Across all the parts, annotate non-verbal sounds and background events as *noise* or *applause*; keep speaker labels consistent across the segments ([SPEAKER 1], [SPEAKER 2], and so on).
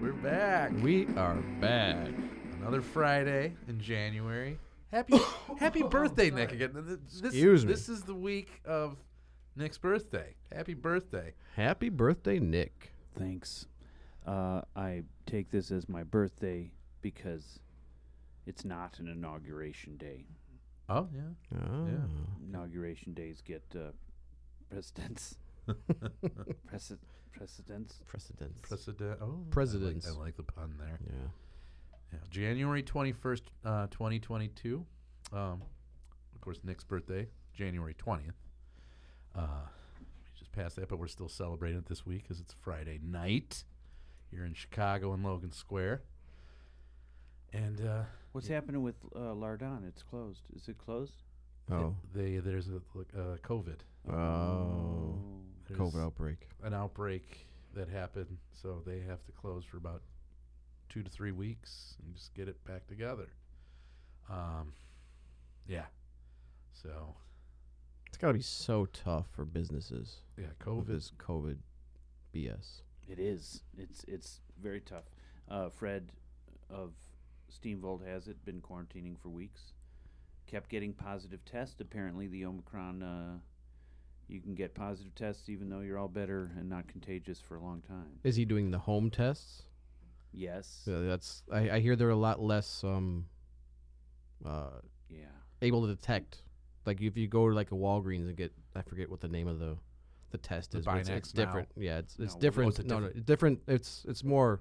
[SPEAKER 1] We're back.
[SPEAKER 2] We are back.
[SPEAKER 1] Another Friday in January.
[SPEAKER 2] *coughs*
[SPEAKER 1] Happy Happy birthday, Nick! Again, Th- th- this,
[SPEAKER 2] Excuse me.
[SPEAKER 1] This is the week of Nick's birthday. Happy birthday!
[SPEAKER 2] Happy birthday, Nick.
[SPEAKER 3] Thanks. Uh, I take this as my birthday because it's not an inauguration day.
[SPEAKER 1] Oh yeah.
[SPEAKER 2] Oh.
[SPEAKER 3] Inauguration days get uh, precedence. Prece- precedence.
[SPEAKER 2] Precedence.
[SPEAKER 1] President. Oh, I like-
[SPEAKER 2] Presidents.
[SPEAKER 1] I like, the pun there.
[SPEAKER 2] yeah.
[SPEAKER 1] Yeah. January twenty first, uh, twenty twenty two. Um, of course, Nick's birthday, January twentieth. Uh, we just passed that, but we're still celebrating it this week because it's Friday night here in Chicago in Logan Square. And uh,
[SPEAKER 3] What's happening with uh, Lardon? It's closed. Is it closed?
[SPEAKER 2] Oh.
[SPEAKER 1] they there's a like, uh, COVID.
[SPEAKER 2] Oh.
[SPEAKER 1] There's
[SPEAKER 2] COVID outbreak.
[SPEAKER 1] an outbreak that happened, so they have to close for about two to three weeks and just get it back together. Um, yeah. So
[SPEAKER 2] It's got to be so tough for businesses
[SPEAKER 1] yeah, COVID.
[SPEAKER 2] with this COVID BS.
[SPEAKER 3] It is. It's it's very tough. Uh, Fred of Steamvolt has it. Been quarantining for weeks. Kept getting positive tests. Apparently, the Omicron. Uh, you can get positive tests even though you're all better and not contagious for a long time.
[SPEAKER 2] Is he doing the home tests?
[SPEAKER 3] Yes.
[SPEAKER 2] Yeah, that's. I, I hear they're a lot less um, uh,
[SPEAKER 3] Yeah.
[SPEAKER 2] able to detect. Like if you go to like a Walgreens and get, I forget what the name of the the test
[SPEAKER 1] The
[SPEAKER 2] is. but it's,
[SPEAKER 1] Binax
[SPEAKER 2] it's
[SPEAKER 1] now.
[SPEAKER 2] different. Yeah, it's
[SPEAKER 3] No, oh,
[SPEAKER 2] it's
[SPEAKER 3] well,
[SPEAKER 2] different.
[SPEAKER 1] it's a
[SPEAKER 2] no, no, it's different. It's it's more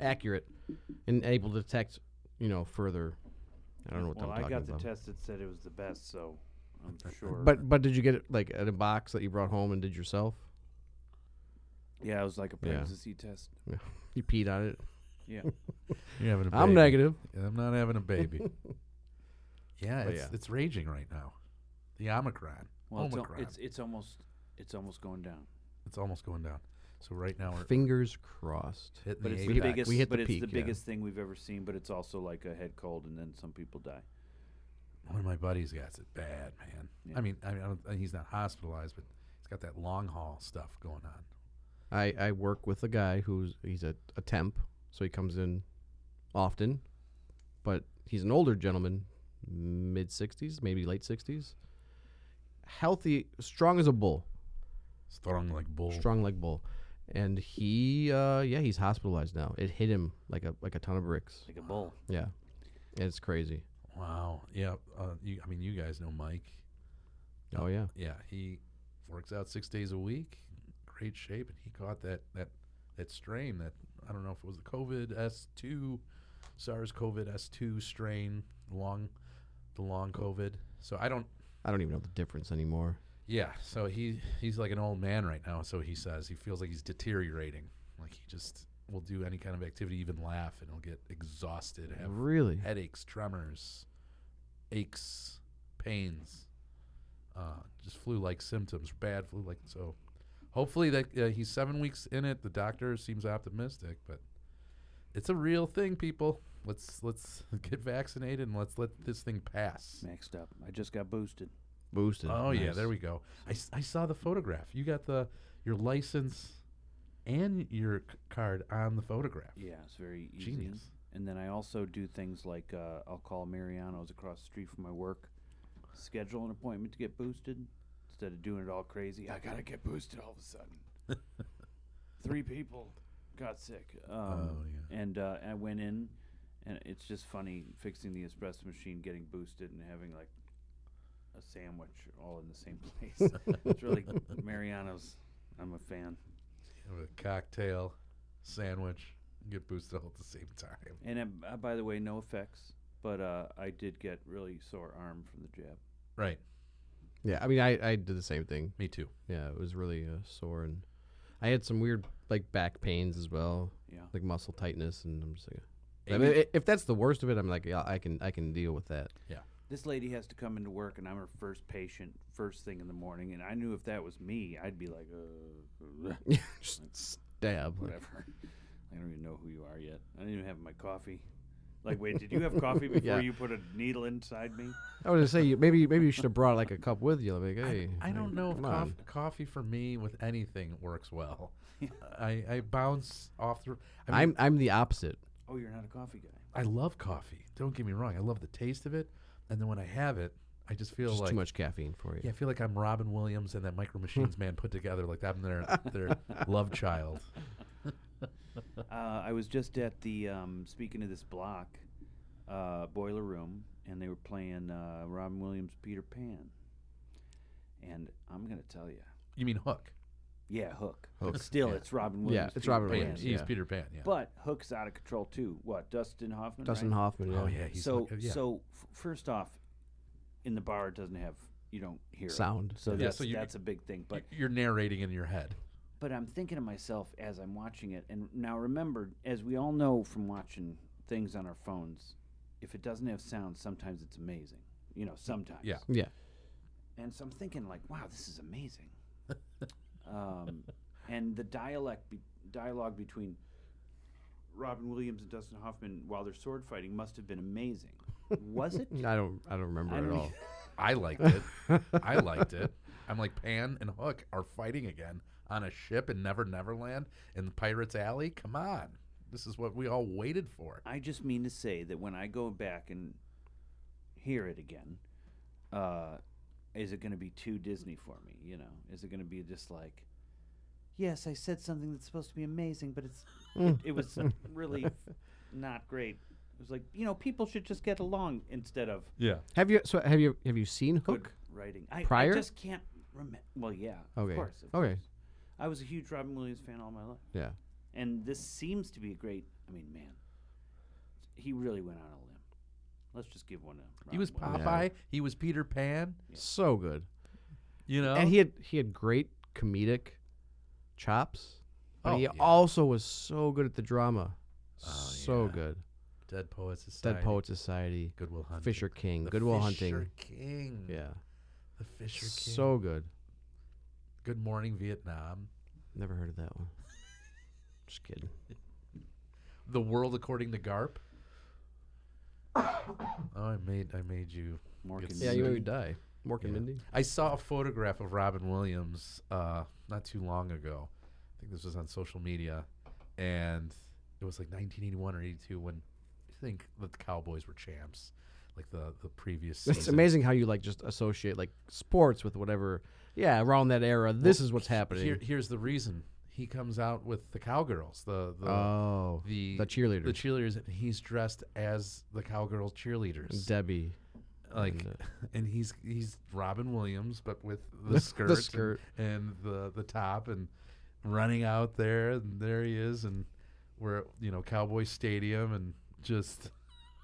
[SPEAKER 2] accurate and able to detect. You know, further. I don't know what
[SPEAKER 3] well,
[SPEAKER 2] I'm
[SPEAKER 3] I
[SPEAKER 2] talking
[SPEAKER 3] got
[SPEAKER 2] about. Uh,
[SPEAKER 3] the test that said it was the best, so I'm sure.
[SPEAKER 2] But but did you get it like in a box that you brought home and did yourself?
[SPEAKER 3] yeah, it was like a
[SPEAKER 2] Yeah.
[SPEAKER 3] pregnancy test.
[SPEAKER 2] You peed on it.
[SPEAKER 3] Yeah.
[SPEAKER 1] You're having a
[SPEAKER 2] I'm negative.
[SPEAKER 1] I'm not having a
[SPEAKER 3] *laughs*
[SPEAKER 1] baby. yeah,
[SPEAKER 2] But
[SPEAKER 1] it's,
[SPEAKER 2] yeah.
[SPEAKER 1] it's raging right now. The Omicron.
[SPEAKER 3] Well, it's, al-
[SPEAKER 1] Omicron.
[SPEAKER 3] it's it's almost it's almost going down.
[SPEAKER 1] It's almost going down. So right now we're
[SPEAKER 2] Fingers crossed.
[SPEAKER 1] hitting
[SPEAKER 3] But
[SPEAKER 1] the
[SPEAKER 3] it's
[SPEAKER 1] apex.
[SPEAKER 3] the biggest.
[SPEAKER 2] We hit
[SPEAKER 3] but
[SPEAKER 2] the
[SPEAKER 3] it's the
[SPEAKER 2] peak, yeah.
[SPEAKER 3] biggest thing we've ever seen. But it's also like a head cold, and then some people die.
[SPEAKER 1] One of my buddies got it bad, man.
[SPEAKER 3] Yeah.
[SPEAKER 1] I mean, I mean, I don't, he's not hospitalized, but he's got that long haul stuff going on.
[SPEAKER 2] I, I work with a guy who's he's a, a temp, so he comes in often, but he's an older gentleman, mid sixties, maybe late sixties. Healthy, strong as a bull,
[SPEAKER 1] Strong like bull.
[SPEAKER 2] strong like bull, and he uh, yeah he's hospitalized now. It hit him like a like a ton of bricks.
[SPEAKER 3] Like a bull.
[SPEAKER 2] Yeah, it's crazy.
[SPEAKER 1] Wow. Yeah. Uh, you, I mean, you guys know Mike.
[SPEAKER 2] Oh yeah,
[SPEAKER 1] Yeah, he works out six days a week. Great shape, and he caught that that that strain. That I don't know if it was the COVID S two, SARS COVID S two strain, long, the long COVID. So I don't.
[SPEAKER 2] I don't even know the difference anymore.
[SPEAKER 1] Yeah. So he he's like an old man right now. So he says he feels like he's deteriorating. Like he just will do any kind of activity, even laugh, and he'll get exhausted, have
[SPEAKER 2] Really?
[SPEAKER 1] headaches, tremors, aches, pains, uh, just flu-like symptoms, bad flu-like. So, hopefully that uh, he's seven weeks in it. The doctor seems optimistic, but it's a real thing, people. Let's let's *laughs* get vaccinated and let's let this thing pass.
[SPEAKER 3] Maxed up. I just got boosted.
[SPEAKER 2] Boosted.
[SPEAKER 1] Oh yeah,
[SPEAKER 2] Nice.
[SPEAKER 1] there we go. I, s- I saw the photograph. You got the your license and your c- card on the photograph.
[SPEAKER 3] Yeah, it's very easy.
[SPEAKER 1] Genius.
[SPEAKER 3] And then I also do things like uh, I'll call Mariano's across the street from my work, schedule an appointment to get boosted instead of doing it all crazy. I gotta get boosted all of a sudden. Three people got sick. Um,
[SPEAKER 1] Oh, yeah.
[SPEAKER 3] And uh, I went in, and it's just funny fixing the espresso machine, getting boosted, and having like a sandwich all in the same *laughs* place. it's really Mariano's. I'm a fan.
[SPEAKER 1] Have a cocktail, sandwich, get boosted all at the same time.
[SPEAKER 3] And um, uh, by the way, no effects, but uh, I did get really sore arm from the jab.
[SPEAKER 1] Right.
[SPEAKER 2] Yeah, I mean I, I did the same thing.
[SPEAKER 1] Me too.
[SPEAKER 2] Yeah, it was really uh, sore, and I had some weird like back pains as well,
[SPEAKER 3] Yeah.
[SPEAKER 2] like muscle tightness, and I'm just like, I
[SPEAKER 1] Amy-
[SPEAKER 2] mean, i- if that's the worst of it, I'm like, yeah, I can I can deal with that. *laughs*
[SPEAKER 3] This lady has to come into work, and I'm her first patient, first thing in the morning. And I knew if that was me, I'd be like, uh, *laughs*
[SPEAKER 2] Just stab.
[SPEAKER 3] whatever. I don't even know who you are yet. I didn't even have my coffee. Like, wait, did you have coffee before
[SPEAKER 2] Yeah.
[SPEAKER 3] you put a needle inside me?
[SPEAKER 2] I was gonna say you, maybe maybe you should have brought like a cup with you. Like, hey,
[SPEAKER 1] I don't
[SPEAKER 2] like,
[SPEAKER 1] know if
[SPEAKER 2] come on.
[SPEAKER 1] coff coffee for me with anything works
[SPEAKER 3] *laughs*
[SPEAKER 1] well. I, I bounce off the. I mean,
[SPEAKER 2] I'm I'm the opposite.
[SPEAKER 3] Oh, you're not a coffee guy.
[SPEAKER 1] I love coffee. Don't get me wrong. I love the taste of it, and then when I have it, I just feel
[SPEAKER 2] Just
[SPEAKER 1] like
[SPEAKER 2] too much caffeine for you.
[SPEAKER 1] Yeah, I feel like I'm Robin Williams and that Micro Machines man put together. Like I'm their their love child.
[SPEAKER 3] Uh, I was just at the um, speaking of this block, uh, boiler room, and they were playing uh, Robin Williams' Peter Pan. And I'm gonna tell you,
[SPEAKER 1] You mean Hook?
[SPEAKER 3] yeah, Hook.
[SPEAKER 2] Hook,
[SPEAKER 3] But still,
[SPEAKER 2] yeah.
[SPEAKER 3] it's Robin
[SPEAKER 2] Yeah,
[SPEAKER 3] Williams.
[SPEAKER 2] it's
[SPEAKER 3] Peter
[SPEAKER 2] Robin
[SPEAKER 1] Oh,
[SPEAKER 3] Pan.
[SPEAKER 1] yeah,
[SPEAKER 2] Williams,
[SPEAKER 1] he's
[SPEAKER 2] yeah.
[SPEAKER 1] Peter Pan. Yeah.
[SPEAKER 3] But Hook's out of control too. What Dustin Hoffman?
[SPEAKER 2] Dustin
[SPEAKER 3] right?
[SPEAKER 2] Hoffman.
[SPEAKER 1] oh yeah, he's
[SPEAKER 3] so
[SPEAKER 1] Hook, uh, yeah.
[SPEAKER 3] so f- first off, in the bar it doesn't have you don't hear it.
[SPEAKER 2] Sound.
[SPEAKER 3] So
[SPEAKER 1] Yeah,
[SPEAKER 3] that's
[SPEAKER 1] so you-
[SPEAKER 3] that's a big thing. But
[SPEAKER 1] Y- you're narrating in your head.
[SPEAKER 3] but I'm thinking to myself as I'm watching it, and now remember, as we all know from watching things on our phones, if it doesn't have sound, sometimes it's amazing. You know, sometimes.
[SPEAKER 1] Yeah.
[SPEAKER 2] yeah.
[SPEAKER 3] And so I'm thinking like, wow, this is amazing. um, and the dialect be- dialogue between Robin Williams and Dustin Hoffman while they're sword fighting must have been amazing. Was it?
[SPEAKER 2] I don't I don't remember
[SPEAKER 3] I
[SPEAKER 2] at
[SPEAKER 3] don't
[SPEAKER 2] all.
[SPEAKER 1] I liked it. I liked it. I'm like Pan and Hook are fighting again on a ship in Never Neverland in the Pirates Alley. Come on, this is what we all waited for.
[SPEAKER 3] I just mean to say that when I go back and hear it again, uh, is it going to be too Disney for me? You know, is it going to be just like, yes, I said something that's supposed to be amazing, but it's
[SPEAKER 2] Hmm.
[SPEAKER 3] it, it was
[SPEAKER 2] *laughs*
[SPEAKER 3] really not great. It was like you know, people should just get along instead of
[SPEAKER 1] Yeah.
[SPEAKER 2] Have you so have you have you seen
[SPEAKER 3] good
[SPEAKER 2] Hook?
[SPEAKER 3] writing. I,
[SPEAKER 2] Prior?
[SPEAKER 3] I just can't remember. Well, yeah,
[SPEAKER 2] Okay.
[SPEAKER 3] of course. of
[SPEAKER 2] Okay.
[SPEAKER 3] course. I was a huge Robin Williams fan all my life
[SPEAKER 2] Yeah.
[SPEAKER 3] and this seems to be a great. I mean, man, he really went on a limb. Let's just give one to. Robin
[SPEAKER 1] He was
[SPEAKER 3] Williams.
[SPEAKER 2] Yeah.
[SPEAKER 1] Popeye. He was Peter Pan.
[SPEAKER 2] So good.
[SPEAKER 1] You know.
[SPEAKER 2] And he had he had great comedic chops, but
[SPEAKER 1] Oh,
[SPEAKER 2] he
[SPEAKER 1] yeah.
[SPEAKER 2] also was so good at the drama.
[SPEAKER 1] Oh,
[SPEAKER 2] so
[SPEAKER 1] yeah.
[SPEAKER 2] good.
[SPEAKER 1] Dead Poets Society.
[SPEAKER 2] Dead Poet Society,
[SPEAKER 1] Goodwill Hunting.
[SPEAKER 2] Fisher King,
[SPEAKER 1] The
[SPEAKER 2] Goodwill
[SPEAKER 1] Fisher
[SPEAKER 2] Hunting.
[SPEAKER 1] King.
[SPEAKER 2] Yeah.
[SPEAKER 1] The Fisher King.
[SPEAKER 2] So good.
[SPEAKER 1] Good Morning Vietnam.
[SPEAKER 2] Never heard of that
[SPEAKER 1] *laughs*
[SPEAKER 2] one. Just kidding.
[SPEAKER 1] The World According to Garp. *coughs* oh, I made I made you.
[SPEAKER 3] Mork
[SPEAKER 1] It's-
[SPEAKER 3] and
[SPEAKER 2] Yeah, you
[SPEAKER 3] Mindy.
[SPEAKER 2] would die. Mork and
[SPEAKER 1] Yeah.
[SPEAKER 2] Mindy.
[SPEAKER 1] I saw a photograph of Robin Williams uh, not too long ago. I think this was on social media, and it was like 1981 or 82 when I think that the Cowboys were champs, like the the previous.
[SPEAKER 2] It's
[SPEAKER 1] season.
[SPEAKER 2] amazing how you like just associate like sports with whatever. Yeah, around that era, this is what's happening.
[SPEAKER 1] Here, here's the reason he comes out with the cowgirls, the the
[SPEAKER 2] oh,
[SPEAKER 1] the,
[SPEAKER 2] the cheerleaders.
[SPEAKER 1] the cheerleaders, and he's dressed as the cowgirl cheerleaders.
[SPEAKER 2] Debbie.
[SPEAKER 1] like
[SPEAKER 2] And, uh,
[SPEAKER 1] *laughs* and he's he's Robin Williams but
[SPEAKER 2] *laughs*
[SPEAKER 1] with the skirt, and-
[SPEAKER 2] skirt.
[SPEAKER 1] And, the the top and running out there and there he is and we're at, you know Cowboy Stadium and
[SPEAKER 2] *laughs*
[SPEAKER 1] just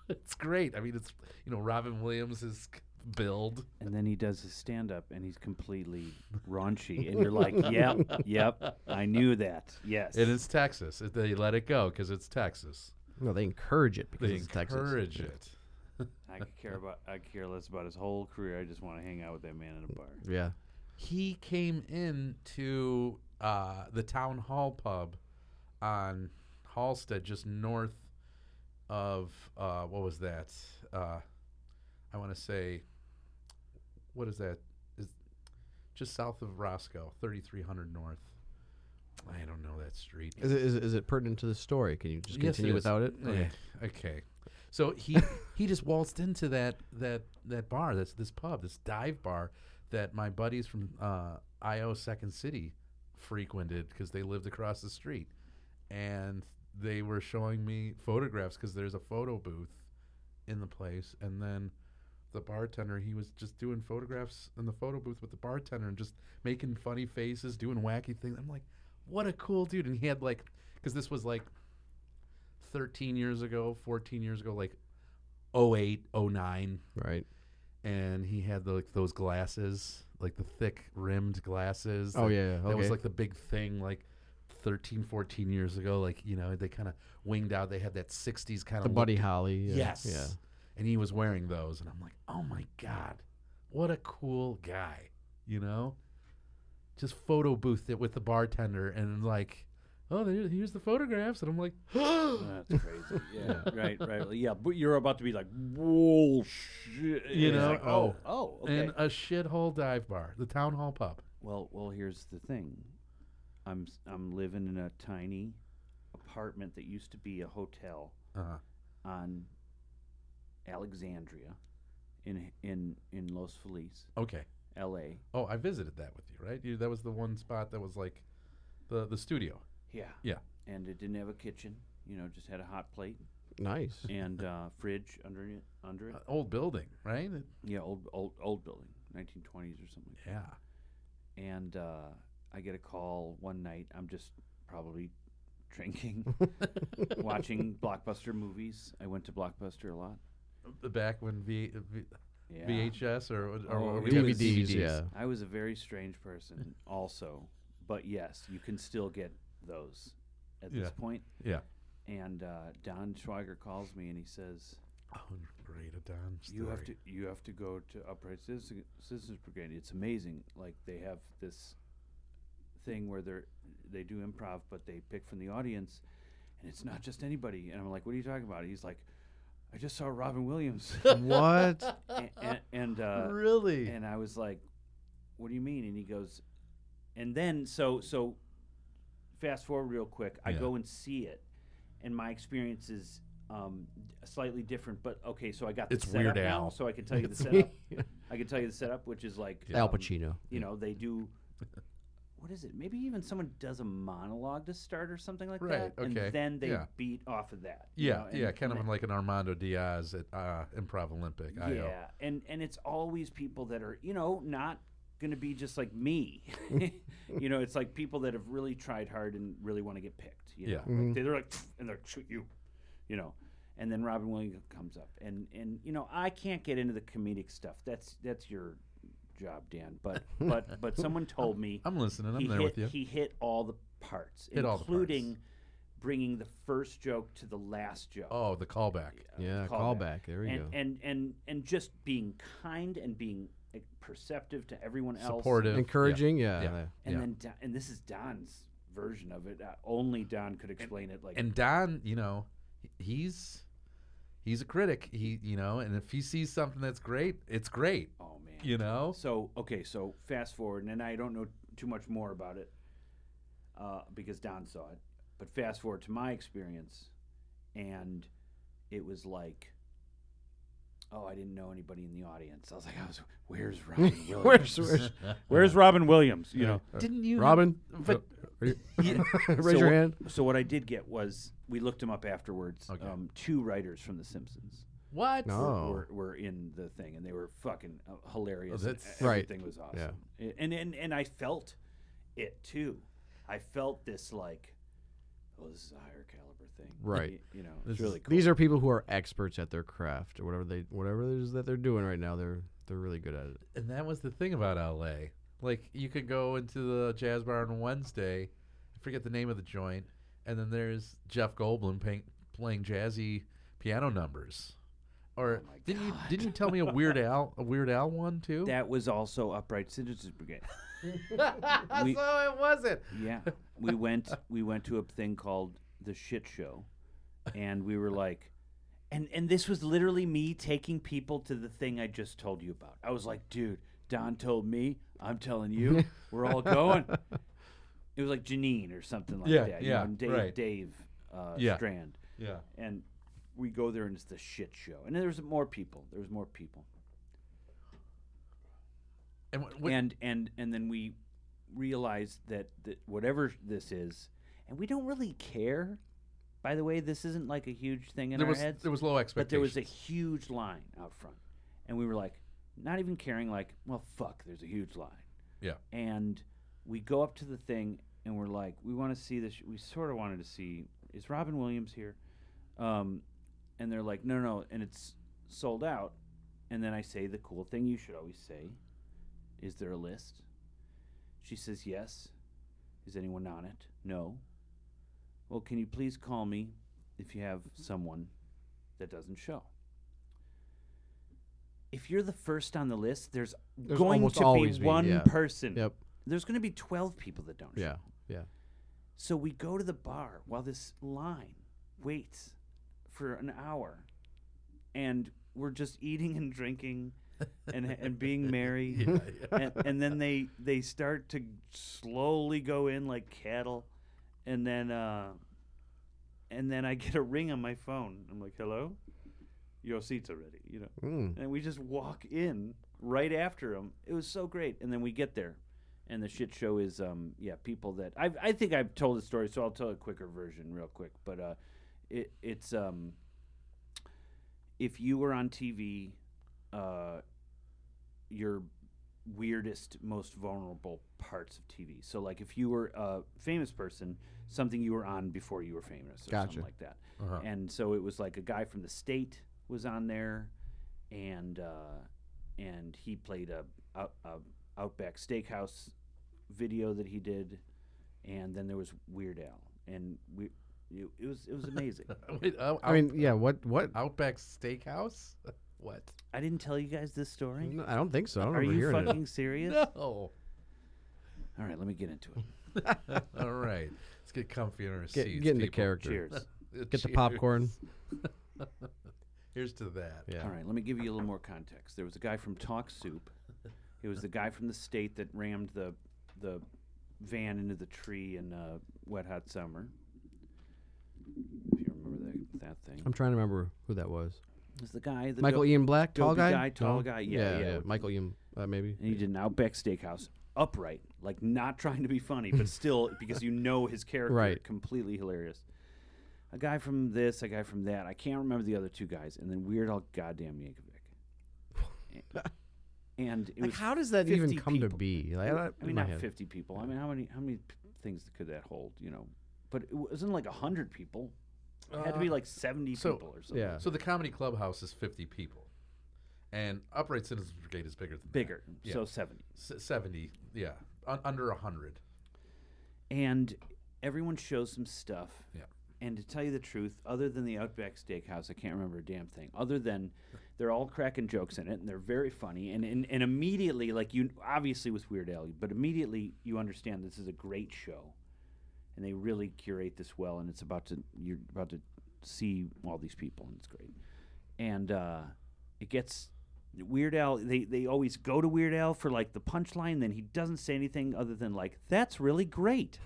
[SPEAKER 1] it's great. I mean it's you know Robin Williams is build.
[SPEAKER 3] And then he does his stand up and
[SPEAKER 1] *laughs*
[SPEAKER 3] he's completely raunchy. And you're like, yep, yep, I knew that. Yes.
[SPEAKER 1] It is Texas. It- They let it go cuz it's Texas.
[SPEAKER 2] No, they encourage it because
[SPEAKER 1] They
[SPEAKER 2] it's
[SPEAKER 1] encourage
[SPEAKER 2] Texas.
[SPEAKER 1] it.
[SPEAKER 3] I could care about I could care less about his whole career. I just want to hang out with that man in a bar.
[SPEAKER 2] Yeah.
[SPEAKER 1] he came in to uh, the town hall pub on Halstead, just north of uh, what was that? Uh, I want to say, what is that? Is just south of Roscoe, thirty three hundred north. I don't know that street.
[SPEAKER 2] Is it, is, it- is it pertinent to the story? Can you just
[SPEAKER 1] Yes,
[SPEAKER 2] continue
[SPEAKER 1] is. Oh,
[SPEAKER 2] without it?
[SPEAKER 1] Yeah. Okay. So he he just waltzed into that that that bar, that's this pub, this dive bar that my buddies from uh, IO Second City frequented because they lived across the street, and they were showing me photographs because there's a photo booth in the place, and then. The bartender, he was just doing photographs in the photo booth with the bartender and just making funny faces, doing wacky things. I'm like, what a cool dude! And he had like, because this was like 13 years ago, 14 years ago, like 08, 09.
[SPEAKER 2] Right.
[SPEAKER 1] And he had the, like those glasses, like the thick rimmed glasses.
[SPEAKER 2] Oh,
[SPEAKER 1] that-
[SPEAKER 2] yeah. yeah, Okay.
[SPEAKER 1] That was like the big thing, like 13, 14 years ago. Like, you know, they kind of winged out. They had that 60s kind
[SPEAKER 2] the
[SPEAKER 1] of
[SPEAKER 2] Buddy Holly. Yeah.
[SPEAKER 1] Yes.
[SPEAKER 2] Yeah.
[SPEAKER 1] And he was wearing those. And I'm like, oh my God, what a cool guy, you know? Just photo booth it with the bartender and like, oh, there, here's the photographs, and I'm like, *gasps*
[SPEAKER 3] That's *laughs* crazy. Yeah, right, right. Yeah, but you're about to be like, whoa, shit.
[SPEAKER 1] You
[SPEAKER 3] It's
[SPEAKER 1] know?
[SPEAKER 3] like, oh, oh, okay.
[SPEAKER 1] and a shithole dive bar, the town hall pub.
[SPEAKER 3] Well, well, here's the thing. I'm s- I'm living in a tiny apartment that used to be a hotel
[SPEAKER 1] Uh-huh.
[SPEAKER 3] on Alexandria in in in Los Feliz,
[SPEAKER 1] Okay.
[SPEAKER 3] L.A.
[SPEAKER 1] Oh, I visited that with you, right? You, that was the one spot that was like the the studio.
[SPEAKER 3] Yeah.
[SPEAKER 1] Yeah.
[SPEAKER 3] And it didn't have a kitchen. You know, just had a hot
[SPEAKER 1] *laughs*
[SPEAKER 3] plate *laughs*
[SPEAKER 2] Nice. *laughs*
[SPEAKER 3] and uh, fridge under it. Under it.
[SPEAKER 1] Uh, old building, right? It-
[SPEAKER 3] Yeah, old old old building, 1920s or something.
[SPEAKER 1] yeah.
[SPEAKER 3] and uh, I get a call one night. I'm just probably
[SPEAKER 1] *laughs*
[SPEAKER 3] drinking, watching blockbuster movies. I went to Blockbuster a lot.
[SPEAKER 1] B- Back when v, v,
[SPEAKER 3] Yeah.
[SPEAKER 1] VHS or, or,
[SPEAKER 3] Oh,
[SPEAKER 1] or
[SPEAKER 3] it
[SPEAKER 1] we
[SPEAKER 3] was
[SPEAKER 1] would-
[SPEAKER 2] DVDs, yeah.
[SPEAKER 3] I was a very strange person, also, but yes, you can still get those at
[SPEAKER 1] Yeah.
[SPEAKER 3] this point.
[SPEAKER 1] Yeah.
[SPEAKER 3] And uh, Don Schweiger calls me and he says,
[SPEAKER 1] Oh, great, a Don story.
[SPEAKER 3] "You have to, you have to go to Upright Citizen- Citizens Brigade. It's amazing. Like they have this thing where they're they do improv, but they pick from the audience, and it's not just anybody." And I'm like, "What are you talking about?" He's like, "I just saw Robin Williams."
[SPEAKER 2] *laughs* what?
[SPEAKER 3] and and, and uh,
[SPEAKER 1] really?
[SPEAKER 3] and I was like, "What do you mean?" And he goes, and then so so, fast forward real quick. I
[SPEAKER 1] Yeah.
[SPEAKER 3] go and see it, and my experience is um, slightly different. But okay, so I got the
[SPEAKER 1] It's
[SPEAKER 3] setup
[SPEAKER 1] Weird
[SPEAKER 3] now,
[SPEAKER 1] Al.
[SPEAKER 3] so I can tell you the
[SPEAKER 2] It's
[SPEAKER 3] setup. I can tell you the setup, which is like
[SPEAKER 2] Al
[SPEAKER 3] um,
[SPEAKER 2] Pacino.
[SPEAKER 3] you know, they do. What is it? Maybe even someone does a monologue to start or something like
[SPEAKER 1] Right,
[SPEAKER 3] that,
[SPEAKER 1] okay,
[SPEAKER 3] and then they
[SPEAKER 1] yeah.
[SPEAKER 3] beat off of that. you
[SPEAKER 1] yeah,
[SPEAKER 3] know,
[SPEAKER 1] yeah,
[SPEAKER 3] and-
[SPEAKER 1] kind of
[SPEAKER 3] and
[SPEAKER 1] like an Armando Diaz at uh, Improv Olympic. IO.
[SPEAKER 3] yeah, and and it's always people that are you know not going to be just like me.
[SPEAKER 1] *laughs*
[SPEAKER 3] *laughs* you know, it's like people that have really tried hard and really want to get picked. You
[SPEAKER 1] Yeah. Mm-hmm.
[SPEAKER 3] know? like, they're like "Pfft," and they're shoot you, you know. And then Robin Williams comes up, and and you know I can't get into the comedic stuff. That's that's your job, Dan. But but
[SPEAKER 1] *laughs*
[SPEAKER 3] but someone told me
[SPEAKER 1] I'm listening. I'm
[SPEAKER 3] he
[SPEAKER 1] there
[SPEAKER 3] hit,
[SPEAKER 1] with you.
[SPEAKER 3] He hit all the parts,
[SPEAKER 1] Hit all the parts.
[SPEAKER 3] including bringing the first joke to the last joke
[SPEAKER 1] oh, the callback.
[SPEAKER 2] Yeah,
[SPEAKER 3] callback.
[SPEAKER 2] callback. There we
[SPEAKER 3] and,
[SPEAKER 2] go.
[SPEAKER 3] and and and just being kind and being like, perceptive to everyone else.
[SPEAKER 1] Supportive.
[SPEAKER 2] Encouraging, yeah.
[SPEAKER 1] Yeah.
[SPEAKER 2] that-
[SPEAKER 3] And
[SPEAKER 1] yeah.
[SPEAKER 3] then Don, and this is Don's version of it. Uh, only Don could explain it. Like
[SPEAKER 1] and Don, you know, h- he's he's a critic. He, you know, and if he sees something that's great, it's great.
[SPEAKER 3] oh man.
[SPEAKER 1] You know,
[SPEAKER 3] So okay, so fast forward, and I don't know too much more about it uh, because Don saw it. But fast forward to my experience, and it was like, oh, I didn't know anybody in the audience. I was like, I was, where's Robin Williams?
[SPEAKER 2] Where's- *laughs* where's-
[SPEAKER 3] where's Robin Williams? You know.
[SPEAKER 1] didn't you,
[SPEAKER 2] Uh, Robin,
[SPEAKER 1] But
[SPEAKER 2] *laughs* are you-
[SPEAKER 3] *laughs*
[SPEAKER 2] *laughs*
[SPEAKER 3] So
[SPEAKER 2] raise your
[SPEAKER 3] what-
[SPEAKER 2] hand.
[SPEAKER 3] So what I did get was we looked him up afterwards.
[SPEAKER 1] Okay.
[SPEAKER 3] Um, two writers from The Simpsons
[SPEAKER 1] what?
[SPEAKER 3] were,
[SPEAKER 2] No. Oh.
[SPEAKER 3] were, were in the thing, and they were fucking uh, hilarious.
[SPEAKER 1] Oh,
[SPEAKER 3] and
[SPEAKER 1] that's-
[SPEAKER 2] Right.
[SPEAKER 3] Everything was awesome. A- And, and and I felt it too. I felt this like, oh, this is a higher caliber thing.
[SPEAKER 2] Right.
[SPEAKER 3] Y- You, know,
[SPEAKER 1] This
[SPEAKER 3] it's really cool.
[SPEAKER 2] These are people who are experts at their craft or whatever they whatever it is that they're doing right now. They're they're really good at it.
[SPEAKER 1] And that was the thing about LA. Like you could go into the jazz bar on Wednesday, I forget the name of the joint, and then there's Jeff Goldblum paying, playing jazzy piano numbers. Or
[SPEAKER 3] Oh my
[SPEAKER 1] didn't you
[SPEAKER 3] God.
[SPEAKER 1] didn't you tell me a Weird Al a Weird Al one
[SPEAKER 3] *laughs*
[SPEAKER 1] too? *laughs*
[SPEAKER 3] that was also Upright Citizens Brigade. we-
[SPEAKER 1] so it wasn't.
[SPEAKER 3] Yeah, we went we went to a thing called the shit show, and we were like, and and this was literally me taking people to the thing I just told you about. I was like, dude, Don told me, I'm
[SPEAKER 1] *laughs*
[SPEAKER 3] telling you, we're all going. It was like Janine or something like
[SPEAKER 1] Yeah,
[SPEAKER 3] that. you
[SPEAKER 1] yeah,
[SPEAKER 3] know, and Dave
[SPEAKER 1] right.
[SPEAKER 3] Dave uh,
[SPEAKER 1] Yeah.
[SPEAKER 3] Strand,
[SPEAKER 1] Yeah.
[SPEAKER 3] and we go there and it's the shit show, and there was more people. There was more people
[SPEAKER 1] And wh- wh-
[SPEAKER 3] and and and then we realized that, that whatever this is, and we don't really care. By the way, this isn't like a huge thing in
[SPEAKER 1] there
[SPEAKER 3] our
[SPEAKER 1] was
[SPEAKER 3] heads,
[SPEAKER 1] there was low
[SPEAKER 3] but
[SPEAKER 1] expectations.
[SPEAKER 3] there was a huge line out front, and we were like, not even caring. Like, well, fuck, there's a huge line,
[SPEAKER 1] yeah.
[SPEAKER 3] and we go up to the thing, and we're like, we want to see this. We sort of wanted to see is Robin Williams here, um, and they're like, no, no, and it's sold out. And then I say the cool thing you should always say is there a list? She says, Yes. Is anyone on it? No. Well, can you please call me if you have someone that doesn't show? If you're the first on the list, there's,
[SPEAKER 2] There's
[SPEAKER 3] going
[SPEAKER 2] almost
[SPEAKER 3] to be
[SPEAKER 2] always be,
[SPEAKER 3] one
[SPEAKER 2] yeah.
[SPEAKER 3] person.
[SPEAKER 2] Yep.
[SPEAKER 3] There's going to be 12 people that don't show.
[SPEAKER 2] Yeah. Yeah.
[SPEAKER 3] So we go to the bar while this line waits for an hour, and we're just eating
[SPEAKER 2] *laughs*
[SPEAKER 3] and drinking and and being merry.
[SPEAKER 1] Yeah, yeah.
[SPEAKER 3] and, and then they they start to slowly go in like cattle, and then uh, and then I get a ring on my phone. I'm like, "Hello, your seat's already," you know.
[SPEAKER 2] Mm.
[SPEAKER 3] And we just walk in right after them. It was so great. And then we get there, and the shit show is um yeah people that I I think I've told the story, so I'll tell a quicker version real quick. But uh, it it's um if you were on TV, uh, your weirdest, most vulnerable parts of TV. So, like, if you were a famous person, something you were on before you were famous, or
[SPEAKER 2] Gotcha.
[SPEAKER 3] something like that.
[SPEAKER 1] Uh-huh.
[SPEAKER 3] And so it was like a guy from the state was on there, and uh, and he played a, out a Outback Steakhouse video that he did, and then there was Weird Al, and we. It, it was it
[SPEAKER 2] *laughs*
[SPEAKER 3] was amazing.
[SPEAKER 1] *laughs* Wait, uh,
[SPEAKER 2] I mean, yeah. What? What?
[SPEAKER 1] Outback Steakhouse? *laughs* what?
[SPEAKER 3] I didn't tell you guys this story.
[SPEAKER 2] No, I don't think so. I don't
[SPEAKER 3] Are
[SPEAKER 2] remember
[SPEAKER 3] you
[SPEAKER 2] hearing
[SPEAKER 3] fucking serious?
[SPEAKER 1] No. *laughs*
[SPEAKER 3] All right, let me get into it.
[SPEAKER 1] All right. Let's get comfy in our
[SPEAKER 2] it. Get,
[SPEAKER 1] seats.
[SPEAKER 2] get into
[SPEAKER 1] people. *laughs*
[SPEAKER 2] character.
[SPEAKER 3] Cheers.
[SPEAKER 1] Get
[SPEAKER 2] Get the popcorn.
[SPEAKER 1] *laughs* Here's to that.
[SPEAKER 2] Yeah.
[SPEAKER 3] All right, let me give you a little more context. There was a guy from Talk Soup. It was the guy from the state that rammed the the van into the tree in uh, Wet Hot Summer. If you remember that that thing,
[SPEAKER 2] I'm trying to remember who that was.
[SPEAKER 3] it was the guy the
[SPEAKER 2] Um, Michael Ian Black, tall
[SPEAKER 3] dopey
[SPEAKER 2] guy.
[SPEAKER 3] guy, tall
[SPEAKER 2] No?
[SPEAKER 3] guy, yeah,
[SPEAKER 2] yeah.
[SPEAKER 3] yeah.
[SPEAKER 2] Michael Ian, uh, maybe.
[SPEAKER 3] and he did an Outback Steakhouse upright, like not trying to be funny,
[SPEAKER 2] *laughs*
[SPEAKER 3] but still because you know his character,
[SPEAKER 2] Right.
[SPEAKER 3] completely hilarious. A guy from this, a guy from that. I can't remember the other two guys, and then Weird Al Goddamn Yankovic.
[SPEAKER 2] *laughs*
[SPEAKER 3] And it
[SPEAKER 2] Like,
[SPEAKER 3] was
[SPEAKER 2] how does that even
[SPEAKER 3] 50
[SPEAKER 2] come to
[SPEAKER 3] people.
[SPEAKER 2] be? Like,
[SPEAKER 3] I
[SPEAKER 2] I,
[SPEAKER 3] mean, not fifty people. I mean, how many how many p- things could that hold? You know, but it wasn't like hundred people. It had to be
[SPEAKER 1] Uh,
[SPEAKER 3] like seventy
[SPEAKER 1] so-
[SPEAKER 3] people or something.
[SPEAKER 2] yeah.
[SPEAKER 1] So the comedy clubhouse is 50 people, and Upright Citizens Brigade is bigger than
[SPEAKER 3] bigger.
[SPEAKER 1] Yeah.
[SPEAKER 3] So seventy.
[SPEAKER 1] That. S- 70. Yeah, un- under 100.
[SPEAKER 3] and everyone shows some stuff.
[SPEAKER 1] Yeah.
[SPEAKER 3] And to tell you the truth, other than the Outback Steakhouse, I can't remember a damn thing. Other than they're all cracking jokes in it, and they're very funny. And and, and immediately, like you, obviously with Weird Al, but immediately you understand this is a great show, and they really curate this well. And it's about to you're about to see all these people, and it's great. And uh, it gets Weird Al. They they always go to Weird Al for like the punchline. Then he doesn't say anything other than like that's
[SPEAKER 2] *laughs*
[SPEAKER 3] really great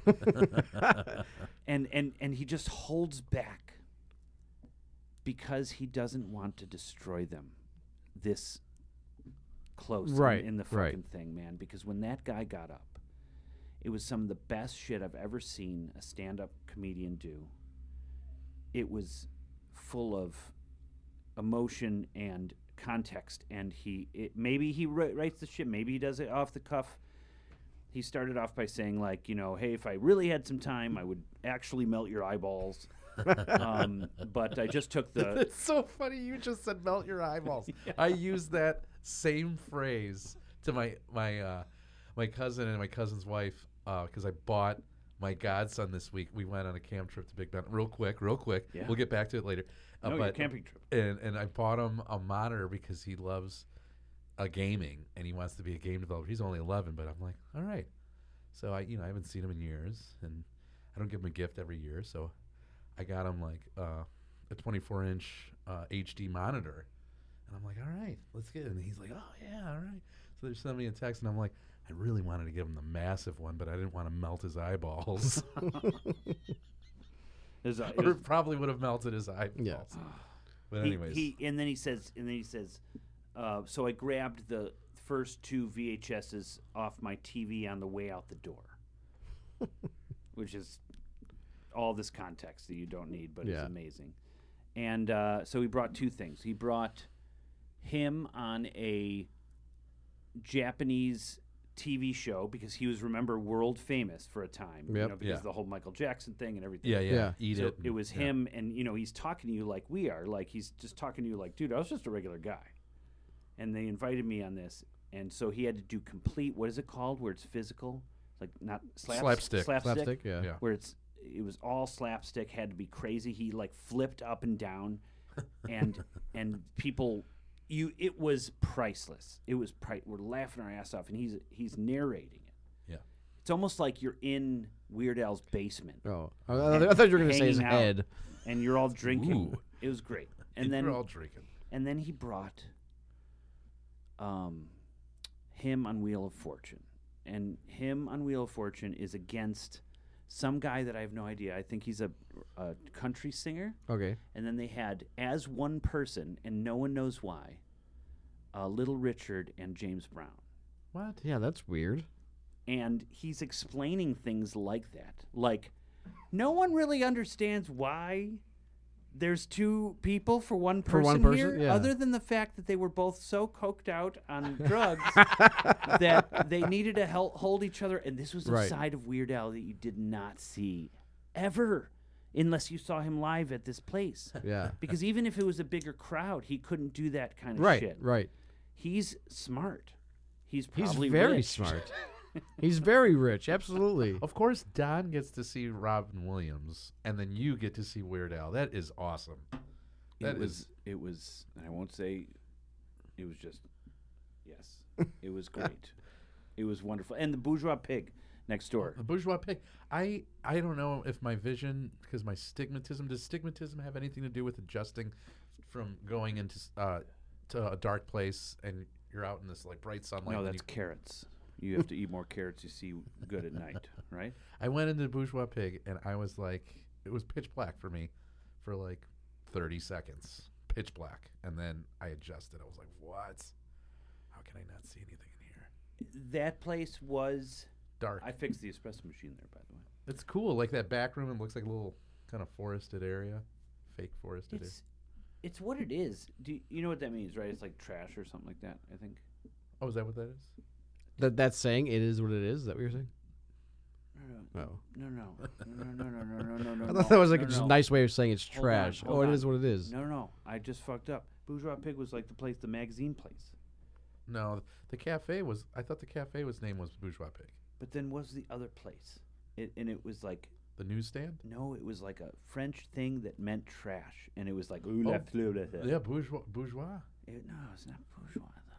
[SPEAKER 3] and and and he just holds back because he doesn't want to destroy them this close in-
[SPEAKER 2] Right,
[SPEAKER 3] in, the fucking
[SPEAKER 2] right.
[SPEAKER 3] thing man because when that guy got up it was some of the best shit i've ever seen a stand-up comedian do it was full of emotion and context and he it, maybe he wri- writes the shit maybe he does it off the cuff he started off by saying like you know hey if i really had some time i would actually melt your eyeballs um, but i just took the
[SPEAKER 1] *laughs* It's so funny. You just said melt your
[SPEAKER 3] *laughs*
[SPEAKER 1] eyeballs. I used that same phrase to my my uh, my cousin and my cousin's wife because I bought my godson this week. We went on a camp trip to Big Bend. Real quick, real quick.
[SPEAKER 3] Yeah.
[SPEAKER 1] We'll get back to it later. Uh,
[SPEAKER 3] no, your
[SPEAKER 1] but-
[SPEAKER 3] camping trip
[SPEAKER 1] and and I bought him a monitor because he loves uh gaming and he wants to be a game developer. He's only 11, but I'm like, all right. So I, you know, I haven't seen him in years, and I don't give him a gift every year. So I got him like uh, a 24 inch uh, HD monitor, and I'm like, all right, let's get. It. And he's like, oh yeah, all right. So they sent me a text, and I'm like, I really wanted to give him the massive one, but I didn't want to melt his eyeballs, *laughs*
[SPEAKER 3] There's a- it
[SPEAKER 1] or
[SPEAKER 3] was-
[SPEAKER 1] it probably would have melted his eyeballs. But
[SPEAKER 3] he-
[SPEAKER 1] anyways,
[SPEAKER 3] he, and then he says and then he says uh, so i grabbed the first two vhs's off my tv on the way out the
[SPEAKER 1] *laughs*
[SPEAKER 3] door which is all this context that you don't need but
[SPEAKER 2] Yeah.
[SPEAKER 3] it's amazing and uh, so he brought two things he brought him on a japanese tv show because he was remember world famous for a time you
[SPEAKER 2] Yep.
[SPEAKER 3] know, because
[SPEAKER 1] Yeah.
[SPEAKER 3] the whole michael jackson thing and everything
[SPEAKER 1] yeah, yeah,
[SPEAKER 2] Yeah.
[SPEAKER 1] eat it.
[SPEAKER 3] so it
[SPEAKER 1] and-
[SPEAKER 3] was
[SPEAKER 1] yeah.
[SPEAKER 3] him, and you know he's talking to you like we are, like he's just talking to you like, dude, I was just a regular guy, and they invited me on this, and so he had to do complete. What is it called? Where it's physical, like not slaps,
[SPEAKER 1] Slapstick.
[SPEAKER 3] slapstick,
[SPEAKER 2] Slapstick, yeah.
[SPEAKER 1] Yeah.
[SPEAKER 3] where it's it was all slapstick, had to be crazy. He like flipped up and down,
[SPEAKER 1] *laughs*
[SPEAKER 3] and and people, you it was priceless. It was pri- we're laughing our ass off, and he's he's narrating it.
[SPEAKER 1] Yeah.
[SPEAKER 3] It's almost like you're in Weird Al's basement,
[SPEAKER 2] Oh, I, I- I thought you were going to say his
[SPEAKER 3] Hanging out.
[SPEAKER 2] head.
[SPEAKER 3] and you're all drinking.
[SPEAKER 1] Ooh.
[SPEAKER 3] It was great. And
[SPEAKER 1] we're
[SPEAKER 3] then
[SPEAKER 1] all drinking.
[SPEAKER 3] and then he brought um, him on Wheel of Fortune, and him on Wheel of Fortune is against some guy that I have no idea. I think he's a, a country singer.
[SPEAKER 2] Okay.
[SPEAKER 3] And then they had, as one person, and no one knows why, uh, Little Richard and James Brown.
[SPEAKER 2] What? Yeah, that's weird.
[SPEAKER 3] And he's explaining things like that. Like, no one really understands why there's two people for one person,
[SPEAKER 2] For one person,
[SPEAKER 3] here,
[SPEAKER 2] yeah.
[SPEAKER 3] other than the fact that they were both so coked out on
[SPEAKER 2] *laughs*
[SPEAKER 3] drugs that they needed to help hold each other. And this was a
[SPEAKER 2] Right.
[SPEAKER 3] side of Weird Al that you did not see ever, unless you saw him live at
[SPEAKER 2] *laughs*
[SPEAKER 3] this place
[SPEAKER 2] Yeah.
[SPEAKER 3] because even if it was a bigger crowd, he couldn't do that kind of
[SPEAKER 2] *laughs* right.
[SPEAKER 3] shit.
[SPEAKER 2] Right.
[SPEAKER 3] He's smart. He's
[SPEAKER 2] He's
[SPEAKER 3] probably
[SPEAKER 2] very
[SPEAKER 3] rich. *laughs*
[SPEAKER 2] smart. He's very rich. Absolutely.
[SPEAKER 1] Of course, Don gets to see Robin Williams, and then you get to see Weird Al. That is awesome. That
[SPEAKER 3] it was
[SPEAKER 1] is-
[SPEAKER 3] it was and I won't say it was just yes.
[SPEAKER 2] *laughs*
[SPEAKER 3] It was great. it was wonderful. And the bourgeois pig next door.
[SPEAKER 1] The bourgeois pig. I I don't know if my vision because my stigmatism does stigmatism have anything to do with adjusting from going into s- uh, to a dark place and you're out in this like bright sunlight.
[SPEAKER 3] no,
[SPEAKER 1] and
[SPEAKER 3] that's
[SPEAKER 1] you-
[SPEAKER 3] carrots. You have to eat more carrots to see good at night,
[SPEAKER 2] *laughs*
[SPEAKER 3] right?
[SPEAKER 1] I went into bourgeois pig and I was like it was pitch black for me for like 30 seconds, pitch black, and then I adjusted. I was like, what? How can I not see anything in here?
[SPEAKER 3] That place was
[SPEAKER 1] Dark.
[SPEAKER 3] I fixed the espresso machine there by the way.
[SPEAKER 1] It's cool, like that back room. It looks like a little kind of forested area, fake forested. area.
[SPEAKER 3] It's it's what it is. Do you, you know what that means, right? It's like trash or something like that, I think.
[SPEAKER 1] Oh, is that what that is?
[SPEAKER 2] That that's saying it is what it is. Is that what you're saying?
[SPEAKER 3] I don't know.
[SPEAKER 2] No.
[SPEAKER 3] No, no, no, no, no, no, no, no,
[SPEAKER 2] *laughs*
[SPEAKER 3] no.
[SPEAKER 2] I
[SPEAKER 3] no,
[SPEAKER 2] thought that was like
[SPEAKER 3] no,
[SPEAKER 2] a just
[SPEAKER 3] no.
[SPEAKER 2] nice way of saying it's
[SPEAKER 3] Hold on,
[SPEAKER 2] trash.
[SPEAKER 3] hold
[SPEAKER 2] oh,
[SPEAKER 3] on.
[SPEAKER 2] it is what it is.
[SPEAKER 3] No, no, I just fucked up. Bourgeois Pig was like the place, the magazine place.
[SPEAKER 1] No, the cafe was. I thought the cafe was name was Bourgeois Pig.
[SPEAKER 3] But then was the other place, it, and it was like
[SPEAKER 1] The newsstand.
[SPEAKER 3] no, it was like a French thing that meant trash, and it was like ooh,
[SPEAKER 1] Oh,
[SPEAKER 3] la fleur de terre.
[SPEAKER 1] Yeah, bourgeois. Bourgeois.
[SPEAKER 3] It, no, it's not bourgeois though.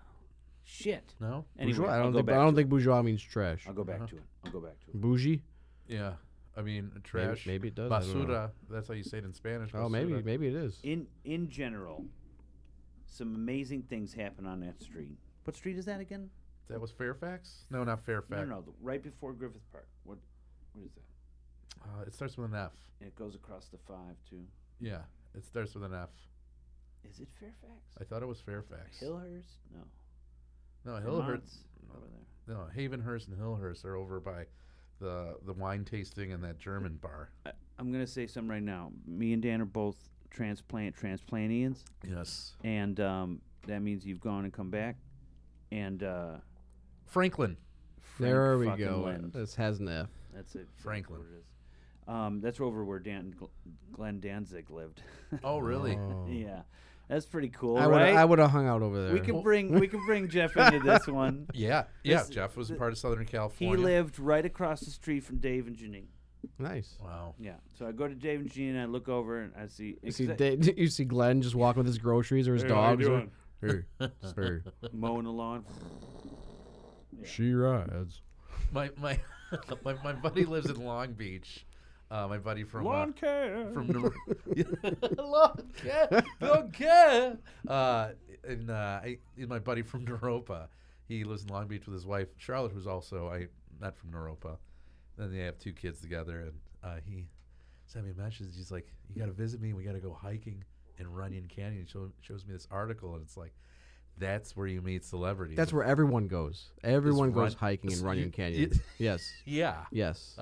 [SPEAKER 3] Shit.
[SPEAKER 1] No.
[SPEAKER 3] Anyway,
[SPEAKER 2] bourgeois. I don't
[SPEAKER 3] I'll go
[SPEAKER 2] think.
[SPEAKER 3] back.
[SPEAKER 2] I don't
[SPEAKER 3] to
[SPEAKER 2] think bourgeois means trash.
[SPEAKER 3] it. I'll go back
[SPEAKER 1] Uh-huh.
[SPEAKER 3] to it. I'll go back to it.
[SPEAKER 2] Bougie.
[SPEAKER 1] Yeah. I mean, trash.
[SPEAKER 2] maybe it does, I don't know.
[SPEAKER 1] Basura. That's how you say it in Spanish.
[SPEAKER 2] Oh, maybe
[SPEAKER 1] basura.
[SPEAKER 2] maybe it is.
[SPEAKER 3] In in general, some amazing things happen on that street. What street is that again?
[SPEAKER 1] That was Fairfax. No, not Fairfax.
[SPEAKER 3] No, no, no, the, right before Griffith Park. What what is that?
[SPEAKER 1] Uh, it starts with an F.
[SPEAKER 3] And it goes across the five too.
[SPEAKER 1] Yeah, it starts with an F.
[SPEAKER 3] Is it Fairfax?
[SPEAKER 1] I thought it was Fairfax.
[SPEAKER 3] Hillhurst? No.
[SPEAKER 1] no, Hillhurst.
[SPEAKER 3] Vermont's Over there.
[SPEAKER 1] No, Havenhurst and Hillhurst are over by the the wine tasting and that German bar.
[SPEAKER 3] I, I'm going to say something right now. Me and Dan are both transplant transplantians,
[SPEAKER 1] Yes.
[SPEAKER 3] and um, that means you've gone and come back. And uh,
[SPEAKER 1] Franklin.
[SPEAKER 3] Frank
[SPEAKER 2] There we
[SPEAKER 3] fucking
[SPEAKER 2] go. Uh,
[SPEAKER 3] Lind.
[SPEAKER 2] This has an F.
[SPEAKER 3] That's it.
[SPEAKER 1] Franklin.
[SPEAKER 3] That's what it is. Um, that's over where Dan Gl- Glenn Danzig lived.
[SPEAKER 1] Oh, really?
[SPEAKER 2] Oh.
[SPEAKER 3] *laughs* yeah, that's pretty cool,
[SPEAKER 2] I would
[SPEAKER 3] right?
[SPEAKER 2] I would have hung out over there.
[SPEAKER 3] we could bring we could bring Jeff
[SPEAKER 2] *laughs*
[SPEAKER 3] into this one.
[SPEAKER 1] Yeah, yeah.
[SPEAKER 3] This-
[SPEAKER 1] Jeff was a
[SPEAKER 3] th-
[SPEAKER 1] part of Southern
[SPEAKER 3] He
[SPEAKER 1] California.
[SPEAKER 3] lived right across the street from Dave and Janine.
[SPEAKER 2] nice.
[SPEAKER 1] Wow.
[SPEAKER 3] Yeah. So I go to Dave and Janine, I look over and I see.
[SPEAKER 2] You see,
[SPEAKER 3] exa-
[SPEAKER 2] Da- *laughs* you see Glenn just walking with his groceries or his
[SPEAKER 3] Hey, how you
[SPEAKER 2] dogs. Or, hey,
[SPEAKER 3] *laughs*
[SPEAKER 2] sir,
[SPEAKER 3] mowing the lawn.
[SPEAKER 2] she rides.
[SPEAKER 1] My my *laughs* my, my buddy lives in Long Beach. Uh, my buddy from uh,
[SPEAKER 3] Lawn care.
[SPEAKER 1] from *laughs* Nor- Long care, Long care. Uh, and uh, I, and my buddy from *laughs* Naropa, he lives in Long Beach with his wife Charlotte, who's also I not from Naropa. Then they have two kids together, and uh, he sent me a message. He's like, "You got to visit me. We got to go hiking in Runyon Canyon." He show, shows me this article, and it's like, "That's where you meet celebrities."
[SPEAKER 2] That's where everyone goes. Everyone goes
[SPEAKER 1] run-
[SPEAKER 2] hiking in
[SPEAKER 1] you-
[SPEAKER 2] Runyon
[SPEAKER 1] you-
[SPEAKER 2] Canyon.
[SPEAKER 3] *laughs*
[SPEAKER 2] Yes,
[SPEAKER 1] yeah.
[SPEAKER 2] yes.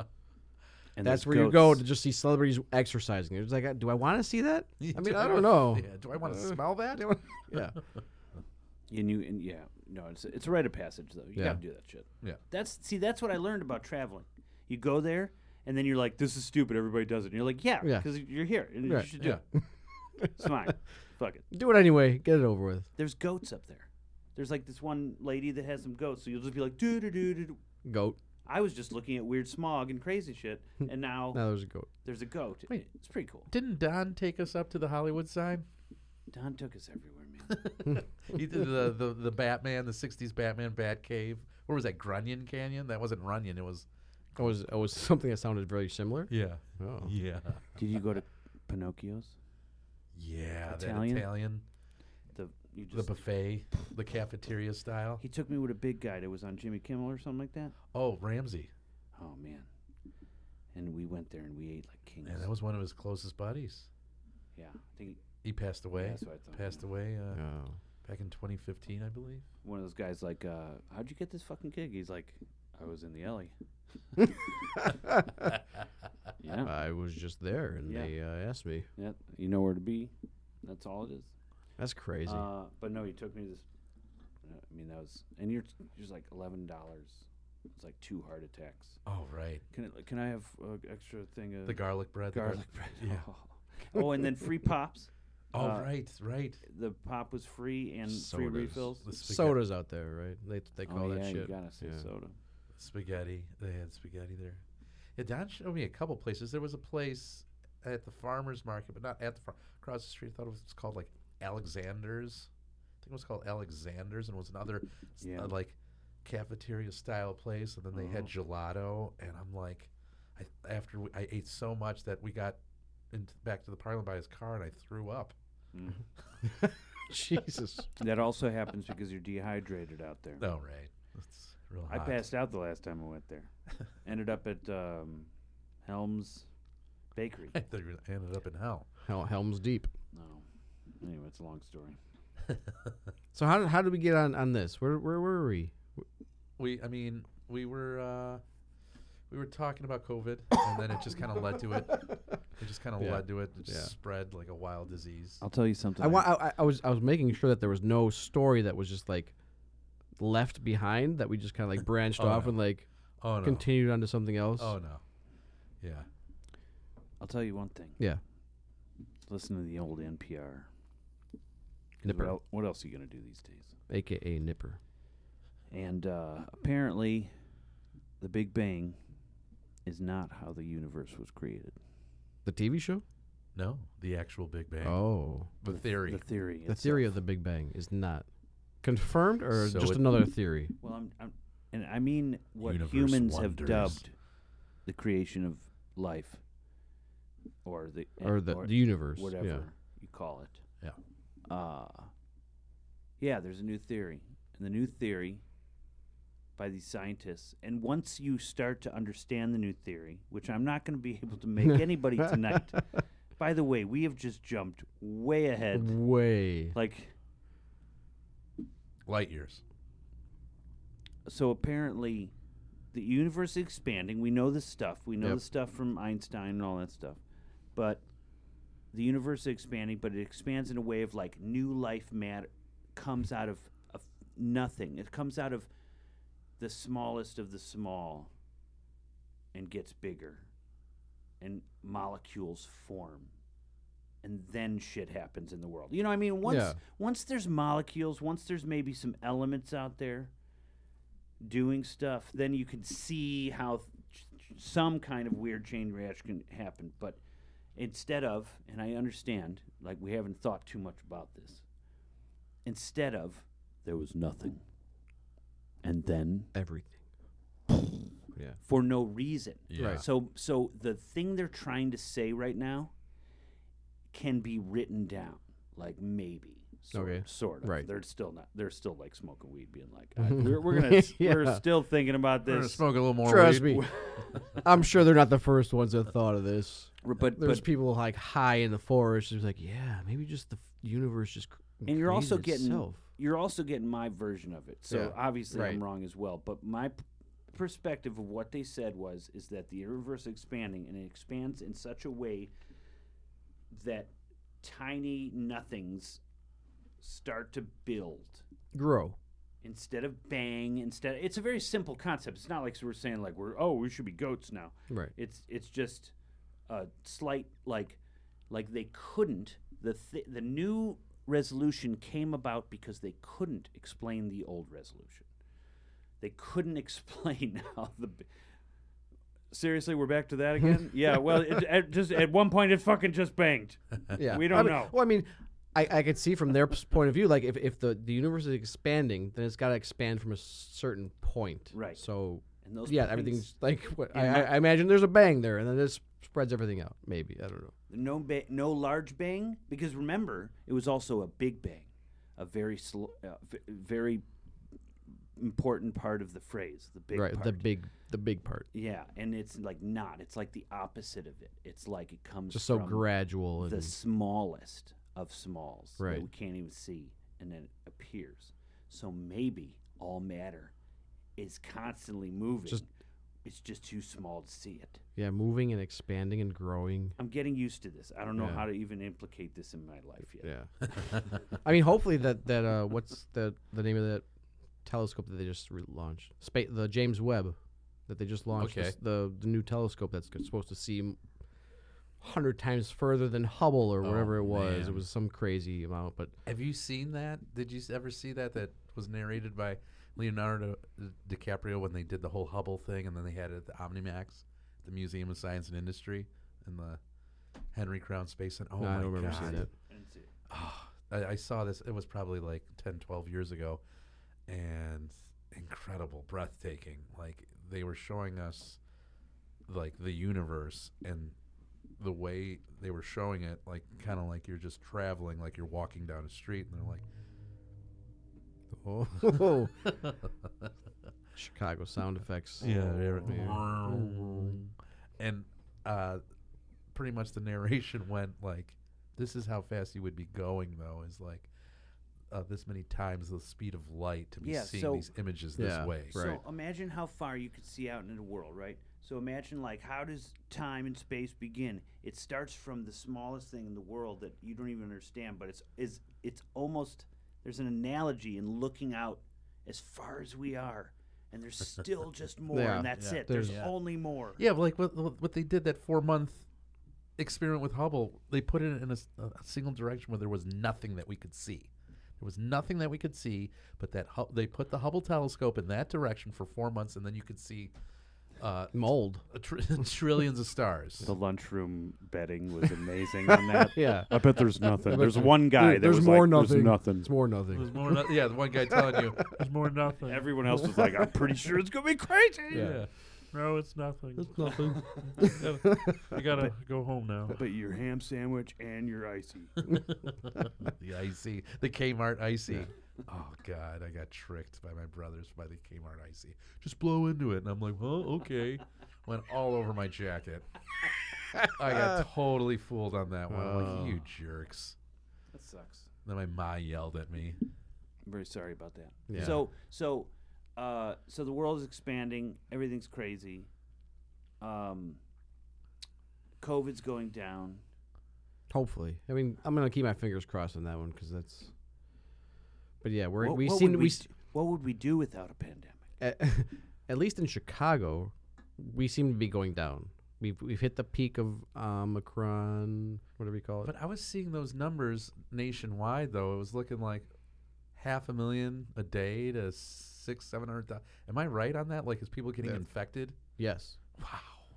[SPEAKER 3] And
[SPEAKER 2] That's
[SPEAKER 3] there's
[SPEAKER 2] where you go
[SPEAKER 3] goats.
[SPEAKER 2] to just see celebrities exercising. It's like, uh, do I want to see that?
[SPEAKER 3] *laughs*
[SPEAKER 1] *laughs*
[SPEAKER 2] I mean,
[SPEAKER 1] Do
[SPEAKER 2] I don't
[SPEAKER 1] wanna-
[SPEAKER 2] know. Uh,
[SPEAKER 1] Yeah, do I want to smell
[SPEAKER 2] *laughs*
[SPEAKER 1] that?
[SPEAKER 3] *laughs*
[SPEAKER 2] Yeah.
[SPEAKER 3] And you and yeah, no, it's it's a rite of passage though. You
[SPEAKER 2] Yeah.
[SPEAKER 3] gotta do that shit.
[SPEAKER 1] Yeah.
[SPEAKER 3] That's see, that's what I learned about traveling. You go there, and then you're like, "This is stupid. Everybody does it." And you're like, "Yeah,
[SPEAKER 2] Yeah.
[SPEAKER 3] because you're here, and
[SPEAKER 2] Right.
[SPEAKER 3] you should do
[SPEAKER 1] Yeah.
[SPEAKER 3] it.
[SPEAKER 2] *laughs*
[SPEAKER 3] It's fine. Fuck it."
[SPEAKER 2] Do it anyway. Get it over with.
[SPEAKER 3] There's goats up there. There's like this one lady that has some goats, so you'll just be like, "Doo doo doo doo." doo."
[SPEAKER 2] Goat.
[SPEAKER 3] I was just looking at weird smog and
[SPEAKER 2] *laughs*
[SPEAKER 3] crazy shit, and now
[SPEAKER 2] Now there's a goat.
[SPEAKER 3] there's a goat.
[SPEAKER 1] Wait.
[SPEAKER 3] It's pretty cool.
[SPEAKER 1] Didn't Don take us up to the Hollywood sign?
[SPEAKER 3] Don took us everywhere,
[SPEAKER 2] *laughs*
[SPEAKER 3] man.
[SPEAKER 1] *laughs* he did the, the the Batman, the '60s Batman Bat Cave. Where was that? Grunion Canyon. That wasn't Runyon. It was
[SPEAKER 2] Oh, was oh, was *laughs* something that sounded very similar.
[SPEAKER 1] Yeah.
[SPEAKER 2] Oh,
[SPEAKER 1] Yeah.
[SPEAKER 3] Did you go to Pinocchio's?
[SPEAKER 1] *laughs* Yeah.
[SPEAKER 3] Italian?
[SPEAKER 1] That Italian.
[SPEAKER 3] The you just
[SPEAKER 1] The buffet, the cafeteria style.
[SPEAKER 3] he took me with a big guy that was on Jimmy Kimmel or something like that.
[SPEAKER 1] Oh, Ramsey.
[SPEAKER 3] Oh man. And we went there and we ate like kings.
[SPEAKER 1] Yeah, that was one of his closest buddies.
[SPEAKER 3] Yeah, I think
[SPEAKER 1] He passed away.
[SPEAKER 3] that's what I thought.
[SPEAKER 1] passed away uh,
[SPEAKER 2] oh.
[SPEAKER 1] back in 2015, I believe.
[SPEAKER 3] One of those guys like, uh, how'd you get this fucking gig? He's like, I was in the alley. *laughs* yeah.
[SPEAKER 2] Oh. I was just there, and
[SPEAKER 3] Yeah.
[SPEAKER 2] they uh, asked me.
[SPEAKER 3] Yeah, you know where to be. That's all it is.
[SPEAKER 2] That's crazy.
[SPEAKER 3] Uh, but no, you took me to this. uh, I mean, that was, and you're just like eleven dollars. It's like two heart attacks.
[SPEAKER 1] Oh, right.
[SPEAKER 3] Can it, can I have an extra thing of
[SPEAKER 1] The garlic bread. the gar-
[SPEAKER 3] garlic bread?
[SPEAKER 1] yeah.
[SPEAKER 3] *laughs* Oh. and then free pops.
[SPEAKER 1] Oh,
[SPEAKER 3] uh,
[SPEAKER 1] right, right.
[SPEAKER 3] The pop was free and free
[SPEAKER 2] Sodas.
[SPEAKER 3] refills.
[SPEAKER 1] The spaghetti,
[SPEAKER 2] Sodas out there, right? They they
[SPEAKER 3] Oh,
[SPEAKER 2] call
[SPEAKER 3] yeah,
[SPEAKER 2] that
[SPEAKER 3] you
[SPEAKER 2] *laughs* shit.
[SPEAKER 3] gotta say
[SPEAKER 2] Yeah.
[SPEAKER 3] soda.
[SPEAKER 1] Spaghetti. They had spaghetti there. Yeah, Don showed me a couple places. There was a place at the farmer's market, but not at the farm. Across the street, I thought it was called like Alexander's. I think it was called Alexander's, and it was another s-
[SPEAKER 3] Yeah. Oh.
[SPEAKER 1] uh, like cafeteria style place. And then they had gelato, and I'm like, I, after we, I ate so much that we got into, back to the parking lot by his car, and I threw up.
[SPEAKER 3] Mm. *laughs*
[SPEAKER 2] Jesus.
[SPEAKER 3] that also happens because you're dehydrated out there.
[SPEAKER 1] Oh, right. That's real
[SPEAKER 3] I
[SPEAKER 1] hot.
[SPEAKER 3] passed out the last time I went there. Ended up at um, Helms Bakery.
[SPEAKER 1] *laughs* I thought you were- I ended up in hell.
[SPEAKER 2] Hel- Helms Deep.
[SPEAKER 3] No. Anyway, it's a long story.
[SPEAKER 2] So how did how did we get on on this? Where where were we?
[SPEAKER 1] we i mean we were uh we were talking about covid and then it just kind of led to it
[SPEAKER 2] *laughs*
[SPEAKER 1] it just kind of
[SPEAKER 2] Yeah.
[SPEAKER 1] led to it it just
[SPEAKER 2] Yeah.
[SPEAKER 1] spread like a wild disease
[SPEAKER 3] I'll tell you something.
[SPEAKER 2] I, wa- I I- I was I was making sure that there was no story that was just like left behind that we just kind of like
[SPEAKER 3] *laughs*
[SPEAKER 2] branched
[SPEAKER 1] Oh,
[SPEAKER 2] off
[SPEAKER 1] no.
[SPEAKER 2] and like
[SPEAKER 1] oh no
[SPEAKER 2] continued onto something else.
[SPEAKER 1] oh no yeah
[SPEAKER 3] I'll tell you one thing.
[SPEAKER 2] Yeah.
[SPEAKER 3] Listen to the old NPR. 'Cause
[SPEAKER 2] Nipper.
[SPEAKER 3] What, el- what else are you going to do these days?
[SPEAKER 2] AKA Nipper.
[SPEAKER 3] And uh, apparently, the Big Bang is not how the universe was created.
[SPEAKER 2] The TV show?
[SPEAKER 1] no the actual big bang
[SPEAKER 2] Oh.
[SPEAKER 1] the theory
[SPEAKER 3] The theory.
[SPEAKER 2] The theory of the Big Bang is not confirmed or
[SPEAKER 1] So
[SPEAKER 2] just
[SPEAKER 1] it-
[SPEAKER 2] another theory.
[SPEAKER 3] Well, I'm, I'm, and I mean what
[SPEAKER 1] Universe
[SPEAKER 3] humans have
[SPEAKER 1] wonders.
[SPEAKER 3] dubbed the creation of life, or the
[SPEAKER 2] Or the, the universe. *laughs*
[SPEAKER 3] whatever
[SPEAKER 2] Yeah.
[SPEAKER 3] you call it.
[SPEAKER 1] Yeah.
[SPEAKER 3] Uh, yeah, there's a new theory. And the new theory by these scientists, and once you start to understand the new theory, which I'm not going to be able to make
[SPEAKER 2] *laughs*
[SPEAKER 3] anybody tonight. By the way, we have just jumped way ahead.
[SPEAKER 2] *laughs* Way.
[SPEAKER 3] Like,
[SPEAKER 1] light years
[SPEAKER 3] so apparently the universe is expanding. We know this stuff. We know
[SPEAKER 2] Yep.
[SPEAKER 3] the stuff from Einstein and all that stuff. But the universe is expanding, but it expands in a way of like new life matter comes out of, of nothing. It comes out of the smallest of the small and gets bigger. And molecules form. And then shit happens in the world. You know what I mean? Once
[SPEAKER 2] Yeah.
[SPEAKER 3] once there's molecules, once there's maybe some elements out there doing stuff, then you can see how ch- ch- some kind of weird chain reaction can happen. But instead of, and I understand, like we haven't thought too much about this, instead of, there was nothing. And then,
[SPEAKER 2] Everything. *laughs* yeah.
[SPEAKER 3] for no reason.
[SPEAKER 1] yeah
[SPEAKER 2] Right.
[SPEAKER 3] So, so the thing they're trying to say right now can be written down, like maybe. Sort,
[SPEAKER 2] Okay.
[SPEAKER 3] Sort of.
[SPEAKER 2] Right.
[SPEAKER 3] They're still not. They're still like smoking weed, being
[SPEAKER 2] *laughs*
[SPEAKER 3] like, "Uh, we're, we're gonna. We're
[SPEAKER 2] Yeah.
[SPEAKER 3] still thinking about
[SPEAKER 1] we're gonna
[SPEAKER 3] this.
[SPEAKER 1] smoke a little more
[SPEAKER 2] Trust
[SPEAKER 1] weed.
[SPEAKER 2] me. *laughs* I'm sure they're not the first ones that thought of this.
[SPEAKER 3] R- But
[SPEAKER 2] There's
[SPEAKER 3] but
[SPEAKER 2] people like high in the forest who's like, yeah, maybe just the f- universe just. cr-
[SPEAKER 3] and you're
[SPEAKER 2] created
[SPEAKER 3] also getting
[SPEAKER 2] itself.
[SPEAKER 3] you're also getting my version of it. So
[SPEAKER 2] Yeah,
[SPEAKER 3] obviously I'm
[SPEAKER 2] right.
[SPEAKER 3] wrong as well. But my p- perspective of what they said was is that the universe is expanding and it expands in such a way that tiny nothings start to build
[SPEAKER 2] grow.
[SPEAKER 3] instead of bang instead it's a very simple concept it's not like we're saying like we're oh we should be goats now
[SPEAKER 2] Right.
[SPEAKER 3] it's it's just a slight like like they couldn't the th- the new resolution came about because they couldn't explain the old resolution. They couldn't *laughs* explain how the b- Seriously, we're back to
[SPEAKER 2] *laughs*
[SPEAKER 3] that again? yeah, well, it, at just at one point it fucking just banged.
[SPEAKER 2] Yeah.
[SPEAKER 3] We don't
[SPEAKER 2] I mean-
[SPEAKER 3] know.
[SPEAKER 2] Well, I mean, I, I could see from their s- point of view, like if, if the, the universe is expanding, then it's got to expand from a certain point.
[SPEAKER 3] Right.
[SPEAKER 2] So
[SPEAKER 3] And those
[SPEAKER 2] yeah,
[SPEAKER 3] things-
[SPEAKER 2] everything's like what I,
[SPEAKER 3] in
[SPEAKER 2] I, I imagine. There's a bang there, and then this spreads everything out. Maybe I don't know.
[SPEAKER 3] no ba- no large bang because remember it was also a big bang, a very sl- uh, v- very important part of the phrase, the big
[SPEAKER 2] right,
[SPEAKER 3] part.
[SPEAKER 2] the big the big part,
[SPEAKER 3] yeah, and it's like not. It's like the opposite of it. It's like it comes
[SPEAKER 2] just so
[SPEAKER 3] from
[SPEAKER 2] gradual and
[SPEAKER 3] the smallest of smalls
[SPEAKER 2] Right.
[SPEAKER 3] that we can't even see, and then it appears. So maybe all matter is constantly moving.
[SPEAKER 2] Just-
[SPEAKER 3] it's just too small to see it.
[SPEAKER 2] yeah, moving and expanding and growing.
[SPEAKER 3] I'm getting used to this. I don't know
[SPEAKER 2] Yeah.
[SPEAKER 3] how to even implicate this in my life yet.
[SPEAKER 2] Yeah,
[SPEAKER 4] *laughs*
[SPEAKER 2] I mean, hopefully that that uh, what's the the name of that telescope that they just relaunched? Spa- the James Webb that they just launched.
[SPEAKER 1] Okay.
[SPEAKER 2] this- the the new telescope that's g- supposed to see m- hundred times further than Hubble or
[SPEAKER 1] Oh,
[SPEAKER 2] whatever it was.
[SPEAKER 1] man.
[SPEAKER 2] It was some crazy amount, but
[SPEAKER 1] Have you seen that? Did you s- ever see that? That was narrated by Leonardo DiCaprio when they did the whole Hubble thing, and then they had it at the OmniMax, the Museum of Science and Industry, in the Henry Crown Space Center. Oh
[SPEAKER 2] no,
[SPEAKER 1] my
[SPEAKER 2] I don't remember
[SPEAKER 1] God.
[SPEAKER 2] seeing that.
[SPEAKER 3] I didn't see it.
[SPEAKER 1] Ah, *sighs* I, I saw this. It was probably like 10, 12 years ago, and incredible, breathtaking. Like they were showing us, like the universe and the way they were showing it, like kind of like you're just traveling, like you're walking down a street, and they're like. *laughs*
[SPEAKER 2] Oh, Chicago sound effects. Mm.
[SPEAKER 1] Yeah, they're-
[SPEAKER 2] Yeah.
[SPEAKER 1] *laughs* and uh, pretty much the narration *laughs* went like, "This is how fast you would be going, though." Is like uh, this many times the speed of light to be
[SPEAKER 3] Yeah,
[SPEAKER 1] seeing
[SPEAKER 3] so-
[SPEAKER 1] these images
[SPEAKER 2] Yeah.
[SPEAKER 1] this way.
[SPEAKER 2] Right.
[SPEAKER 3] So imagine how far you could see out into the world, right? So imagine like how does time and space begin? It starts from the smallest thing in the world that you don't even understand, but it's is it's almost there's an analogy in looking out as far as we are, and there's
[SPEAKER 2] *laughs*
[SPEAKER 3] still just more,
[SPEAKER 2] Yeah,
[SPEAKER 3] and that's
[SPEAKER 1] yeah.
[SPEAKER 3] it. There's
[SPEAKER 1] There's-
[SPEAKER 3] only more.
[SPEAKER 1] Yeah, but like what what they did that four month experiment with Hubble, they put it in a, s- a single direction where there was nothing that we could see. There was nothing that we could see, but that Hub- they put the Hubble telescope in that direction for four months, and then you could see. Uh,
[SPEAKER 2] Mold.
[SPEAKER 1] a tr- *laughs* trillions of stars.
[SPEAKER 3] lunchroom betting was
[SPEAKER 2] *laughs*
[SPEAKER 3] amazing on that.
[SPEAKER 2] Yeah.
[SPEAKER 4] I bet there's nothing.
[SPEAKER 2] *laughs*
[SPEAKER 4] There's
[SPEAKER 2] there's-
[SPEAKER 4] one guy. that
[SPEAKER 2] there's
[SPEAKER 4] was
[SPEAKER 2] more
[SPEAKER 4] like,
[SPEAKER 2] nothing.
[SPEAKER 4] There's nothing.
[SPEAKER 2] It's more nothing.
[SPEAKER 1] There's more. No- yeah, the one guy telling you there's more
[SPEAKER 2] *laughs*
[SPEAKER 1] nothing.
[SPEAKER 4] Everyone else was like, I'm pretty sure it's gonna be crazy.
[SPEAKER 2] Yeah.
[SPEAKER 1] No, it's nothing. *laughs*
[SPEAKER 2] It's nothing.
[SPEAKER 1] I gotta go home now.
[SPEAKER 4] But your ham sandwich and your icy.
[SPEAKER 1] The icy, the Kmart icy. Oh God, I got tricked by my brothers by the Kmart icy. Just blow into it, and I'm like, oh, okay. Went all over my jacket. I got totally fooled on that one. I'm like, you jerks.
[SPEAKER 3] That sucks.
[SPEAKER 1] Then my ma yelled at me.
[SPEAKER 3] I'm very sorry about that.
[SPEAKER 2] Yeah.
[SPEAKER 3] So so uh, so the world is expanding. Everything's crazy. Um, COVID's going down.
[SPEAKER 2] Hopefully, I mean, I'm gonna keep my fingers crossed on that one because that's. But yeah, we're, we
[SPEAKER 3] would
[SPEAKER 2] seem we,
[SPEAKER 3] we
[SPEAKER 2] s-
[SPEAKER 3] d- what would we do without a pandemic?
[SPEAKER 2] at, *laughs* at least in Chicago, we seem to be going down. We've we've hit the peak of uh, Omicron, whatever you call it.
[SPEAKER 1] But I was seeing those numbers nationwide, though. It was looking like half a million a day to six, seven hundred thousand. Am I right on that? Like, is people getting infected?
[SPEAKER 2] yes.
[SPEAKER 1] Wow.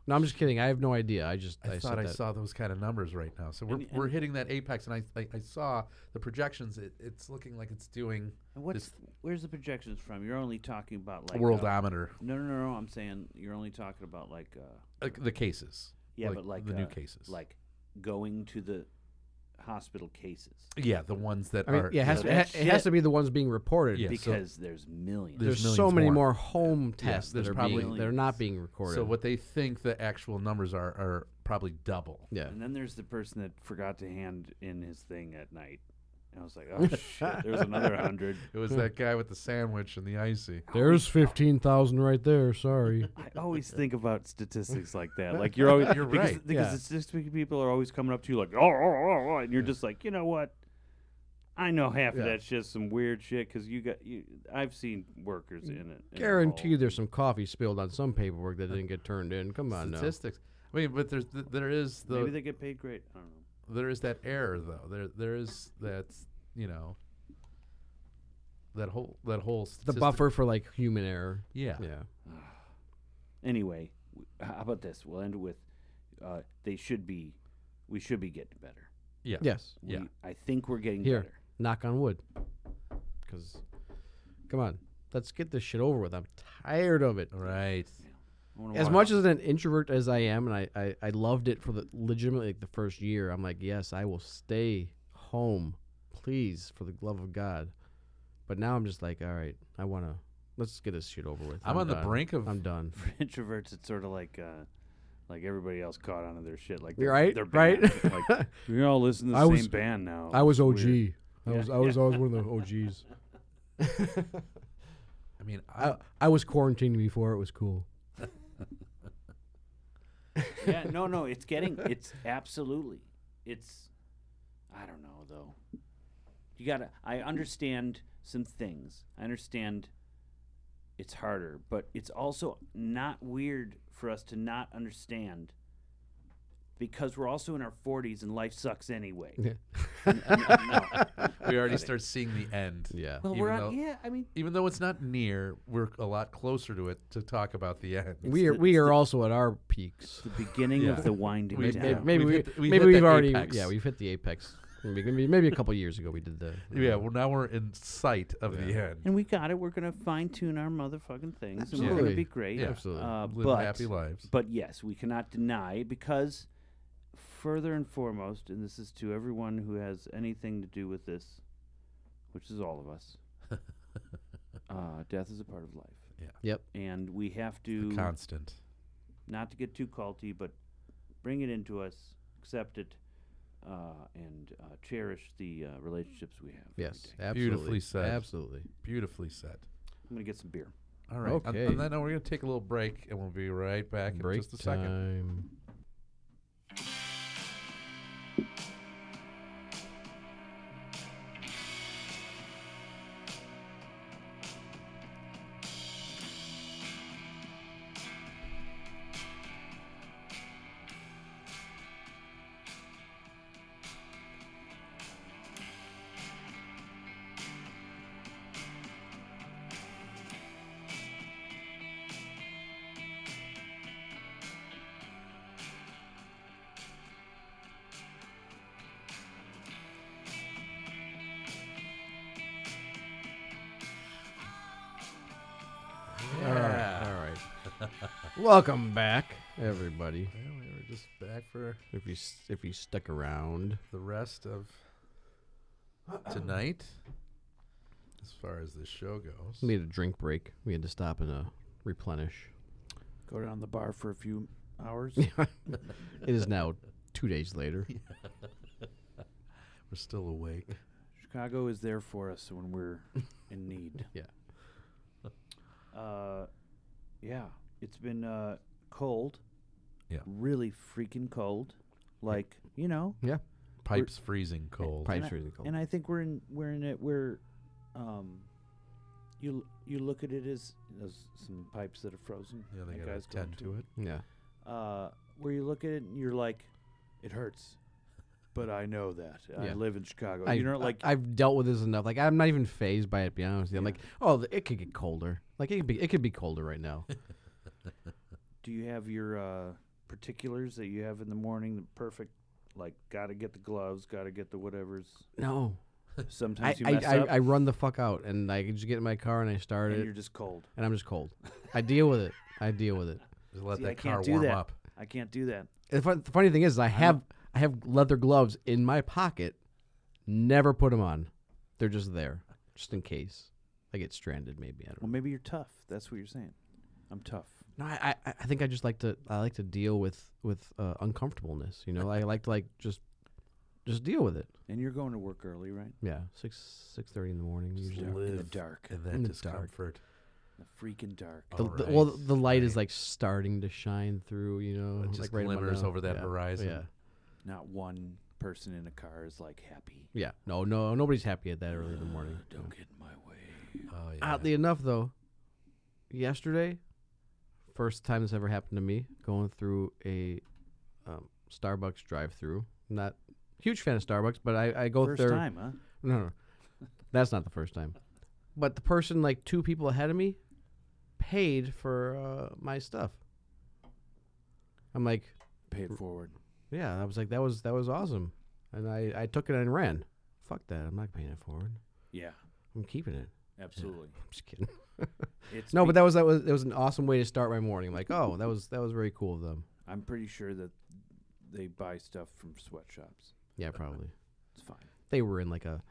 [SPEAKER 2] No, I'm just kidding. I have no idea. I just
[SPEAKER 1] I,
[SPEAKER 2] I,
[SPEAKER 1] thought
[SPEAKER 2] said
[SPEAKER 1] I
[SPEAKER 2] that.
[SPEAKER 1] saw those kind of numbers right now. So we're,
[SPEAKER 3] And-
[SPEAKER 1] we're
[SPEAKER 3] and-
[SPEAKER 1] hitting that apex, and I, I, I saw the projections. It, it's looking like it's doing
[SPEAKER 3] And what's
[SPEAKER 1] Just-
[SPEAKER 3] where's the projections from? You're only talking about like uh,
[SPEAKER 1] worldometer,
[SPEAKER 3] No, no, no, no. I'm saying you're only talking about like uh,
[SPEAKER 1] like the cases.
[SPEAKER 3] yeah, but like
[SPEAKER 1] the new
[SPEAKER 3] uh,
[SPEAKER 1] cases.
[SPEAKER 3] like going to the hospital cases
[SPEAKER 1] yeah, the ones that
[SPEAKER 2] I mean,
[SPEAKER 1] are
[SPEAKER 2] yeah, it has,
[SPEAKER 3] so
[SPEAKER 2] to, it,
[SPEAKER 3] that
[SPEAKER 2] ha- it has
[SPEAKER 3] shit-
[SPEAKER 2] to be the ones being reported.
[SPEAKER 1] Yeah, so-
[SPEAKER 3] because there's millions.
[SPEAKER 1] There's
[SPEAKER 2] There's, so
[SPEAKER 1] millions
[SPEAKER 2] many
[SPEAKER 1] more.
[SPEAKER 2] more home tests
[SPEAKER 1] there's
[SPEAKER 2] that are
[SPEAKER 1] probably-
[SPEAKER 2] being they're not being recorded.
[SPEAKER 1] So what they think the actual numbers are are probably double.
[SPEAKER 2] Yeah.
[SPEAKER 3] And then there's the person that forgot to hand in his thing at night. And I was like,
[SPEAKER 2] *laughs*
[SPEAKER 3] oh shit, there's another hundred.
[SPEAKER 1] It was that guy with the sandwich and the icy.
[SPEAKER 2] There's fifteen thousand right
[SPEAKER 1] *laughs*
[SPEAKER 2] there. Sorry. *laughs*
[SPEAKER 3] I always think about statistics like that. Like you're always
[SPEAKER 1] You're
[SPEAKER 3] because,
[SPEAKER 1] right.
[SPEAKER 3] because
[SPEAKER 2] Yeah.
[SPEAKER 3] the statistic people are always coming up to you like, oh, oh, oh, oh," and you're just like, you know what? I know half
[SPEAKER 2] Yeah.
[SPEAKER 3] of that's just some weird shit because you got you. I've seen workers in it. in a
[SPEAKER 2] Guarantee
[SPEAKER 3] hole.
[SPEAKER 2] there's some coffee spilled on some paperwork that didn't get turned in. Come on now.
[SPEAKER 1] Statistics. I mean, but there's th- there is the
[SPEAKER 3] Maybe they get paid great. I don't know.
[SPEAKER 1] there is that error though. There there is that you know that whole that whole
[SPEAKER 2] The
[SPEAKER 1] statistic-
[SPEAKER 2] buffer for like human error.
[SPEAKER 1] Yeah.
[SPEAKER 2] Yeah.
[SPEAKER 3] Anyway, w- how about this? We'll end it with uh, they should be. We should be getting better.
[SPEAKER 1] Yeah.
[SPEAKER 2] Yes.
[SPEAKER 3] We,
[SPEAKER 1] Yeah.
[SPEAKER 3] I think we're getting
[SPEAKER 2] Here,
[SPEAKER 3] better.
[SPEAKER 2] knock on wood. Because, come on, let's get this shit over with. I'm tired of it.
[SPEAKER 1] Right.
[SPEAKER 3] wanna
[SPEAKER 2] As
[SPEAKER 3] watch.
[SPEAKER 2] much as an introvert as I am, and I, I, I loved it for the legitimately like the first year. I'm like, yes, I will stay home, please, for the love of God. But now I'm just like, all right, I want to let's get this shit over with.
[SPEAKER 1] I'm, on
[SPEAKER 2] done.
[SPEAKER 1] the brink of. *laughs*
[SPEAKER 2] I'm
[SPEAKER 3] *laughs*
[SPEAKER 2] done.
[SPEAKER 3] for introverts, it's sort of like uh, like everybody else caught onto their shit. Like
[SPEAKER 2] You're
[SPEAKER 3] their-
[SPEAKER 2] right,
[SPEAKER 3] their
[SPEAKER 2] right?
[SPEAKER 3] band. *laughs* like we all listen to the
[SPEAKER 5] I
[SPEAKER 3] same
[SPEAKER 5] was-
[SPEAKER 3] band now.
[SPEAKER 5] I was
[SPEAKER 3] It's
[SPEAKER 5] OG.
[SPEAKER 3] weird.
[SPEAKER 5] I
[SPEAKER 3] Yeah.
[SPEAKER 5] was I was always one of the
[SPEAKER 3] *laughs*
[SPEAKER 5] OGs.
[SPEAKER 1] I
[SPEAKER 2] *laughs*
[SPEAKER 1] mean, I,
[SPEAKER 5] I, I was quarantined before it was cool.
[SPEAKER 3] yeah, no, no, it's getting it's absolutely. It's I don't know though. You got to I understand some things. I understand it's harder, but it's also not weird for us to not understand because we're also in our 40s and life sucks anyway.
[SPEAKER 2] Yeah.
[SPEAKER 3] N- n- no.
[SPEAKER 1] we already start seeing the end.
[SPEAKER 2] Yeah.
[SPEAKER 3] Well,
[SPEAKER 1] Even
[SPEAKER 3] we're
[SPEAKER 1] though-
[SPEAKER 3] on, yeah, I mean
[SPEAKER 1] Even though it's not near, we're a lot closer to it to talk about the end.
[SPEAKER 2] we are
[SPEAKER 3] the-
[SPEAKER 2] we
[SPEAKER 3] it's
[SPEAKER 2] are
[SPEAKER 3] the-
[SPEAKER 2] also at our peaks.
[SPEAKER 3] the beginning
[SPEAKER 2] Yeah.
[SPEAKER 3] of the winding
[SPEAKER 1] We-
[SPEAKER 2] Maybe
[SPEAKER 3] down.
[SPEAKER 1] yeah.
[SPEAKER 2] maybe, maybe
[SPEAKER 1] We've
[SPEAKER 2] we
[SPEAKER 1] hit the- we've
[SPEAKER 2] maybe
[SPEAKER 1] hit
[SPEAKER 2] we've
[SPEAKER 1] the
[SPEAKER 2] already
[SPEAKER 1] apex.
[SPEAKER 2] yeah we've hit the apex. Maybe, maybe maybe a couple years ago we did the
[SPEAKER 1] yeah, well, now we're in sight of the end.
[SPEAKER 3] and we got it. We're going to fine tune our motherfucking things and we're going
[SPEAKER 2] Absolutely.
[SPEAKER 3] to be great.
[SPEAKER 1] Yeah.
[SPEAKER 2] absolutely.
[SPEAKER 3] Uh,
[SPEAKER 1] Live
[SPEAKER 3] but
[SPEAKER 1] happy lives.
[SPEAKER 3] But yes, we cannot deny because further and foremost, and this is to everyone who has anything to do with this, which is all
[SPEAKER 1] *laughs*
[SPEAKER 3] of us. uh, death is a part of life,
[SPEAKER 2] yep.
[SPEAKER 3] and we have to
[SPEAKER 1] The constant.
[SPEAKER 3] not to get too culty, but bring it into us, accept it, uh, and uh, cherish the uh, relationships we have. every
[SPEAKER 2] Yes.
[SPEAKER 3] day.
[SPEAKER 2] Absolutely.
[SPEAKER 1] Beautifully said.
[SPEAKER 2] Absolutely.
[SPEAKER 1] Beautifully said.
[SPEAKER 3] I'm gonna get some beer.
[SPEAKER 1] All right. On,
[SPEAKER 2] Okay.
[SPEAKER 1] on that note, we're going to take a little break and we'll be right back in
[SPEAKER 2] Break
[SPEAKER 1] just a second.
[SPEAKER 2] time. All right. All right. Welcome back, everybody.
[SPEAKER 1] Yeah, we were just back for
[SPEAKER 2] If you s- if you stuck around,
[SPEAKER 1] the rest
[SPEAKER 3] *clears throat*
[SPEAKER 1] of tonight as far as the show goes.
[SPEAKER 2] we need a drink break. We had to stop and uh, replenish. *laughs*
[SPEAKER 3] Go down the bar for a few
[SPEAKER 1] *laughs*
[SPEAKER 3] hours.
[SPEAKER 2] It is now two days later.
[SPEAKER 1] We're still awake.
[SPEAKER 3] Chicago is there for us when
[SPEAKER 1] *laughs*
[SPEAKER 3] we're in need.
[SPEAKER 2] Yeah.
[SPEAKER 3] Uh, yeah. It's been uh, cold.
[SPEAKER 1] Yeah.
[SPEAKER 3] Really freaking cold. Like you know,
[SPEAKER 1] Pipes freezing cold.
[SPEAKER 2] Pipes
[SPEAKER 3] I-
[SPEAKER 2] freezing cold.
[SPEAKER 3] and I think we're in we're in it. We're, um, you l- you look at it as as some pipes that are frozen.
[SPEAKER 1] Yeah, they
[SPEAKER 3] That
[SPEAKER 1] got to
[SPEAKER 3] guy's going
[SPEAKER 1] attend to it.
[SPEAKER 2] yeah.
[SPEAKER 3] Uh, where you look at it and you're like, it hurts. But I know that I
[SPEAKER 2] Yeah.
[SPEAKER 3] live in Chicago.
[SPEAKER 2] I,
[SPEAKER 3] you know, like
[SPEAKER 2] I, have dealt with this enough. Like I'm not even phased by it. To be honest, with you. I'm
[SPEAKER 3] Yeah.
[SPEAKER 2] like, oh, th- it could get colder. Like it could be it could be colder right now.
[SPEAKER 3] Do you have your uh, particulars that you have in the morning? The perfect, like, gotta get the gloves, gotta get the whatever's.
[SPEAKER 2] *laughs* no, I
[SPEAKER 3] Sometimes you
[SPEAKER 2] I,
[SPEAKER 3] mess
[SPEAKER 2] I,
[SPEAKER 3] up
[SPEAKER 2] I run the fuck out and I just get in my car and I start
[SPEAKER 3] and
[SPEAKER 2] it
[SPEAKER 3] you're just cold.
[SPEAKER 2] and I'm just cold. I deal with it. I deal with it.
[SPEAKER 1] Just let
[SPEAKER 3] See, I
[SPEAKER 1] that
[SPEAKER 3] can't
[SPEAKER 1] car
[SPEAKER 3] do
[SPEAKER 1] warm
[SPEAKER 3] that.
[SPEAKER 1] up.
[SPEAKER 3] I can't do that.
[SPEAKER 2] The, fun, the funny thing is, I have I have leather gloves in my pocket. Never put them on. They're just there, just in case I get stranded. Maybe I don't. know.
[SPEAKER 3] Well, maybe you're tough. That's what you're saying. I'm tough.
[SPEAKER 2] No, I, I I think I just like to I like to deal with with uh, uncomfortableness. You know, I like to like just just deal with it.
[SPEAKER 3] And you're going to work early, right?
[SPEAKER 2] Yeah, six six thirty in the morning
[SPEAKER 1] Just
[SPEAKER 2] usually.
[SPEAKER 3] In the
[SPEAKER 1] Live
[SPEAKER 3] dark.
[SPEAKER 1] in that
[SPEAKER 2] In the dark.
[SPEAKER 1] discomfort.
[SPEAKER 3] The freaking dark.
[SPEAKER 2] The,
[SPEAKER 1] All
[SPEAKER 2] the- well,
[SPEAKER 1] right.
[SPEAKER 2] the light is like starting to shine through. You know,
[SPEAKER 1] It
[SPEAKER 2] like,
[SPEAKER 1] just
[SPEAKER 2] about
[SPEAKER 1] glimmers
[SPEAKER 2] now.
[SPEAKER 1] over that
[SPEAKER 2] Yeah,
[SPEAKER 1] horizon.
[SPEAKER 2] Yeah,
[SPEAKER 3] Not one person in a car is like happy.
[SPEAKER 2] yeah. No, no, nobody's happy at that
[SPEAKER 1] *sighs*
[SPEAKER 2] early in the morning.
[SPEAKER 3] "Uh, Don't get in my way.
[SPEAKER 1] Oh, yeah.
[SPEAKER 2] Oddly enough, though, yesterday, first time this ever happened to me, going through a um, Starbucks drive-through. Not huge fan of Starbucks, but I, I go
[SPEAKER 3] First
[SPEAKER 2] there.
[SPEAKER 3] time, huh?
[SPEAKER 2] No, no, that's not the first time. But the person, like two people ahead of me, paid for uh, my stuff. I'm like,
[SPEAKER 3] Pay it forward.
[SPEAKER 2] yeah, I was like, that was that was awesome, and I I took it and ran. Fuck that! I'm not paying it forward.
[SPEAKER 3] Yeah.
[SPEAKER 2] I'm keeping it. *laughs*
[SPEAKER 3] Absolutely.
[SPEAKER 2] I'm just kidding.
[SPEAKER 3] It's
[SPEAKER 2] No, but
[SPEAKER 3] be-
[SPEAKER 2] that was that was that was an awesome way to start my morning. Like, oh, that was that was very cool of them.
[SPEAKER 3] I'm pretty sure that they buy stuff from sweatshops.
[SPEAKER 2] Yeah, probably.
[SPEAKER 3] It's fine.
[SPEAKER 2] They were in like a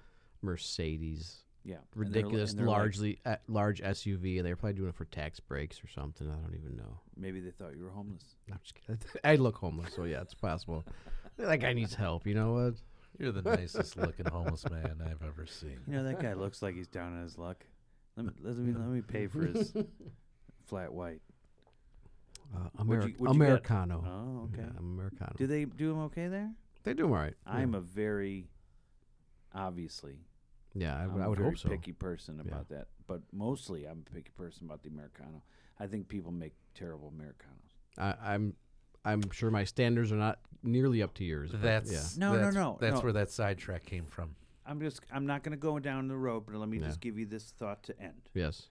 [SPEAKER 2] Mercedes,
[SPEAKER 3] Yeah. and they're li-
[SPEAKER 2] ridiculous,
[SPEAKER 3] and they're like-
[SPEAKER 2] largely uh, large SUV, and they were probably doing it for tax breaks or something. I don't even know.
[SPEAKER 3] maybe they thought you were homeless.
[SPEAKER 2] No, I'm just kidding. *laughs* I look homeless, so yeah, it's possible. that guy needs help. You know what?
[SPEAKER 1] *laughs* You're
[SPEAKER 2] *laughs*
[SPEAKER 1] the nicest looking homeless man I've ever seen.
[SPEAKER 3] You know that *laughs* guy looks like he's down on his luck. Let me let me, let me pay for
[SPEAKER 2] *laughs*
[SPEAKER 3] his *laughs* flat white.
[SPEAKER 2] Uh,
[SPEAKER 3] What'd you-
[SPEAKER 2] Ameri-
[SPEAKER 3] what'd you get?
[SPEAKER 2] Americano.
[SPEAKER 3] Oh, okay.
[SPEAKER 2] Yeah, Americano.
[SPEAKER 3] Do they do him okay there?
[SPEAKER 2] They do all right.
[SPEAKER 3] I'm a very obviously
[SPEAKER 2] yeah, I,
[SPEAKER 3] I'm
[SPEAKER 2] would- I
[SPEAKER 3] a
[SPEAKER 2] would
[SPEAKER 3] very
[SPEAKER 2] hope so.
[SPEAKER 3] picky person
[SPEAKER 2] Yeah.
[SPEAKER 3] about that, but mostly I'm a picky person about the americano. I think people make terrible americanos.
[SPEAKER 2] I, I'm, I'm sure my standards are not nearly up to yours. but
[SPEAKER 1] That's
[SPEAKER 2] yeah.
[SPEAKER 3] No, no,
[SPEAKER 1] that's-
[SPEAKER 3] no,
[SPEAKER 1] That's
[SPEAKER 3] no.
[SPEAKER 1] where that sidetrack came from.
[SPEAKER 3] I'm just I'm not going to go down the road, but let me
[SPEAKER 2] Yeah.
[SPEAKER 3] just give you this thought to end.
[SPEAKER 2] Yes.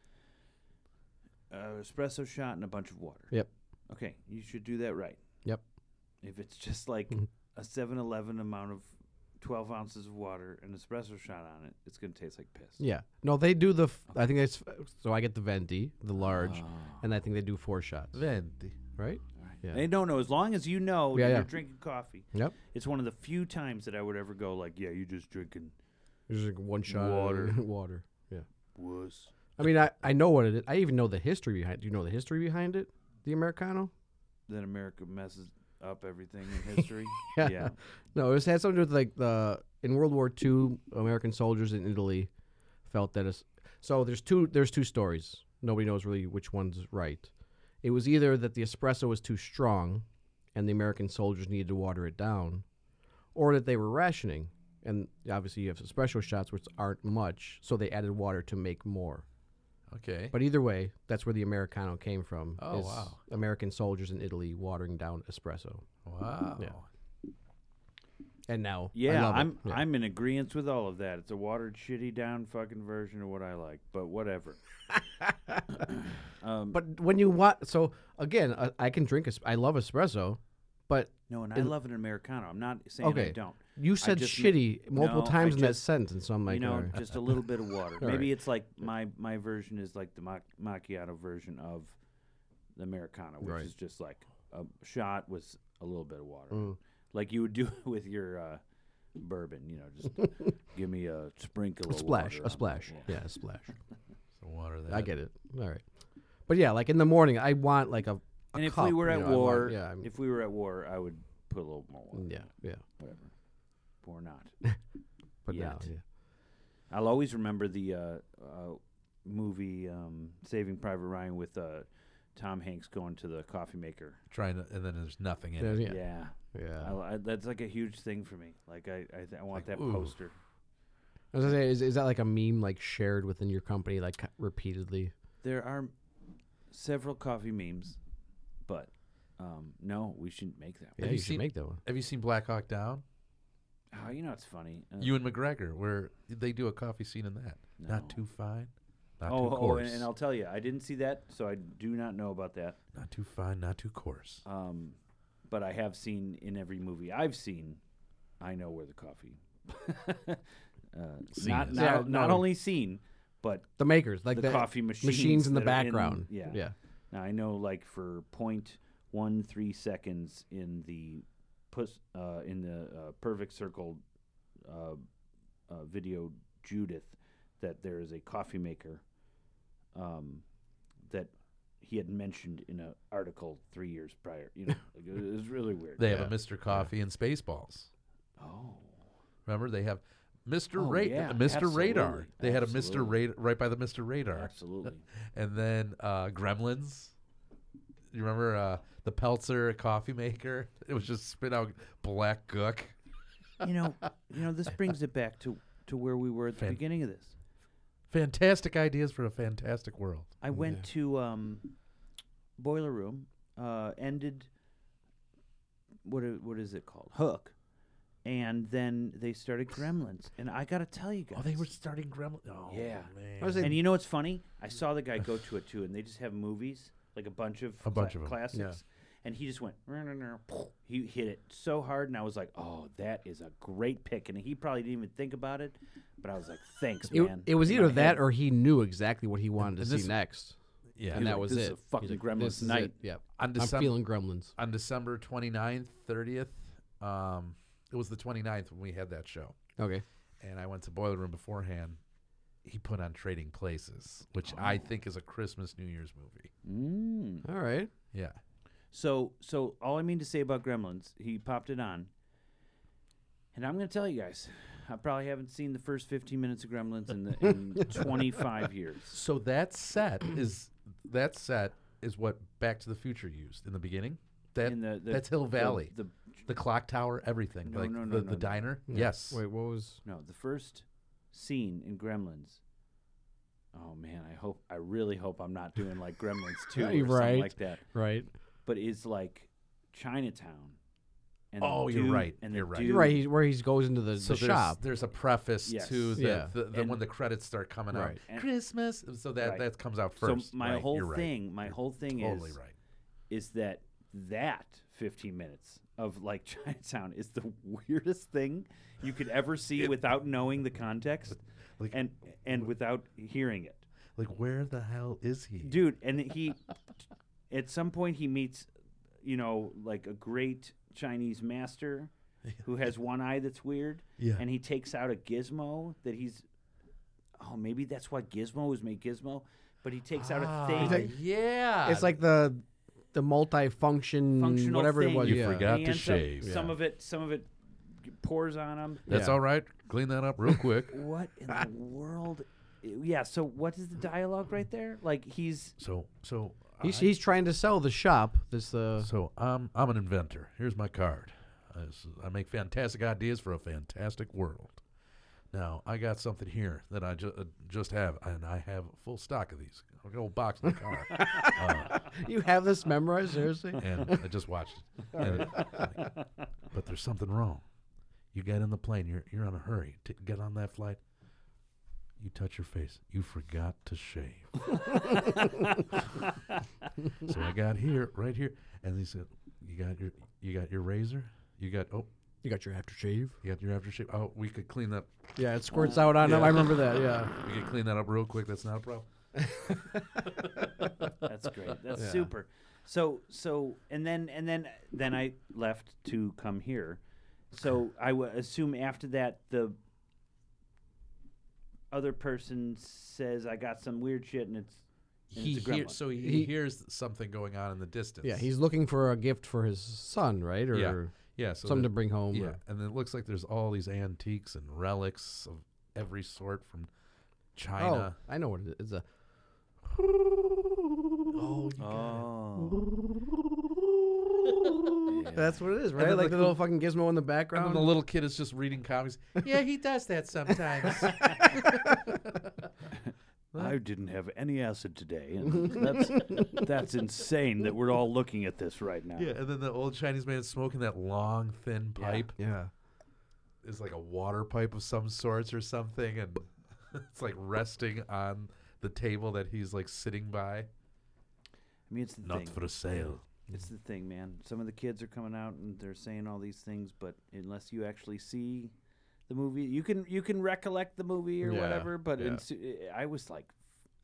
[SPEAKER 3] uh, espresso shot and a bunch of water.
[SPEAKER 2] Yep.
[SPEAKER 3] Okay, you should do that right.
[SPEAKER 2] Yep.
[SPEAKER 3] If it's just like
[SPEAKER 2] Mhm.
[SPEAKER 3] a 7 Eleven amount of 12 ounces of water and espresso shot on it, it's going to taste like piss.
[SPEAKER 2] Yeah. No, they do the. F- I think that's. So I get the venti, the large,
[SPEAKER 3] Oh.
[SPEAKER 2] and I think they do four shots.
[SPEAKER 1] Venti.
[SPEAKER 2] Right. Yeah.
[SPEAKER 3] Hey, no, no. As long as you know
[SPEAKER 2] Yeah,
[SPEAKER 3] that
[SPEAKER 2] yeah.
[SPEAKER 3] you're drinking coffee,
[SPEAKER 2] Yep.
[SPEAKER 3] it's one of the few times that I would ever go like, "Yeah, you're just drinking
[SPEAKER 2] There's like one shot.
[SPEAKER 3] Water.
[SPEAKER 2] *laughs* water. Yeah.
[SPEAKER 3] wuss."
[SPEAKER 2] I mean, I, I know what it is. I even know the history behind. Do you know the history behind it? The Americano. *laughs*
[SPEAKER 3] Then America messes up everything in history.
[SPEAKER 2] *laughs* Yeah. No, it was, had something to do with like the in World War II, American soldiers in Italy felt that it's so. There's two. There's two stories. Nobody knows really which one's right. It was either that the espresso was too strong, and the American soldiers needed to water it down, or that they were rationing. And obviously, you have espresso shots which aren't much, so they added water to make more.
[SPEAKER 1] Okay.
[SPEAKER 2] But either way, that's where the Americano came from.
[SPEAKER 1] Oh, wow.
[SPEAKER 2] American soldiers in Italy watering down espresso,
[SPEAKER 1] Wow.
[SPEAKER 2] and now I
[SPEAKER 3] Yeah,
[SPEAKER 2] love it.
[SPEAKER 3] I'm
[SPEAKER 2] Yeah.
[SPEAKER 3] I'm in agreement with all of that. It's a watered, shitty down fucking version of what I like, but whatever. um,
[SPEAKER 2] But when you want, so again, I, I can drink. es- I love espresso, but
[SPEAKER 3] no, and I
[SPEAKER 2] it-
[SPEAKER 3] love an americano. I'm not saying I
[SPEAKER 2] Okay.
[SPEAKER 3] don't.
[SPEAKER 2] you said
[SPEAKER 3] just ma-
[SPEAKER 2] shitty multiple
[SPEAKER 3] No, I
[SPEAKER 2] times in that
[SPEAKER 3] just-
[SPEAKER 2] sentence. So I'm like,
[SPEAKER 3] you know,
[SPEAKER 2] all right.
[SPEAKER 3] just a little bit of water.
[SPEAKER 2] *laughs* All
[SPEAKER 3] Maybe
[SPEAKER 2] right.
[SPEAKER 3] it's like my my version is like the mac- macchiato version of the americano, which
[SPEAKER 2] Right.
[SPEAKER 3] is just like a shot with a little bit of water,
[SPEAKER 2] Mm.
[SPEAKER 3] like you would do *laughs* with your uh, bourbon. You know,
[SPEAKER 2] *laughs*
[SPEAKER 3] just give me a sprinkle,
[SPEAKER 2] a
[SPEAKER 3] of
[SPEAKER 2] splash,
[SPEAKER 3] water
[SPEAKER 2] a
[SPEAKER 3] on
[SPEAKER 2] splash,
[SPEAKER 3] it. Yeah.
[SPEAKER 2] yeah, a splash.
[SPEAKER 1] So water that.
[SPEAKER 2] I get it. All right, but yeah, like in the morning, I want like a. a
[SPEAKER 3] And if we
[SPEAKER 2] cup,
[SPEAKER 3] were
[SPEAKER 2] you
[SPEAKER 3] at
[SPEAKER 2] know, I want-
[SPEAKER 3] war,
[SPEAKER 2] yeah, I'm- Mm.
[SPEAKER 3] if we were at war, I would put a little more water.
[SPEAKER 2] yeah, yeah,
[SPEAKER 3] whatever. Or not.
[SPEAKER 2] but
[SPEAKER 3] Yet.
[SPEAKER 2] now, yeah.
[SPEAKER 3] I'll always remember the uh, uh, movie um, Saving Private Ryan with uh, Tom Hanks going to the coffee maker.
[SPEAKER 1] Trying to, and then there's nothing in
[SPEAKER 2] Yeah,
[SPEAKER 1] it.
[SPEAKER 2] yeah,
[SPEAKER 3] yeah.
[SPEAKER 2] yeah.
[SPEAKER 3] I, I, that's like a huge thing for me. Like I, I, th- I want
[SPEAKER 1] Like,
[SPEAKER 3] that
[SPEAKER 1] ooh.
[SPEAKER 3] poster.
[SPEAKER 2] I was gonna say, is, is that like a meme like shared within your company like co- repeatedly?
[SPEAKER 3] There are several coffee memes, but um, no, we shouldn't make that.
[SPEAKER 2] Yeah,
[SPEAKER 1] Have
[SPEAKER 2] you
[SPEAKER 1] you
[SPEAKER 2] should
[SPEAKER 1] seen-
[SPEAKER 2] make that one.
[SPEAKER 1] Have you seen Black Hawk Down?
[SPEAKER 3] Oh, you know it's funny. Uh,
[SPEAKER 1] You and McGregor, where they do a coffee scene in that. Not
[SPEAKER 3] no.
[SPEAKER 1] too fine, not
[SPEAKER 3] oh,
[SPEAKER 1] too
[SPEAKER 3] oh,
[SPEAKER 1] coarse.
[SPEAKER 3] and, and I'll tell you, I didn't see that, so I do not know about that.
[SPEAKER 1] not too fine, not too coarse.
[SPEAKER 3] Um, but I have seen in every movie I've seen, I know where the coffee. *laughs* uh,
[SPEAKER 1] Seen
[SPEAKER 3] not
[SPEAKER 1] is.
[SPEAKER 3] not,
[SPEAKER 2] Yeah,
[SPEAKER 3] not
[SPEAKER 2] no.
[SPEAKER 3] only seen, but
[SPEAKER 2] The makers, like
[SPEAKER 3] the,
[SPEAKER 2] the
[SPEAKER 3] coffee machines,
[SPEAKER 2] machines in the
[SPEAKER 3] that are
[SPEAKER 2] background.
[SPEAKER 3] yeah,
[SPEAKER 2] yeah.
[SPEAKER 3] Now I know, like for point one three seconds in the pus, uh, in the uh, perfect circle uh, uh, video Judith, that there is a coffee maker um, that he had mentioned in an article three years prior. You know, like, it was really
[SPEAKER 1] *laughs*
[SPEAKER 3] weird.
[SPEAKER 1] They
[SPEAKER 2] Yeah.
[SPEAKER 1] have a Mr. Coffee and Spaceballs.
[SPEAKER 3] oh,
[SPEAKER 1] Remember, they have Mr.
[SPEAKER 3] Oh,
[SPEAKER 1] Ra-
[SPEAKER 3] yeah,
[SPEAKER 1] Mr. Radar.
[SPEAKER 3] absolutely,
[SPEAKER 1] They had a Mr.
[SPEAKER 3] absolutely.
[SPEAKER 1] Radar right by the Mr. Radar,
[SPEAKER 3] absolutely.
[SPEAKER 1] and then uh, Gremlins. You remember uh, the Peltzer coffee maker? *laughs* It was just spit out black gook.
[SPEAKER 3] you know, you know, this brings it back to to where we were at the
[SPEAKER 1] Fan-
[SPEAKER 3] beginning of this.
[SPEAKER 1] Fantastic ideas for a fantastic world.
[SPEAKER 3] I went to um, boiler room. Uh, ended. What i- what is it called? Hook, and then they started Gremlins, and I gotta tell you guys.
[SPEAKER 1] Oh, they were starting Gremlins. Oh,
[SPEAKER 3] Yeah.
[SPEAKER 1] man.
[SPEAKER 2] I was like,
[SPEAKER 3] And you know what's funny? I saw the guy go to it too, and they just have movies like a bunch of
[SPEAKER 1] A bunch
[SPEAKER 3] cla-
[SPEAKER 1] of 'em, yeah.
[SPEAKER 3] classics, and he just went. "Rrrr, rrrr," He hit it so hard, and I was like, "Oh, that is a great pick." And he probably didn't even think about it, but I was like, "Thanks,
[SPEAKER 2] It,
[SPEAKER 3] man."
[SPEAKER 2] it was
[SPEAKER 3] In
[SPEAKER 2] either
[SPEAKER 3] my
[SPEAKER 2] that
[SPEAKER 3] head.
[SPEAKER 2] or he knew exactly what he wanted
[SPEAKER 1] and
[SPEAKER 2] to
[SPEAKER 1] this-
[SPEAKER 2] see next,
[SPEAKER 1] Yeah.
[SPEAKER 2] and that
[SPEAKER 3] like,
[SPEAKER 2] was
[SPEAKER 3] "This
[SPEAKER 2] it.
[SPEAKER 3] is a
[SPEAKER 2] He's
[SPEAKER 3] fucking
[SPEAKER 2] like,
[SPEAKER 3] Gremlins
[SPEAKER 2] "This is it."
[SPEAKER 3] night."
[SPEAKER 2] Yeah,
[SPEAKER 1] On
[SPEAKER 2] I'm
[SPEAKER 1] December
[SPEAKER 2] feeling Gremlins.
[SPEAKER 1] on December 29th, 30th. Um, it was the 29th when we had that show.
[SPEAKER 2] Okay,
[SPEAKER 1] And I went to Boiler Room beforehand. He put on Trading Places, which I think is a Christmas New Year's movie.
[SPEAKER 3] Mm.
[SPEAKER 2] all right.
[SPEAKER 1] Yeah.
[SPEAKER 3] So, so all I mean to say about Gremlins, he popped it on, and I'm going to tell you guys, I probably haven't seen the first 15 minutes of Gremlins in, the,
[SPEAKER 1] *laughs*
[SPEAKER 3] in 25 years.
[SPEAKER 1] So that *clears throat* set is that set is what Back to the Future used in the beginning. That
[SPEAKER 3] In the- the-
[SPEAKER 1] that's Hill
[SPEAKER 3] the-
[SPEAKER 1] Valley, the,
[SPEAKER 3] The,
[SPEAKER 1] clock tower, everything.
[SPEAKER 3] No,
[SPEAKER 1] like
[SPEAKER 3] no, no,
[SPEAKER 1] the,
[SPEAKER 3] no,
[SPEAKER 1] the
[SPEAKER 3] no.
[SPEAKER 1] diner.
[SPEAKER 2] Yeah.
[SPEAKER 1] Yes.
[SPEAKER 2] Wait, what was?
[SPEAKER 3] no, the first scene in Gremlins. Oh man, I hope I really hope I'm not doing like Gremlins
[SPEAKER 1] *laughs*
[SPEAKER 3] 2 or something
[SPEAKER 5] Right.
[SPEAKER 3] like that.
[SPEAKER 5] Right.
[SPEAKER 3] But it's like Chinatown. And the
[SPEAKER 1] Oh, you're
[SPEAKER 3] dude-
[SPEAKER 1] right.
[SPEAKER 3] And the
[SPEAKER 1] You're right.
[SPEAKER 3] dude-
[SPEAKER 2] You're right. He's, where he goes into the,
[SPEAKER 1] So
[SPEAKER 2] the
[SPEAKER 1] there's,
[SPEAKER 2] shop.
[SPEAKER 1] there's a preface
[SPEAKER 3] Yes.
[SPEAKER 1] to the,
[SPEAKER 2] Yeah.
[SPEAKER 1] the, the when
[SPEAKER 3] And-
[SPEAKER 1] the credits start coming
[SPEAKER 2] Right.
[SPEAKER 1] out.
[SPEAKER 3] And-
[SPEAKER 1] Christmas. So that
[SPEAKER 3] Right.
[SPEAKER 1] that comes out
[SPEAKER 3] So
[SPEAKER 1] first.
[SPEAKER 3] my
[SPEAKER 1] right,
[SPEAKER 3] whole
[SPEAKER 1] you're right.
[SPEAKER 3] thing, my whole thing
[SPEAKER 1] totally
[SPEAKER 3] is
[SPEAKER 1] right.
[SPEAKER 3] is that that 15 minutes of like *laughs* Chinatown is the weirdest thing you could ever see without knowing the context
[SPEAKER 1] Like-
[SPEAKER 3] and and without hearing it.
[SPEAKER 1] Like where the hell is he?
[SPEAKER 3] Dude, and he *laughs* at some point he meets you know like a great Chinese master who has one eye that's weird
[SPEAKER 1] Yeah.
[SPEAKER 3] and he takes out a gizmo that he's oh maybe that's why Gizmo is made Gizmo but he takes out a thing
[SPEAKER 1] Ah, yeah.
[SPEAKER 2] it's like the the multi-function
[SPEAKER 3] functional
[SPEAKER 2] Mm, whatever
[SPEAKER 3] thing.
[SPEAKER 2] it was.
[SPEAKER 1] You
[SPEAKER 2] yeah.
[SPEAKER 1] forgot.
[SPEAKER 3] He
[SPEAKER 1] to
[SPEAKER 3] ends up-
[SPEAKER 1] shave.
[SPEAKER 3] Some
[SPEAKER 1] Yeah.
[SPEAKER 3] of it, some of it pours on him.
[SPEAKER 1] that's
[SPEAKER 2] Yeah.
[SPEAKER 1] all right. Clean that up real quick.
[SPEAKER 3] What in the world? Yeah. So what is the dialogue right there? Like he's
[SPEAKER 1] *laughs* So so
[SPEAKER 2] He's,
[SPEAKER 1] I-
[SPEAKER 2] he's trying to sell the shop. This
[SPEAKER 1] *laughs*
[SPEAKER 2] uh, *laughs*
[SPEAKER 1] So I'm I'm an inventor. Here's my card. I s- I make fantastic ideas for a fantastic world. Now I got something here that I ju- uh, just have, and I have full stock of these. I got a whole box in the
[SPEAKER 3] *laughs*
[SPEAKER 1] car, uh,
[SPEAKER 2] you have this memorized seriously?
[SPEAKER 1] *laughs* and I just watched
[SPEAKER 2] *laughs*
[SPEAKER 1] it. And it- like, but there's something wrong. You get in the plane. You're you're in a hurry to get on that flight. You touch your face. You forgot to shave.
[SPEAKER 2] *laughs*
[SPEAKER 1] so I got here, right here, and he said, "You got your, you got your razor. You got oh,
[SPEAKER 5] You got your aftershave.
[SPEAKER 1] you got your aftershave. Oh, we could clean that.
[SPEAKER 2] Oh. Yeah, it squirts out on him. I remember that. Yeah.
[SPEAKER 1] We could clean that up real quick. That's not a problem.
[SPEAKER 3] that's
[SPEAKER 1] *laughs*
[SPEAKER 3] great. That's super. So so and then and then then I left to come here. So I w- assume after that the other person says I got some weird shit and it's and
[SPEAKER 1] He
[SPEAKER 3] it's a
[SPEAKER 1] hear,
[SPEAKER 3] gremlin.
[SPEAKER 1] so he,
[SPEAKER 2] He-
[SPEAKER 1] hears something going on in the distance.
[SPEAKER 2] Yeah, he's looking for a gift for his son, right? Or
[SPEAKER 1] Yeah, yeah. So
[SPEAKER 2] something
[SPEAKER 1] the-
[SPEAKER 2] to bring home.
[SPEAKER 1] yeah,
[SPEAKER 2] or-
[SPEAKER 1] and it looks like there's all these antiques and relics of every sort from China.
[SPEAKER 2] Oh, I know what it is. It's a
[SPEAKER 1] Oh, you got it. Oh.
[SPEAKER 2] *laughs* That's what it is,
[SPEAKER 1] then
[SPEAKER 2] right? Like
[SPEAKER 1] the-
[SPEAKER 2] the little fucking gizmo in
[SPEAKER 1] And
[SPEAKER 2] the
[SPEAKER 1] then
[SPEAKER 2] background.
[SPEAKER 1] the little kid is just reading comics. *laughs* yeah, he does that sometimes.
[SPEAKER 3] I didn't have any acid today. And that's that's insane that we're all looking at this right now.
[SPEAKER 1] *laughs* yeah, and then the old Chinese man smoking that long, thin
[SPEAKER 3] Yeah.
[SPEAKER 1] pipe.
[SPEAKER 2] yeah.
[SPEAKER 1] is like a water pipe of some sorts or something, and *laughs* it's like resting on the table that he's like sitting by.
[SPEAKER 3] I mean, it's the thing.
[SPEAKER 1] sale.
[SPEAKER 3] It's the thing, man. Some of the kids are coming out and they're saying all these things, but unless you actually see the movie, you can you can recollect the movie or
[SPEAKER 1] Yeah,
[SPEAKER 3] whatever. But
[SPEAKER 1] yeah.
[SPEAKER 3] in su- I was like,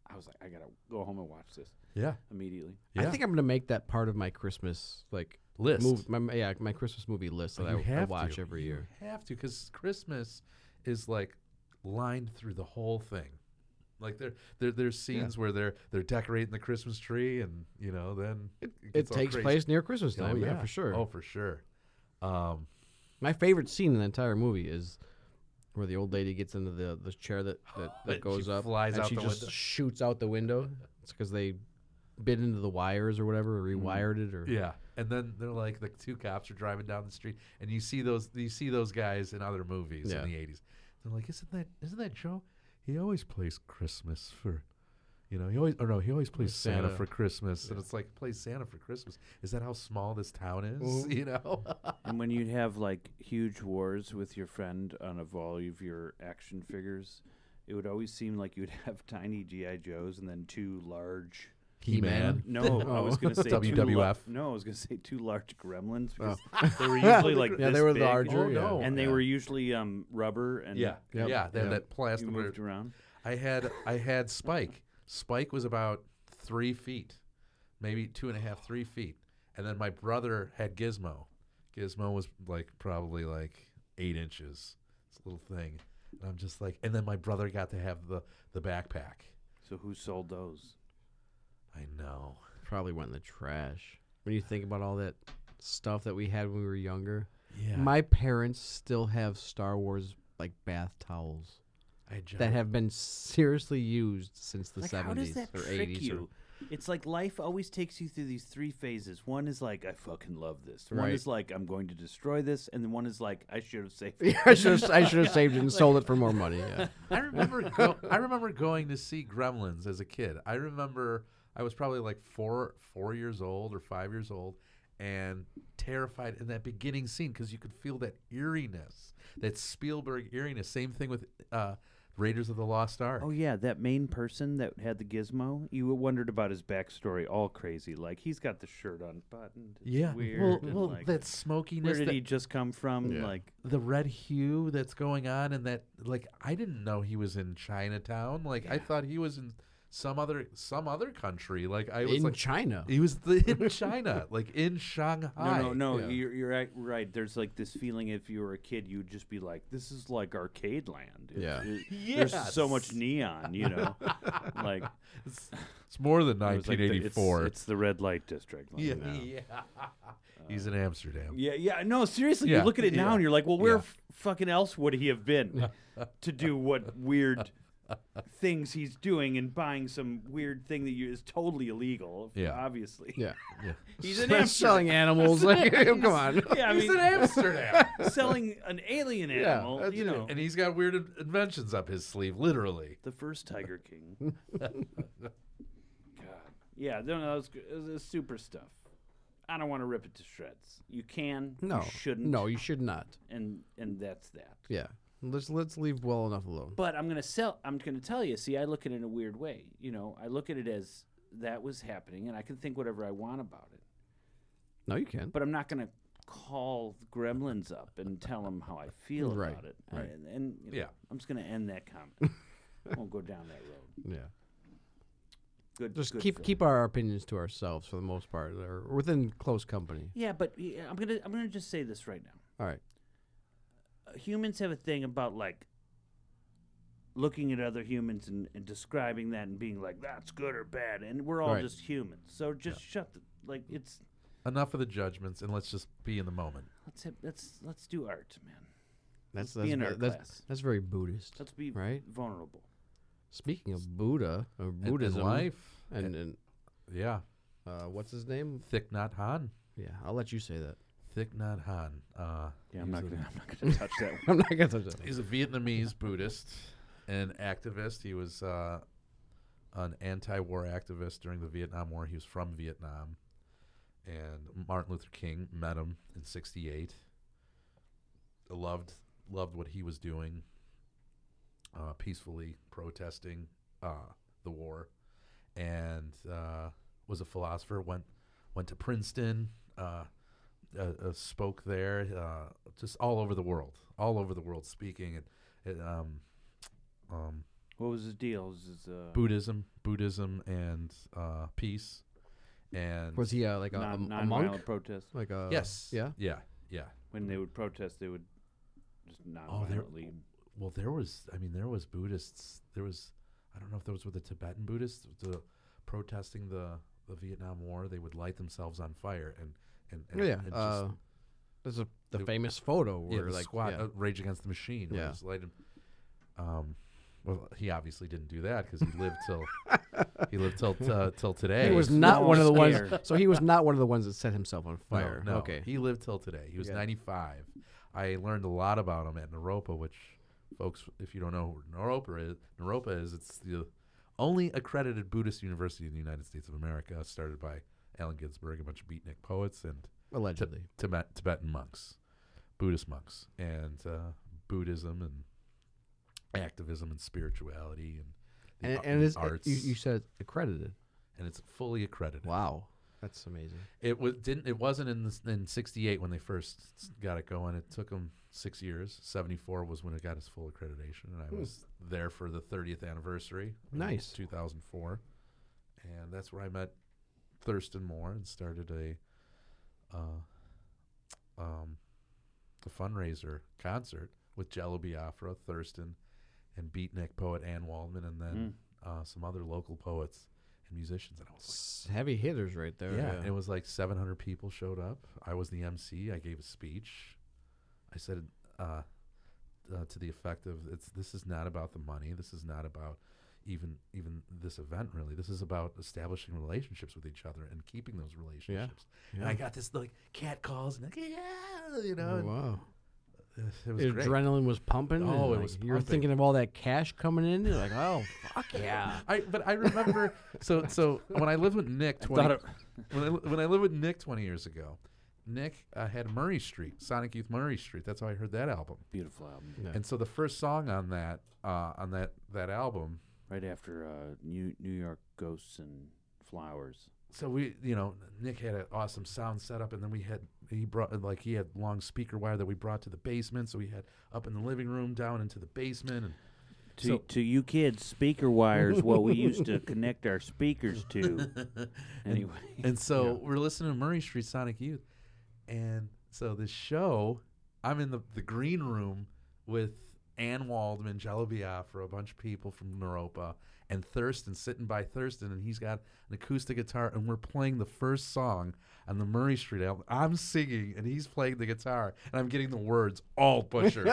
[SPEAKER 3] I was like, I gotta go home and watch this
[SPEAKER 1] Yeah,
[SPEAKER 3] immediately.
[SPEAKER 1] yeah.
[SPEAKER 2] I think I'm gonna make that part of my Christmas like
[SPEAKER 1] list. Oh,
[SPEAKER 2] move my yeah my Christmas movie list that
[SPEAKER 1] You
[SPEAKER 2] I, I
[SPEAKER 1] have
[SPEAKER 2] watch
[SPEAKER 1] to.
[SPEAKER 2] every year.
[SPEAKER 1] You have to because Christmas is like lined through the whole thing. Like there, there there's scenes where they're they're decorating the Christmas tree, and you know then it,
[SPEAKER 2] It
[SPEAKER 1] gets all
[SPEAKER 2] takes
[SPEAKER 1] crazy.
[SPEAKER 2] place near Christmas
[SPEAKER 1] Oh,
[SPEAKER 2] time, yeah. for sure.
[SPEAKER 1] Oh, for sure. Um,
[SPEAKER 2] My favorite scene in the entire movie is where the old lady gets into the, the chair that,
[SPEAKER 1] *gasps*
[SPEAKER 2] that,
[SPEAKER 1] She
[SPEAKER 2] that goes up
[SPEAKER 1] flies
[SPEAKER 2] and
[SPEAKER 1] out
[SPEAKER 2] she
[SPEAKER 1] the
[SPEAKER 2] just
[SPEAKER 1] window.
[SPEAKER 2] shoots out the window. It's because they bit into the wires or whatever, or rewired it, or
[SPEAKER 1] Mm-hmm. Yeah, and then they're like the two cops are driving down the street, and you see those you see those guys in other movies
[SPEAKER 2] Yeah.
[SPEAKER 1] in the eighties. They're like, isn't that isn't that Joe? He always plays Christmas for, you know, he always or no, he always plays Santa,
[SPEAKER 2] Santa.
[SPEAKER 1] for Christmas, and it's like plays Santa for Christmas. Is that how small this town is? *laughs* You know,
[SPEAKER 3] and when you'd have like huge wars with your friend on a volley of your action *laughs* figures, it would always seem like you'd have tiny GI Joes and then two large
[SPEAKER 1] He-Man.
[SPEAKER 3] No, *laughs* I was going to say two
[SPEAKER 1] WWF.
[SPEAKER 3] la- no, I was going to say two large gremlins because they were usually like
[SPEAKER 5] Yeah, they
[SPEAKER 3] this
[SPEAKER 5] were
[SPEAKER 3] big,
[SPEAKER 5] larger.
[SPEAKER 1] Oh, no.
[SPEAKER 5] yeah.
[SPEAKER 3] and they
[SPEAKER 1] Yeah.
[SPEAKER 3] were usually um, rubber and
[SPEAKER 1] Yeah,
[SPEAKER 5] Yep.
[SPEAKER 1] yeah. They
[SPEAKER 5] Yep.
[SPEAKER 1] had that plastic.
[SPEAKER 3] you moved around.
[SPEAKER 1] I had I had Spike. Spike was about three feet, maybe two and a half, three feet. And then my brother had Gizmo. Gizmo was like probably like eight inches. This little thing. And I'm just like and then my brother got to have the, the backpack.
[SPEAKER 3] So who sold those?
[SPEAKER 1] I know.
[SPEAKER 2] Probably went in the trash. When you think about all that stuff that we had when we were younger,
[SPEAKER 1] Yeah.
[SPEAKER 2] my parents still have Star Wars like bath towels
[SPEAKER 1] I just,
[SPEAKER 2] that have been seriously used since the
[SPEAKER 3] like,
[SPEAKER 2] 70s
[SPEAKER 3] how does that
[SPEAKER 2] or
[SPEAKER 3] trick
[SPEAKER 2] 80s.
[SPEAKER 3] you?
[SPEAKER 2] Or,
[SPEAKER 3] It's like life always takes you through these three phases. One is like I fucking love this. One
[SPEAKER 2] Right.
[SPEAKER 3] is like I'm going to destroy this, and then one is like I should have saved.
[SPEAKER 2] *laughs*
[SPEAKER 3] it.
[SPEAKER 2] Yeah, I should have I should
[SPEAKER 3] *laughs*
[SPEAKER 2] have saved it and sold it for more money. *laughs* Yeah.
[SPEAKER 1] I remember go, I remember going to see Gremlins as a kid. I remember I was probably like four four years old or five years old, and terrified in that beginning scene because you could feel that eeriness, that Spielberg eeriness. Same thing with uh, Raiders of the Lost Ark.
[SPEAKER 3] Oh yeah, that main person that had the gizmo. You wondered about his backstory, all crazy. Like he's got the shirt unbuttoned. It's
[SPEAKER 1] yeah.
[SPEAKER 3] weird.
[SPEAKER 1] well,
[SPEAKER 3] and,
[SPEAKER 1] well,
[SPEAKER 3] like,
[SPEAKER 1] that
[SPEAKER 3] where
[SPEAKER 1] smokiness,
[SPEAKER 3] did
[SPEAKER 1] that-
[SPEAKER 3] he just come from?
[SPEAKER 2] Yeah.
[SPEAKER 3] Like
[SPEAKER 1] the red hue that's going on, and that like I didn't know he was in Chinatown. Like I thought he was in some other some other country. Like I was
[SPEAKER 2] In
[SPEAKER 1] like.
[SPEAKER 2] China.
[SPEAKER 1] He was the, in China, like in Shanghai.
[SPEAKER 3] no, no, no.
[SPEAKER 2] Yeah.
[SPEAKER 3] You're, you're right, right. There's like this feeling if you were a kid, you'd just be like, "This is like arcade land." It-
[SPEAKER 2] Yeah.
[SPEAKER 3] *laughs* it- There's so
[SPEAKER 1] Yes.
[SPEAKER 3] much neon, you *laughs* know. like
[SPEAKER 1] It's, it's more than
[SPEAKER 3] it was like the- it's-
[SPEAKER 1] 1984.
[SPEAKER 3] it's, the red light district. *laughs* Like,
[SPEAKER 1] yeah,
[SPEAKER 3] you know.
[SPEAKER 1] yeah. He's in Amsterdam.
[SPEAKER 3] Yeah, yeah. No, seriously,
[SPEAKER 1] Yeah,
[SPEAKER 3] you look at it now
[SPEAKER 1] yeah,
[SPEAKER 3] and you're like, well, where
[SPEAKER 1] yeah.
[SPEAKER 3] f- fucking else would he have been to do what weird things he's doing and buying some weird thing that you, is totally illegal,
[SPEAKER 1] Yeah.
[SPEAKER 3] obviously.
[SPEAKER 2] Yeah. *laughs*
[SPEAKER 3] He's in
[SPEAKER 2] Start selling
[SPEAKER 3] *laughs*
[SPEAKER 2] animals. *laughs* like, come on.
[SPEAKER 3] Yeah, I
[SPEAKER 1] He's
[SPEAKER 3] *laughs*
[SPEAKER 1] in
[SPEAKER 3] mean,
[SPEAKER 1] Amsterdam.
[SPEAKER 3] *laughs* selling an alien animal,
[SPEAKER 2] that's
[SPEAKER 3] you
[SPEAKER 2] it.
[SPEAKER 3] know.
[SPEAKER 1] and he's got weird in- inventions up his sleeve, literally.
[SPEAKER 3] The first Tiger King.
[SPEAKER 2] *laughs*
[SPEAKER 3] God. Yeah, no, no, it's, it's super stuff. I don't want to rip it to shreds. You can.
[SPEAKER 2] No.
[SPEAKER 3] You shouldn't.
[SPEAKER 2] No, you should not.
[SPEAKER 3] and and that's that.
[SPEAKER 2] Yeah. Let's let's leave well enough alone.
[SPEAKER 3] But I'm gonna sell. I'm gonna tell you. See, I look at it in a weird way. You know, I look at it as that was happening, and I can think whatever I want about it.
[SPEAKER 2] No, you can.
[SPEAKER 3] But I'm not gonna call the Gremlins up and tell them how I feel
[SPEAKER 2] Right,
[SPEAKER 3] about it.
[SPEAKER 2] right.
[SPEAKER 3] And, and you know,
[SPEAKER 1] Yeah.
[SPEAKER 3] I'm just gonna end that
[SPEAKER 2] *laughs*
[SPEAKER 3] comment. I won't go down that road.
[SPEAKER 2] Yeah.
[SPEAKER 3] Good.
[SPEAKER 2] Just
[SPEAKER 3] good
[SPEAKER 2] keep
[SPEAKER 3] film.
[SPEAKER 2] keep our opinions to ourselves for the most part, or within close company.
[SPEAKER 3] Yeah, but yeah, I'm gonna I'm gonna just say this right now.
[SPEAKER 2] All right.
[SPEAKER 3] Uh, humans have a thing about like looking at other humans and, and describing that and being like that's good or bad, and we're all
[SPEAKER 2] Right.
[SPEAKER 3] just humans. So just shut the like it's
[SPEAKER 1] Enough of the judgments, and let's just be in the moment.
[SPEAKER 3] let's have, let's let's do art, man.
[SPEAKER 2] That's
[SPEAKER 3] Let's
[SPEAKER 2] that's
[SPEAKER 3] be in
[SPEAKER 2] ve-
[SPEAKER 3] our
[SPEAKER 2] that's,
[SPEAKER 3] class.
[SPEAKER 2] that's very Buddhist.
[SPEAKER 3] Let's be
[SPEAKER 2] Right.
[SPEAKER 3] vulnerable.
[SPEAKER 2] Speaking of Buddha, or
[SPEAKER 1] And- and
[SPEAKER 2] Buddhism,
[SPEAKER 1] life.
[SPEAKER 2] and, and
[SPEAKER 1] Yeah.
[SPEAKER 2] uh, what's his name?
[SPEAKER 1] Thick Not Han.
[SPEAKER 2] Yeah, I'll let you say that.
[SPEAKER 1] Thick Not Han. Uh,
[SPEAKER 3] Yeah,
[SPEAKER 1] he
[SPEAKER 3] I'm
[SPEAKER 1] was
[SPEAKER 3] not
[SPEAKER 1] a-
[SPEAKER 3] gonna I'm not gonna *laughs* touch that.
[SPEAKER 2] *laughs* *laughs* I'm not gonna touch that.
[SPEAKER 1] He's a Vietnamese Buddhist and activist. He was uh, an anti-war activist during the Vietnam War. He was from Vietnam, and Martin Luther King met him in '68. Loved loved what he was doing, uh, peacefully protesting uh, the war, and uh, was a philosopher. went went to Princeton. Uh, uh, uh, spoke there, uh, just all over the world, all over the world speaking and, and um, um,
[SPEAKER 3] What was his deal? Was his, uh,
[SPEAKER 1] Buddhism, Buddhism and uh, peace, and
[SPEAKER 2] Was he uh, like a, a-
[SPEAKER 3] non,
[SPEAKER 2] a monk?
[SPEAKER 3] nonviolent protest?
[SPEAKER 2] Like a
[SPEAKER 1] yes,
[SPEAKER 2] yeah.
[SPEAKER 1] yeah, yeah.
[SPEAKER 3] When they would protest, they would just
[SPEAKER 2] Oh,
[SPEAKER 1] they're-
[SPEAKER 3] nonviolently.
[SPEAKER 1] Well, there was, I mean, there was Buddhists. There was, I don't know if those were the Tibetan Buddhists, the protesting the the Vietnam War. They would light themselves on fire and and, and
[SPEAKER 2] Yeah,
[SPEAKER 1] and just-
[SPEAKER 2] uh, there's a the
[SPEAKER 1] It-
[SPEAKER 2] famous photo
[SPEAKER 1] yeah,
[SPEAKER 2] where
[SPEAKER 1] the
[SPEAKER 2] like
[SPEAKER 1] squad
[SPEAKER 2] yeah. *laughs*
[SPEAKER 1] uh, Rage Against the Machine. where
[SPEAKER 2] Yeah.
[SPEAKER 1] it was lighted- um, well, he obviously didn't do that because he lived till he lived
[SPEAKER 2] *laughs*
[SPEAKER 1] till uh, till today.
[SPEAKER 2] he was not
[SPEAKER 3] small
[SPEAKER 2] one of the ones.
[SPEAKER 3] scare.
[SPEAKER 2] So he was not one of the ones that set himself on
[SPEAKER 1] No,
[SPEAKER 2] fire.
[SPEAKER 1] no,
[SPEAKER 2] Okay.
[SPEAKER 1] he lived till today. He was
[SPEAKER 2] Yeah.
[SPEAKER 1] 95. I learned a lot about him at Naropa, which folks, if you don't know who Naropa is, Naropa is it's the only accredited Buddhist university in the United States of America, started by Allen Ginsberg, a bunch of beatnik poets, and
[SPEAKER 2] Allegedly.
[SPEAKER 1] Tibet, Tibetan monks, Buddhist monks, and uh, Buddhism and activism and spirituality and the
[SPEAKER 2] and
[SPEAKER 1] ar-
[SPEAKER 2] and
[SPEAKER 1] the
[SPEAKER 2] it's, uh,
[SPEAKER 1] arts.
[SPEAKER 2] You, you said accredited.
[SPEAKER 1] and it's fully accredited.
[SPEAKER 2] Wow, that's amazing.
[SPEAKER 1] It was didn't it wasn't in the, in '68 when they first s- got it going. It took them six years. '74 was when it got its full accreditation, and I was there for the 30th anniversary. in
[SPEAKER 2] Nice.
[SPEAKER 1] 2004, and that's where I met Thurston Moore and started a, uh, um, a fundraiser concert with Jello Biafra, Thurston, and Beatnik poet Ann Waldman, and
[SPEAKER 3] Hmm?
[SPEAKER 1] then uh, some other local poets and musicians. And I was like.
[SPEAKER 2] S- heavy hitters right there.
[SPEAKER 1] Yeah,
[SPEAKER 2] Yeah,
[SPEAKER 1] and it was like 700 people showed up. I was the MC. I gave a speech. I said uh, uh, to the effect of, "It's this is not about the money. This is not about even even this event really. This is about establishing relationships with each other and keeping those relationships." And I
[SPEAKER 2] yeah. Oh,
[SPEAKER 1] got this like cat calls and like, yeah, you know, and
[SPEAKER 2] wow.
[SPEAKER 1] it was
[SPEAKER 2] Your
[SPEAKER 1] great.
[SPEAKER 2] adrenaline was pumping. and,
[SPEAKER 1] Oh, it
[SPEAKER 2] like,
[SPEAKER 1] was
[SPEAKER 2] You were
[SPEAKER 1] pumping.
[SPEAKER 2] thinking of all that cash coming in. You're like, oh,
[SPEAKER 1] *laughs*
[SPEAKER 2] fuck yeah.
[SPEAKER 1] I but I remember so so when I lived with Nick twenty when I li- when I lived with Nick twenty years ago, Nick uh, had Murray Street Sonic Youth Murray Street. That's how I heard that album.
[SPEAKER 3] Beautiful album.
[SPEAKER 2] Yeah.
[SPEAKER 1] And so the first song on that uh, on that that album.
[SPEAKER 3] Right after uh, New New York Ghosts and Flowers.
[SPEAKER 1] So we you know Nick had an awesome sound setup, and then we had he brought like he had long speaker wire that we brought to the basement. So we had up in the living room, down into the basement, and
[SPEAKER 3] To,
[SPEAKER 1] So-
[SPEAKER 3] to you kids, speaker wires, what we
[SPEAKER 1] *laughs*
[SPEAKER 3] used to connect our speakers to. Anyway,
[SPEAKER 2] *laughs*
[SPEAKER 1] And so we're listening to Murray Street Sonic Youth. And so this show, I'm in the, the green room with Ann Waldman, Jello Biafra, a bunch of people from Naropa, and Thurston sitting by Thurston. And he's got an acoustic guitar, and we're playing the first song on the Murray Street album. I'm singing, and he's playing the guitar, and I'm getting the words all
[SPEAKER 2] *laughs*
[SPEAKER 1] butchered.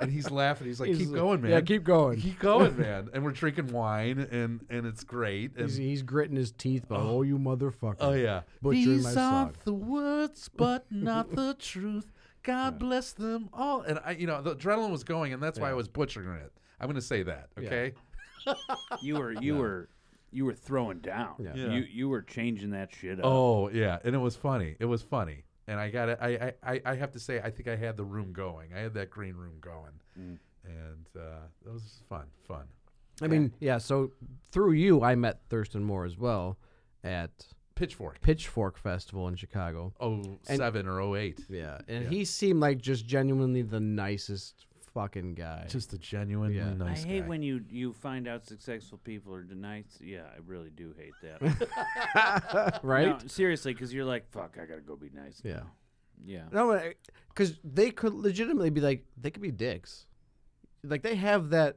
[SPEAKER 1] and he's laughing. He's like,
[SPEAKER 2] He's
[SPEAKER 1] keep
[SPEAKER 2] like,
[SPEAKER 1] going, man.
[SPEAKER 2] "Yeah, keep going."
[SPEAKER 1] Keep going, man. And we're drinking wine, and, and it's great. And
[SPEAKER 5] He's, he's gritting his teeth, but oh, you motherfucker!
[SPEAKER 1] Oh yeah.
[SPEAKER 5] Butchering my song.
[SPEAKER 1] the words, but not the truth. God bless them all. And I, you know, the adrenaline was going, and that's why I was butchering it. I'm going to say that. Okay.
[SPEAKER 3] you were you were you were throwing down.
[SPEAKER 1] Yeah.
[SPEAKER 3] You you were changing that shit up.
[SPEAKER 1] Oh yeah, and it was funny. It was funny, and I got it. I I- I I have to say, I think I had the room going. I had that green room going, and uh, that was fun. Fun.
[SPEAKER 2] I mean, yeah. So through you, I met Thurston Moore as well at
[SPEAKER 1] Pitchfork.
[SPEAKER 2] Pitchfork Festival in Chicago.
[SPEAKER 1] Oh seven or oh eight.
[SPEAKER 2] Yeah, and he seemed like just genuinely the nicest fucking guy.
[SPEAKER 1] Just a genuinely
[SPEAKER 2] Yeah.
[SPEAKER 1] nice
[SPEAKER 3] I hate
[SPEAKER 1] guy.
[SPEAKER 3] when you you find out successful people are denied. Yeah, I really do hate
[SPEAKER 1] *laughs*
[SPEAKER 3] that.
[SPEAKER 2] *laughs* right?
[SPEAKER 3] No, seriously, because you're like, fuck, I gotta go be nice.
[SPEAKER 2] Yeah.
[SPEAKER 3] Yeah.
[SPEAKER 2] No, because they could legitimately be like they could be dicks, like they have that,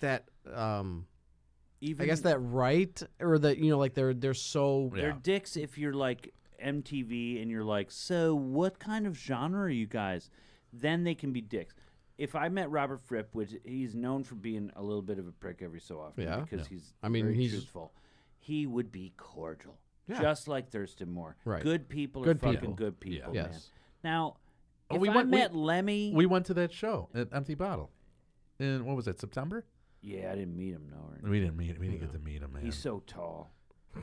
[SPEAKER 2] that um,
[SPEAKER 3] Even
[SPEAKER 2] I guess that right or that you know like they're they're so
[SPEAKER 1] Yeah.
[SPEAKER 3] they're dicks if you're like MTV and you're like, so what kind of genre are you guys? Then they can be dicks. If I met Robert Fripp, which he's known for being a little bit of a prick every so often,
[SPEAKER 2] Yeah.
[SPEAKER 3] because he's
[SPEAKER 2] I mean,
[SPEAKER 3] very
[SPEAKER 2] he's-
[SPEAKER 3] truthful, he would be cordial,
[SPEAKER 2] Yeah.
[SPEAKER 3] just like Thurston Moore.
[SPEAKER 2] Right.
[SPEAKER 3] Good people
[SPEAKER 2] Good
[SPEAKER 3] are fucking
[SPEAKER 2] people.
[SPEAKER 3] good people.
[SPEAKER 2] Yeah.
[SPEAKER 3] man.
[SPEAKER 2] Yes.
[SPEAKER 3] Now,
[SPEAKER 1] Oh,
[SPEAKER 3] if
[SPEAKER 1] we
[SPEAKER 3] I
[SPEAKER 1] went- we-
[SPEAKER 3] met Lemmy,
[SPEAKER 1] We went to that show at Empty Bottle, in what was that September?
[SPEAKER 3] yeah, I didn't meet him. No, or
[SPEAKER 1] We didn't meet. We didn't get to meet him, man.
[SPEAKER 3] he's so tall.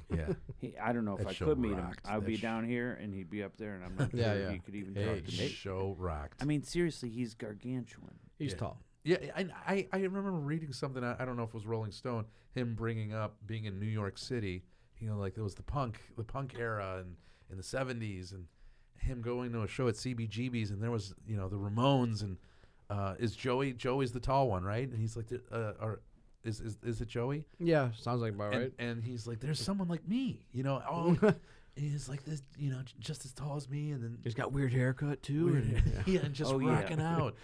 [SPEAKER 3] *laughs*
[SPEAKER 1] yeah.
[SPEAKER 3] He, I don't know if
[SPEAKER 1] That
[SPEAKER 3] I
[SPEAKER 1] show
[SPEAKER 3] could meet him.
[SPEAKER 1] rocked.
[SPEAKER 3] I would
[SPEAKER 1] That
[SPEAKER 3] be
[SPEAKER 1] sh-
[SPEAKER 3] down here and he'd be up there, and I'm not
[SPEAKER 2] Yeah,
[SPEAKER 3] sure
[SPEAKER 2] yeah.
[SPEAKER 3] he could even
[SPEAKER 1] Hey,
[SPEAKER 3] talk to me.
[SPEAKER 1] show rocked.
[SPEAKER 3] I mean, seriously, he's gargantuan.
[SPEAKER 2] he's tall.
[SPEAKER 1] yeah, I, I, I remember reading something. I, I don't know if it was Rolling Stone. Him bringing up being in New York City. You know, like there was the punk, the punk era, and in the seventies, and him going to a show at CBGB's, and there was you know the Ramones, and uh, is Joey Joey's the tall one, right? And he's like, the- uh, or is, is is it Joey?
[SPEAKER 2] Yeah, sounds like about
[SPEAKER 1] and,
[SPEAKER 2] right.
[SPEAKER 1] and he's like, there's someone like me, you
[SPEAKER 3] *laughs*
[SPEAKER 1] know. Oh, and he's like this, you know, j- just as tall as me, and then
[SPEAKER 2] He's got weird haircut too.
[SPEAKER 1] *laughs* yeah, and just
[SPEAKER 3] Oh, yeah.
[SPEAKER 1] rocking out.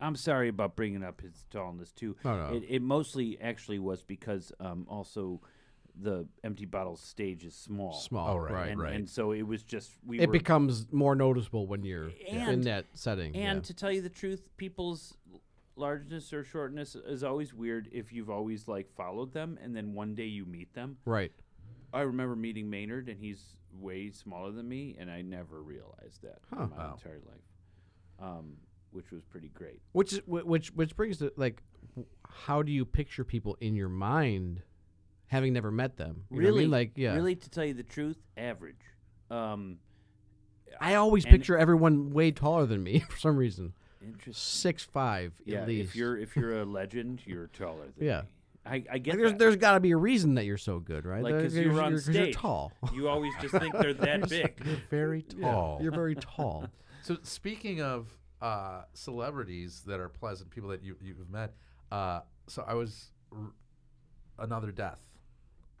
[SPEAKER 3] I'm sorry about bringing up his tallness too.
[SPEAKER 2] No, no.
[SPEAKER 3] It, it mostly actually was because um, also the empty bottle stage is
[SPEAKER 2] *laughs*
[SPEAKER 3] small.
[SPEAKER 2] small.
[SPEAKER 1] Oh, right,
[SPEAKER 3] And,
[SPEAKER 1] right.
[SPEAKER 3] and so it was just we
[SPEAKER 2] It
[SPEAKER 3] were.
[SPEAKER 2] becomes more noticeable when you're in
[SPEAKER 3] And-
[SPEAKER 2] that setting.
[SPEAKER 3] and
[SPEAKER 2] yeah.
[SPEAKER 3] to tell you the truth, people's l- largeness or shortness is always weird if you've always like followed them and then one day you meet them.
[SPEAKER 2] right.
[SPEAKER 3] I remember meeting Maynard, and he's way smaller than me, and I never realized that in my entire life, um, which was pretty great.
[SPEAKER 2] Which is wh- which which brings to like, w- how do you picture people in your mind, having never met them? You know what I mean? Like yeah.
[SPEAKER 3] really, to tell you the truth, average. Um,
[SPEAKER 2] I always
[SPEAKER 3] And-
[SPEAKER 2] picture everyone way taller than me *laughs* for some reason.
[SPEAKER 3] interesting.
[SPEAKER 2] Six five
[SPEAKER 3] Yeah,
[SPEAKER 2] at least. *laughs*
[SPEAKER 3] if you're if you're a legend, you're taller than
[SPEAKER 2] Yeah.
[SPEAKER 3] me. I, I get
[SPEAKER 2] Like, there's
[SPEAKER 3] that.
[SPEAKER 2] there's got to be a reason that you're so good, right?
[SPEAKER 3] Like,
[SPEAKER 2] There-
[SPEAKER 3] 'cause you were on
[SPEAKER 2] you're, 'cause you're
[SPEAKER 3] stage.
[SPEAKER 2] tall.
[SPEAKER 3] You always just think
[SPEAKER 2] *laughs*
[SPEAKER 3] they're that big.
[SPEAKER 2] You're very
[SPEAKER 1] Yeah.
[SPEAKER 2] tall. You're
[SPEAKER 1] *laughs*
[SPEAKER 2] very tall.
[SPEAKER 1] So speaking of uh, celebrities that are pleasant, people that you you've met. Uh, so I was r- another death,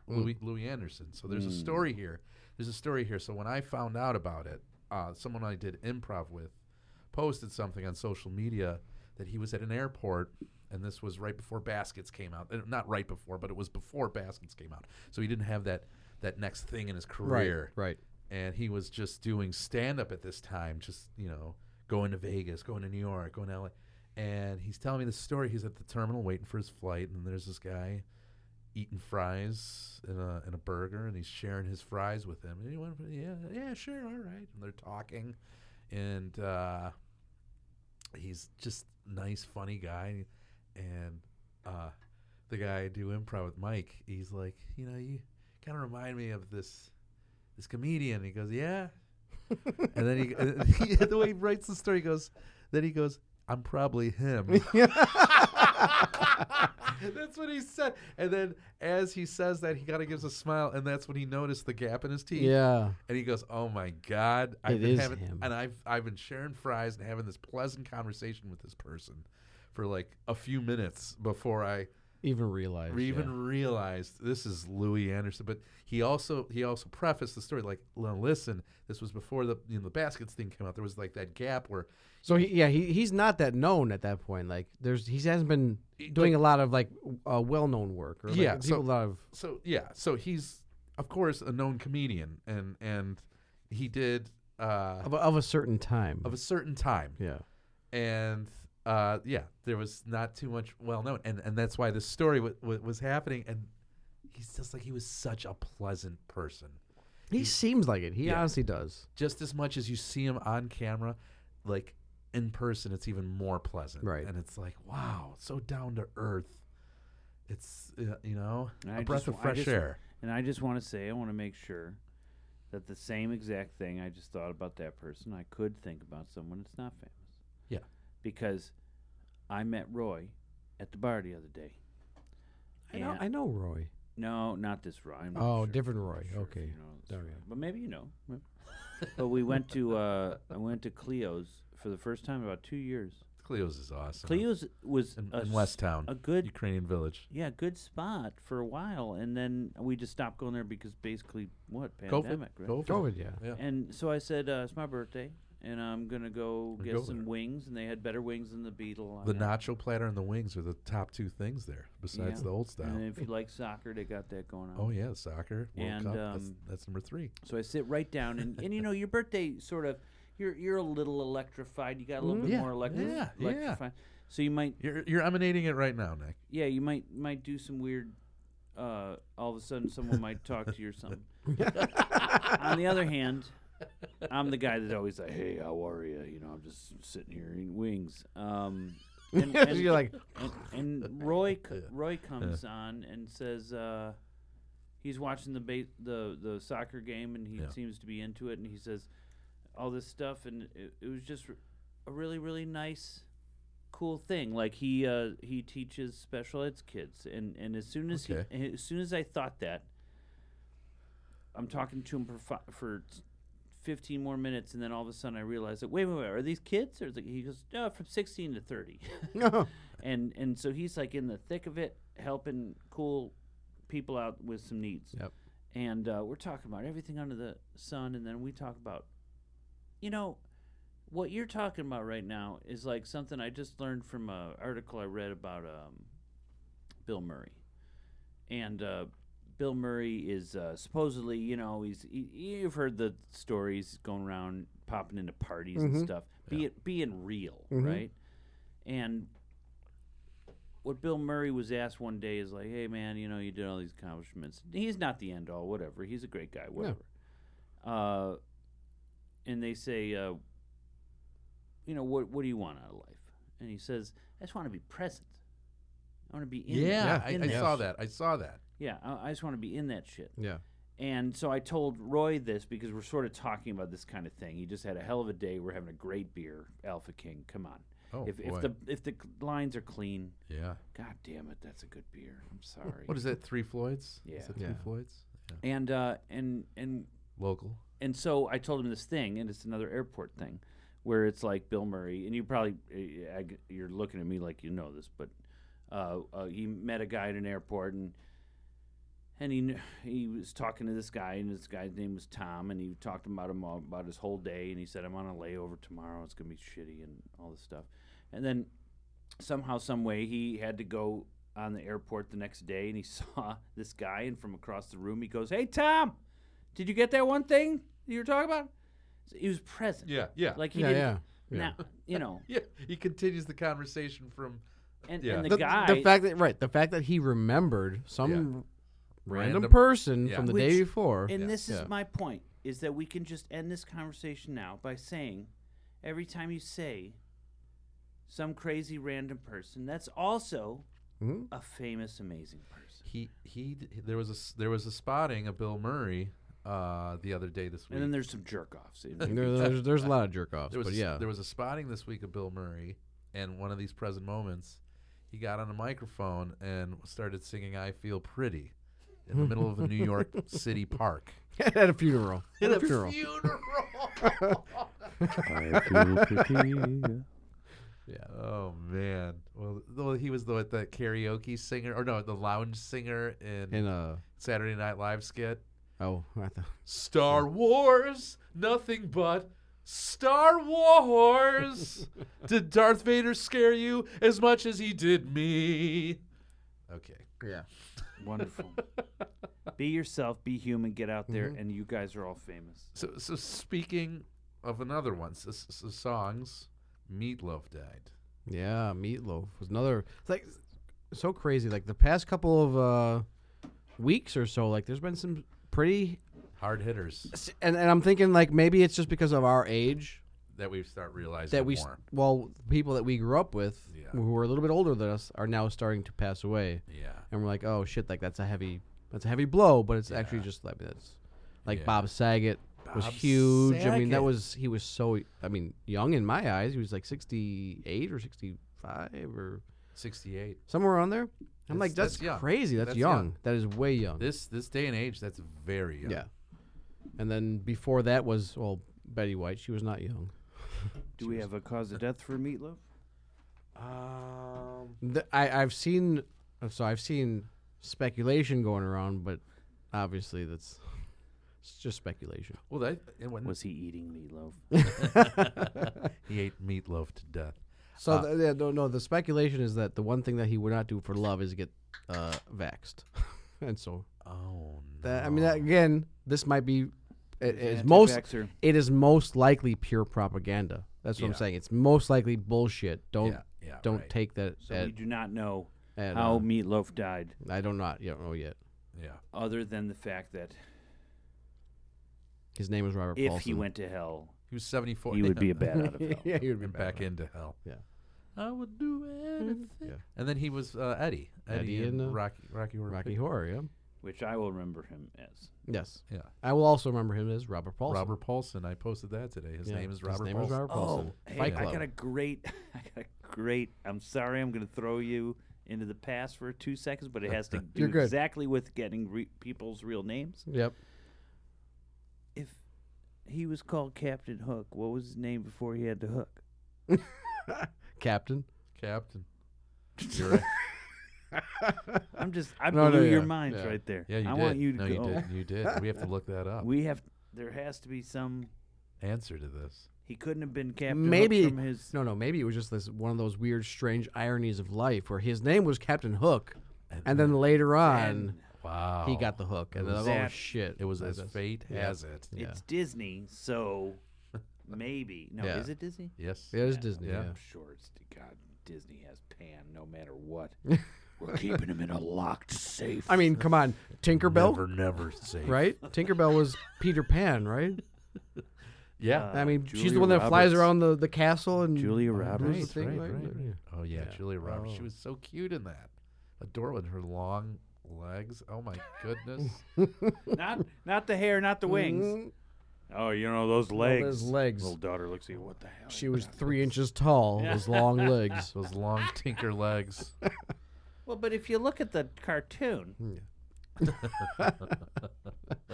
[SPEAKER 2] Mm.
[SPEAKER 1] Louis Louis Anderson. So there's a story here. There's a story here. So when I found out about it, uh, someone I did improv with posted something on social media that he was at an airport. And this was right before Baskets came out. Uh, Not right before, but it was before Baskets came out. So he didn't have that, that next thing in his career *laughs*
[SPEAKER 2] Right.
[SPEAKER 1] and he was just doing stand up at this time, just you know, going to Vegas, going to New York, going to LA. And he's telling me this story. He's at the terminal waiting for his flight, and there's this guy eating fries and a, and a burger, and he's sharing his fries with him. And he went, yeah, yeah, sure, all right. And they're talking, and uh, he's just nice, funny guy. And uh, the guy I do improv with, Mike, he's like, you know, you kind of remind me of this this comedian. He goes, yeah. and then he, *laughs* and he, the way he writes the story, he goes, then he goes, I'm probably
[SPEAKER 2] *laughs*
[SPEAKER 1] him. that's what he said. And then as he says that, he kind of gives a smile, and that's when he noticed the gap in his teeth.
[SPEAKER 2] Yeah.
[SPEAKER 1] And he goes, "Oh my God, I've
[SPEAKER 2] It
[SPEAKER 1] been
[SPEAKER 2] is
[SPEAKER 1] having
[SPEAKER 2] him.
[SPEAKER 1] and I've I've been sharing fries and having this pleasant conversation with this person for like a few minutes before I
[SPEAKER 2] Even realize.
[SPEAKER 1] even realized this is Louis Anderson." But he also he also prefaced the story like, "Now listen, this was before the you know the baskets thing came out. There was like that gap where
[SPEAKER 2] So he, yeah, he, he's not that known at that point. Like there's he hasn't been doing a lot of like uh, well known work. Or, like,
[SPEAKER 1] Yeah,
[SPEAKER 2] people-
[SPEAKER 1] so-
[SPEAKER 2] a lot of
[SPEAKER 1] so yeah, so he's of course a known comedian and and he did uh,
[SPEAKER 2] of, a- of a certain time.
[SPEAKER 1] of a certain time.
[SPEAKER 2] yeah.
[SPEAKER 1] and uh, yeah, there was not too much well known, and and that's why this story w- w- was happening. And he's just like he was such a pleasant person,
[SPEAKER 2] He seems like it. He
[SPEAKER 1] Yeah.
[SPEAKER 2] honestly does.
[SPEAKER 1] just as much as you see him on camera, like in person, it's even more pleasant,
[SPEAKER 2] Right.
[SPEAKER 1] And it's like wow, so down to earth. It's uh, you know
[SPEAKER 3] And
[SPEAKER 1] a
[SPEAKER 3] I
[SPEAKER 1] breath
[SPEAKER 3] just
[SPEAKER 1] of
[SPEAKER 3] wa- I
[SPEAKER 1] fresh
[SPEAKER 3] just-
[SPEAKER 1] air.
[SPEAKER 3] And I just want to say, I want to make sure that the same exact thing I just thought about that person, I could think about someone that's not famous.
[SPEAKER 1] Yeah.
[SPEAKER 3] Because I met Roy at the bar the other day.
[SPEAKER 2] I know.
[SPEAKER 3] And-
[SPEAKER 2] I know Roy.
[SPEAKER 3] No, not this Roy. I'm not
[SPEAKER 2] Oh,
[SPEAKER 3] sure-
[SPEAKER 2] different
[SPEAKER 3] I'm
[SPEAKER 2] Roy.
[SPEAKER 3] not sure if
[SPEAKER 2] Okay.
[SPEAKER 3] you know this
[SPEAKER 2] Oh,
[SPEAKER 3] Roy,
[SPEAKER 2] yeah.
[SPEAKER 3] But maybe you know. but we went to uh, I went to Cleo's for the first time in about two years.
[SPEAKER 1] Cleo's is awesome.
[SPEAKER 3] Cleo's was
[SPEAKER 1] in,
[SPEAKER 3] a
[SPEAKER 1] in
[SPEAKER 3] s-
[SPEAKER 1] West Town,
[SPEAKER 3] a good
[SPEAKER 1] Ukrainian village.
[SPEAKER 3] yeah, good spot for a while, and then we just stopped going there because basically what
[SPEAKER 1] Go for,
[SPEAKER 3] pandemic, right?
[SPEAKER 1] go for
[SPEAKER 2] COVID.
[SPEAKER 1] it.
[SPEAKER 2] Yeah.
[SPEAKER 1] Yeah.
[SPEAKER 3] And so I said, uh, "It's my birthday, and I'm gonna go
[SPEAKER 1] We
[SPEAKER 3] get
[SPEAKER 1] go
[SPEAKER 3] some
[SPEAKER 1] there.
[SPEAKER 3] wings." And they had better wings than the Beetle. I
[SPEAKER 1] The
[SPEAKER 3] got-
[SPEAKER 1] nacho platter and the wings are the top two things there, besides
[SPEAKER 3] Yeah.
[SPEAKER 1] the old style.
[SPEAKER 3] And if you like soccer, they got that going on.
[SPEAKER 1] Oh yeah, soccer World
[SPEAKER 3] And,
[SPEAKER 1] Cup. that's,
[SPEAKER 3] um,
[SPEAKER 1] that's number three.
[SPEAKER 3] So I sit right down, and, and you know your birthday sort of you're you're a little electrified. You got a little
[SPEAKER 2] Mm.
[SPEAKER 3] bit
[SPEAKER 1] Yeah,
[SPEAKER 3] more electric,
[SPEAKER 1] yeah, yeah.
[SPEAKER 3] electrified. So you might
[SPEAKER 1] You're you're emanating it right now, Nick.
[SPEAKER 3] yeah you might might do some weird. Uh, all of a sudden, someone might talk to you or something. On the other hand, I'm the guy that's always like, "Hey, how are you?" You know, I'm just sitting here eating wings. Um, and, and-
[SPEAKER 2] *laughs* You're like
[SPEAKER 3] and,
[SPEAKER 1] *laughs*
[SPEAKER 3] and Roy c- Roy comes on and says uh, he's watching the ba- the the soccer game and he
[SPEAKER 1] Yeah.
[SPEAKER 3] seems to be into it and he says all this stuff and it, it was just r- a really really nice cool thing like he uh, he teaches special eds kids and and as soon as
[SPEAKER 1] Okay.
[SPEAKER 3] he, as soon as I thought that I'm talking to him for fi- for t- 15 more minutes and then all of a sudden I realized that wait wait wait are these kids or is it, he goes no from 16 to 30
[SPEAKER 2] no.
[SPEAKER 3] and and so he's like in the thick of it, helping cool people out with some needs.
[SPEAKER 2] Yep.
[SPEAKER 3] And uh, we're talking about everything under the sun, and then we talk about, you know, what you're talking about right now is like something I just learned from an article I read about um, Bill Murray, and uh, Bill Murray is uh, supposedly, you know, he's he, you've heard the stories going around popping into parties and stuff, be it being real,
[SPEAKER 1] Mm-hmm.
[SPEAKER 3] right? And what Bill Murray was asked one day is like, "Hey, man, you know, you did all these accomplishments. He's not the end all, whatever. He's a great guy, whatever." Uh, and they say, uh, "You know, what what do you want out of life?" And he says, "I just want to be present. I want to be in
[SPEAKER 1] yeah, I,
[SPEAKER 3] in
[SPEAKER 1] I
[SPEAKER 3] that
[SPEAKER 1] saw
[SPEAKER 3] shit.
[SPEAKER 1] that. I saw that.
[SPEAKER 3] Yeah, I, I just want to be in that shit."
[SPEAKER 2] Yeah.
[SPEAKER 3] And so I told Roy this because we're sort of talking about this kind of thing. He just had a hell of a day. We're having a great beer, Alpha King. Come on.
[SPEAKER 1] Oh,
[SPEAKER 3] if,
[SPEAKER 1] boy.
[SPEAKER 3] if the if the c- lines are clean,
[SPEAKER 1] yeah.
[SPEAKER 3] god damn it, that's a good beer. I'm sorry.
[SPEAKER 1] What is that? Three Floyds? Is
[SPEAKER 3] Yeah.
[SPEAKER 1] it Three
[SPEAKER 2] Yeah.
[SPEAKER 1] Floyds? Yeah.
[SPEAKER 3] And uh, and and
[SPEAKER 1] Local.
[SPEAKER 3] and so I told him this thing, and it's another airport thing, where it's like Bill Murray, and you probably eh, I, I- you're looking at me like you know this, but uh, uh, he met a guy at an airport, and and he kn- he was talking to this guy, and this guy's name was Tom, and he talked about him all, about his whole day, and he said, "I'm on a layover tomorrow. It's gonna be shitty, and all this stuff," and then somehow, some way, he had to go on the airport the next day, and he *laughs* saw this guy, and from across the room, he goes, "Hey, Tom." Did you get that one thing you were talking about? He was present.
[SPEAKER 1] Yeah, yeah.
[SPEAKER 3] Like he
[SPEAKER 5] Yeah,
[SPEAKER 3] didn't.
[SPEAKER 5] yeah. yeah.
[SPEAKER 3] Now, you know,
[SPEAKER 1] yeah, he continues the conversation from
[SPEAKER 3] and,
[SPEAKER 1] Yeah.
[SPEAKER 3] and the,
[SPEAKER 1] The-
[SPEAKER 3] guy.
[SPEAKER 2] the fact that right, the fact that he remembered some
[SPEAKER 1] Yeah.
[SPEAKER 2] random,
[SPEAKER 1] Random-
[SPEAKER 2] person
[SPEAKER 1] yeah.
[SPEAKER 2] from the
[SPEAKER 3] Which-
[SPEAKER 2] day before.
[SPEAKER 3] and this is
[SPEAKER 2] Yeah.
[SPEAKER 3] my point: is that we can just end this conversation now by saying, every time you say some crazy random person, that's also
[SPEAKER 1] *laughs*
[SPEAKER 2] Mhm.
[SPEAKER 3] a famous, amazing person.
[SPEAKER 1] he he. d- There was a s- there was a spotting of Bill Murray uh, the other day this week.
[SPEAKER 3] And then there's some jerk offs.
[SPEAKER 2] *laughs* There- there's, there's a lot of jerk offs,
[SPEAKER 1] there was
[SPEAKER 2] but
[SPEAKER 1] a s-
[SPEAKER 2] yeah,
[SPEAKER 1] there was a spotting this week of Bill Murray, and one of these present moments, he got on a microphone and started singing "I Feel Pretty" in the middle of a New
[SPEAKER 3] *laughs*
[SPEAKER 1] York City park.
[SPEAKER 2] *laughs* at
[SPEAKER 1] *laughs*
[SPEAKER 2] a funeral. At a funeral.
[SPEAKER 1] Funeral.
[SPEAKER 4] I feel pretty.
[SPEAKER 1] oh man. Well, th- well, he was the what, the karaoke singer or no, the lounge singer in
[SPEAKER 2] In a
[SPEAKER 1] Saturday Night Live skit.
[SPEAKER 2] uh, oh, *laughs* I thought
[SPEAKER 1] Star Wars, nothing but Star Wars. did Darth Vader scare you as much as he did me? Okay.
[SPEAKER 2] yeah.
[SPEAKER 3] Wonderful. *laughs* be yourself. Be human. Get out there, and you guys are all famous.
[SPEAKER 1] So, so speaking of another one, so, so songs, Meatloaf died.
[SPEAKER 2] Yeah, meatloaf was another it's like so crazy. Like the past couple of uh, weeks or so, like there's been some pretty,
[SPEAKER 1] Hard hitters
[SPEAKER 2] and, and I'm thinking like maybe it's just because of our age
[SPEAKER 1] that we start realizing
[SPEAKER 2] that we s-
[SPEAKER 1] more.
[SPEAKER 2] well people that we grew up with
[SPEAKER 1] Yeah.
[SPEAKER 2] who are a little bit older than us are now starting to pass away,
[SPEAKER 1] Yeah.
[SPEAKER 2] and we're like, oh shit, like that's a heavy that's a heavy blow, but it's actually just like that's like
[SPEAKER 1] Yeah.
[SPEAKER 2] Bob Saget was
[SPEAKER 1] Bob
[SPEAKER 2] huge. I mean,
[SPEAKER 1] Saget.
[SPEAKER 2] that was he was so I mean young in my eyes. He was like 68 or 65 or
[SPEAKER 1] 68.
[SPEAKER 2] somewhere around there. I'm
[SPEAKER 1] That's-
[SPEAKER 2] like, that's,
[SPEAKER 1] that's young.
[SPEAKER 2] crazy. That's,
[SPEAKER 1] That's
[SPEAKER 2] young.
[SPEAKER 1] young.
[SPEAKER 2] That is way young.
[SPEAKER 1] This this day and age, that's very young.
[SPEAKER 2] yeah. And then before that was well Betty White. She was not young.
[SPEAKER 3] Do we have a cause of death for meatloaf?
[SPEAKER 1] Um,
[SPEAKER 2] The, I I've seen so I've seen speculation going around, but obviously that's it's just speculation.
[SPEAKER 1] well, that and when
[SPEAKER 3] Was he eating meatloaf?
[SPEAKER 1] he ate meatloaf to death.
[SPEAKER 2] So
[SPEAKER 1] Ah.
[SPEAKER 2] the, yeah, no no the speculation is that the one thing that he would not do for love is get uh vaxxed, *laughs* and so
[SPEAKER 1] Oh no!
[SPEAKER 2] that I mean that, again this might be it, it's
[SPEAKER 3] Anti-vaxxer.
[SPEAKER 2] most it is most likely pure propaganda. That's what I'm
[SPEAKER 1] Yeah.
[SPEAKER 2] saying. It's most likely bullshit. Don't
[SPEAKER 1] Yeah, yeah,
[SPEAKER 2] don't
[SPEAKER 1] right.
[SPEAKER 2] take that.
[SPEAKER 3] So
[SPEAKER 2] at,
[SPEAKER 3] we do not know
[SPEAKER 2] at,
[SPEAKER 3] how
[SPEAKER 2] uh,
[SPEAKER 3] Meatloaf died,
[SPEAKER 2] I don't not you don't know yet.
[SPEAKER 1] yeah.
[SPEAKER 3] other than the fact that
[SPEAKER 2] His name is Robert.
[SPEAKER 3] if
[SPEAKER 2] Paulson.
[SPEAKER 3] he went to hell,
[SPEAKER 1] He was 74.
[SPEAKER 3] he would be
[SPEAKER 1] *laughs*
[SPEAKER 3] a
[SPEAKER 2] *laughs*
[SPEAKER 3] bat out of hell.
[SPEAKER 2] yeah, he would be
[SPEAKER 1] and
[SPEAKER 2] back.
[SPEAKER 1] back into hell.
[SPEAKER 2] Yeah. Mm-hmm.
[SPEAKER 1] I would do anything.
[SPEAKER 2] Yeah.
[SPEAKER 1] And then he was uh, Eddie. Eddie,
[SPEAKER 2] Eddie
[SPEAKER 1] and
[SPEAKER 2] in, uh,
[SPEAKER 1] Rocky Rocky Horror
[SPEAKER 2] Rocky
[SPEAKER 1] Picture-
[SPEAKER 2] Horror. Yeah.
[SPEAKER 3] Which I will remember him as.
[SPEAKER 2] Yes,
[SPEAKER 1] Yeah.
[SPEAKER 2] I will also remember him as Robert Paulson.
[SPEAKER 1] Robert Paulson. I posted that today. His
[SPEAKER 2] Yeah,
[SPEAKER 1] name is Robert
[SPEAKER 2] His name
[SPEAKER 1] Paulson.
[SPEAKER 2] is Robert Paulson.
[SPEAKER 3] Oh, hey,
[SPEAKER 2] Fight
[SPEAKER 3] I
[SPEAKER 2] Club.
[SPEAKER 3] got a great, *laughs* I got a great. I'm sorry, I'm going to throw you into the past for two seconds, but it
[SPEAKER 2] *laughs*
[SPEAKER 3] has to do
[SPEAKER 2] You're good.
[SPEAKER 3] exactly with getting re- people's real names.
[SPEAKER 1] Oh.
[SPEAKER 2] Yep.
[SPEAKER 3] If he was called Captain Hook, what was his name before he had the hook?
[SPEAKER 2] Captain. *laughs*
[SPEAKER 1] Captain. You're right.
[SPEAKER 3] I'm just, I
[SPEAKER 2] No, no,
[SPEAKER 3] blew your
[SPEAKER 2] yeah,
[SPEAKER 3] minds
[SPEAKER 2] yeah.
[SPEAKER 3] right there.
[SPEAKER 1] Yeah, you
[SPEAKER 3] I
[SPEAKER 1] did.
[SPEAKER 3] want you to
[SPEAKER 1] no,
[SPEAKER 3] go.
[SPEAKER 1] you did. You did. We have to look that
[SPEAKER 2] *laughs*
[SPEAKER 1] up.
[SPEAKER 3] *laughs* We have, there has to be some.
[SPEAKER 1] Answer to this.
[SPEAKER 3] He couldn't have been Captain Hook
[SPEAKER 2] Maybe-
[SPEAKER 3] from his.
[SPEAKER 2] No, no. Maybe it was just this one of those weird, strange ironies of life, where his name was Captain Hook, and then later on
[SPEAKER 1] Wow.
[SPEAKER 2] he got the hook, and then,
[SPEAKER 1] was
[SPEAKER 2] oh
[SPEAKER 3] that-
[SPEAKER 2] shit,
[SPEAKER 1] It was
[SPEAKER 2] Like
[SPEAKER 1] as
[SPEAKER 2] this.
[SPEAKER 1] fate
[SPEAKER 2] Yeah.
[SPEAKER 1] has it.
[SPEAKER 2] Yeah.
[SPEAKER 3] It's Disney, so *laughs* maybe. No,
[SPEAKER 2] Yeah.
[SPEAKER 3] is it Disney?
[SPEAKER 1] Yes.
[SPEAKER 2] Yeah, it is Disney.
[SPEAKER 1] Yeah.
[SPEAKER 2] Yeah.
[SPEAKER 3] I'm sure it's God. Disney has Pan, no matter *laughs* what. We're keeping him in a locked safe.
[SPEAKER 2] I mean, come on, Tinkerbell,
[SPEAKER 1] Never, never say.
[SPEAKER 2] right? Tinkerbell was Peter Pan, right?
[SPEAKER 1] Yeah.
[SPEAKER 3] Uh,
[SPEAKER 2] I mean, she's
[SPEAKER 3] Julia
[SPEAKER 2] the one that flies
[SPEAKER 3] Roberts.
[SPEAKER 2] around the, the castle and
[SPEAKER 3] Julia Roberts.
[SPEAKER 2] Right, thing, right, right.
[SPEAKER 1] Oh yeah,
[SPEAKER 2] Yeah.
[SPEAKER 1] Julia Roberts. She
[SPEAKER 2] Oh.
[SPEAKER 1] was so cute in that. Adorable in her long
[SPEAKER 2] *laughs*
[SPEAKER 1] legs. Oh my goodness.
[SPEAKER 3] *laughs* not not the hair, not the wings. Oh, you know those
[SPEAKER 5] Well,
[SPEAKER 3] legs.
[SPEAKER 5] those legs.
[SPEAKER 3] Little daughter looks at you. What the hell?
[SPEAKER 5] She was three inches tall, those
[SPEAKER 3] *laughs*
[SPEAKER 5] long
[SPEAKER 1] *laughs*
[SPEAKER 5] legs.
[SPEAKER 1] Those long tinker legs.
[SPEAKER 3] Well, but if you look at the cartoon,
[SPEAKER 2] *laughs*
[SPEAKER 3] *laughs*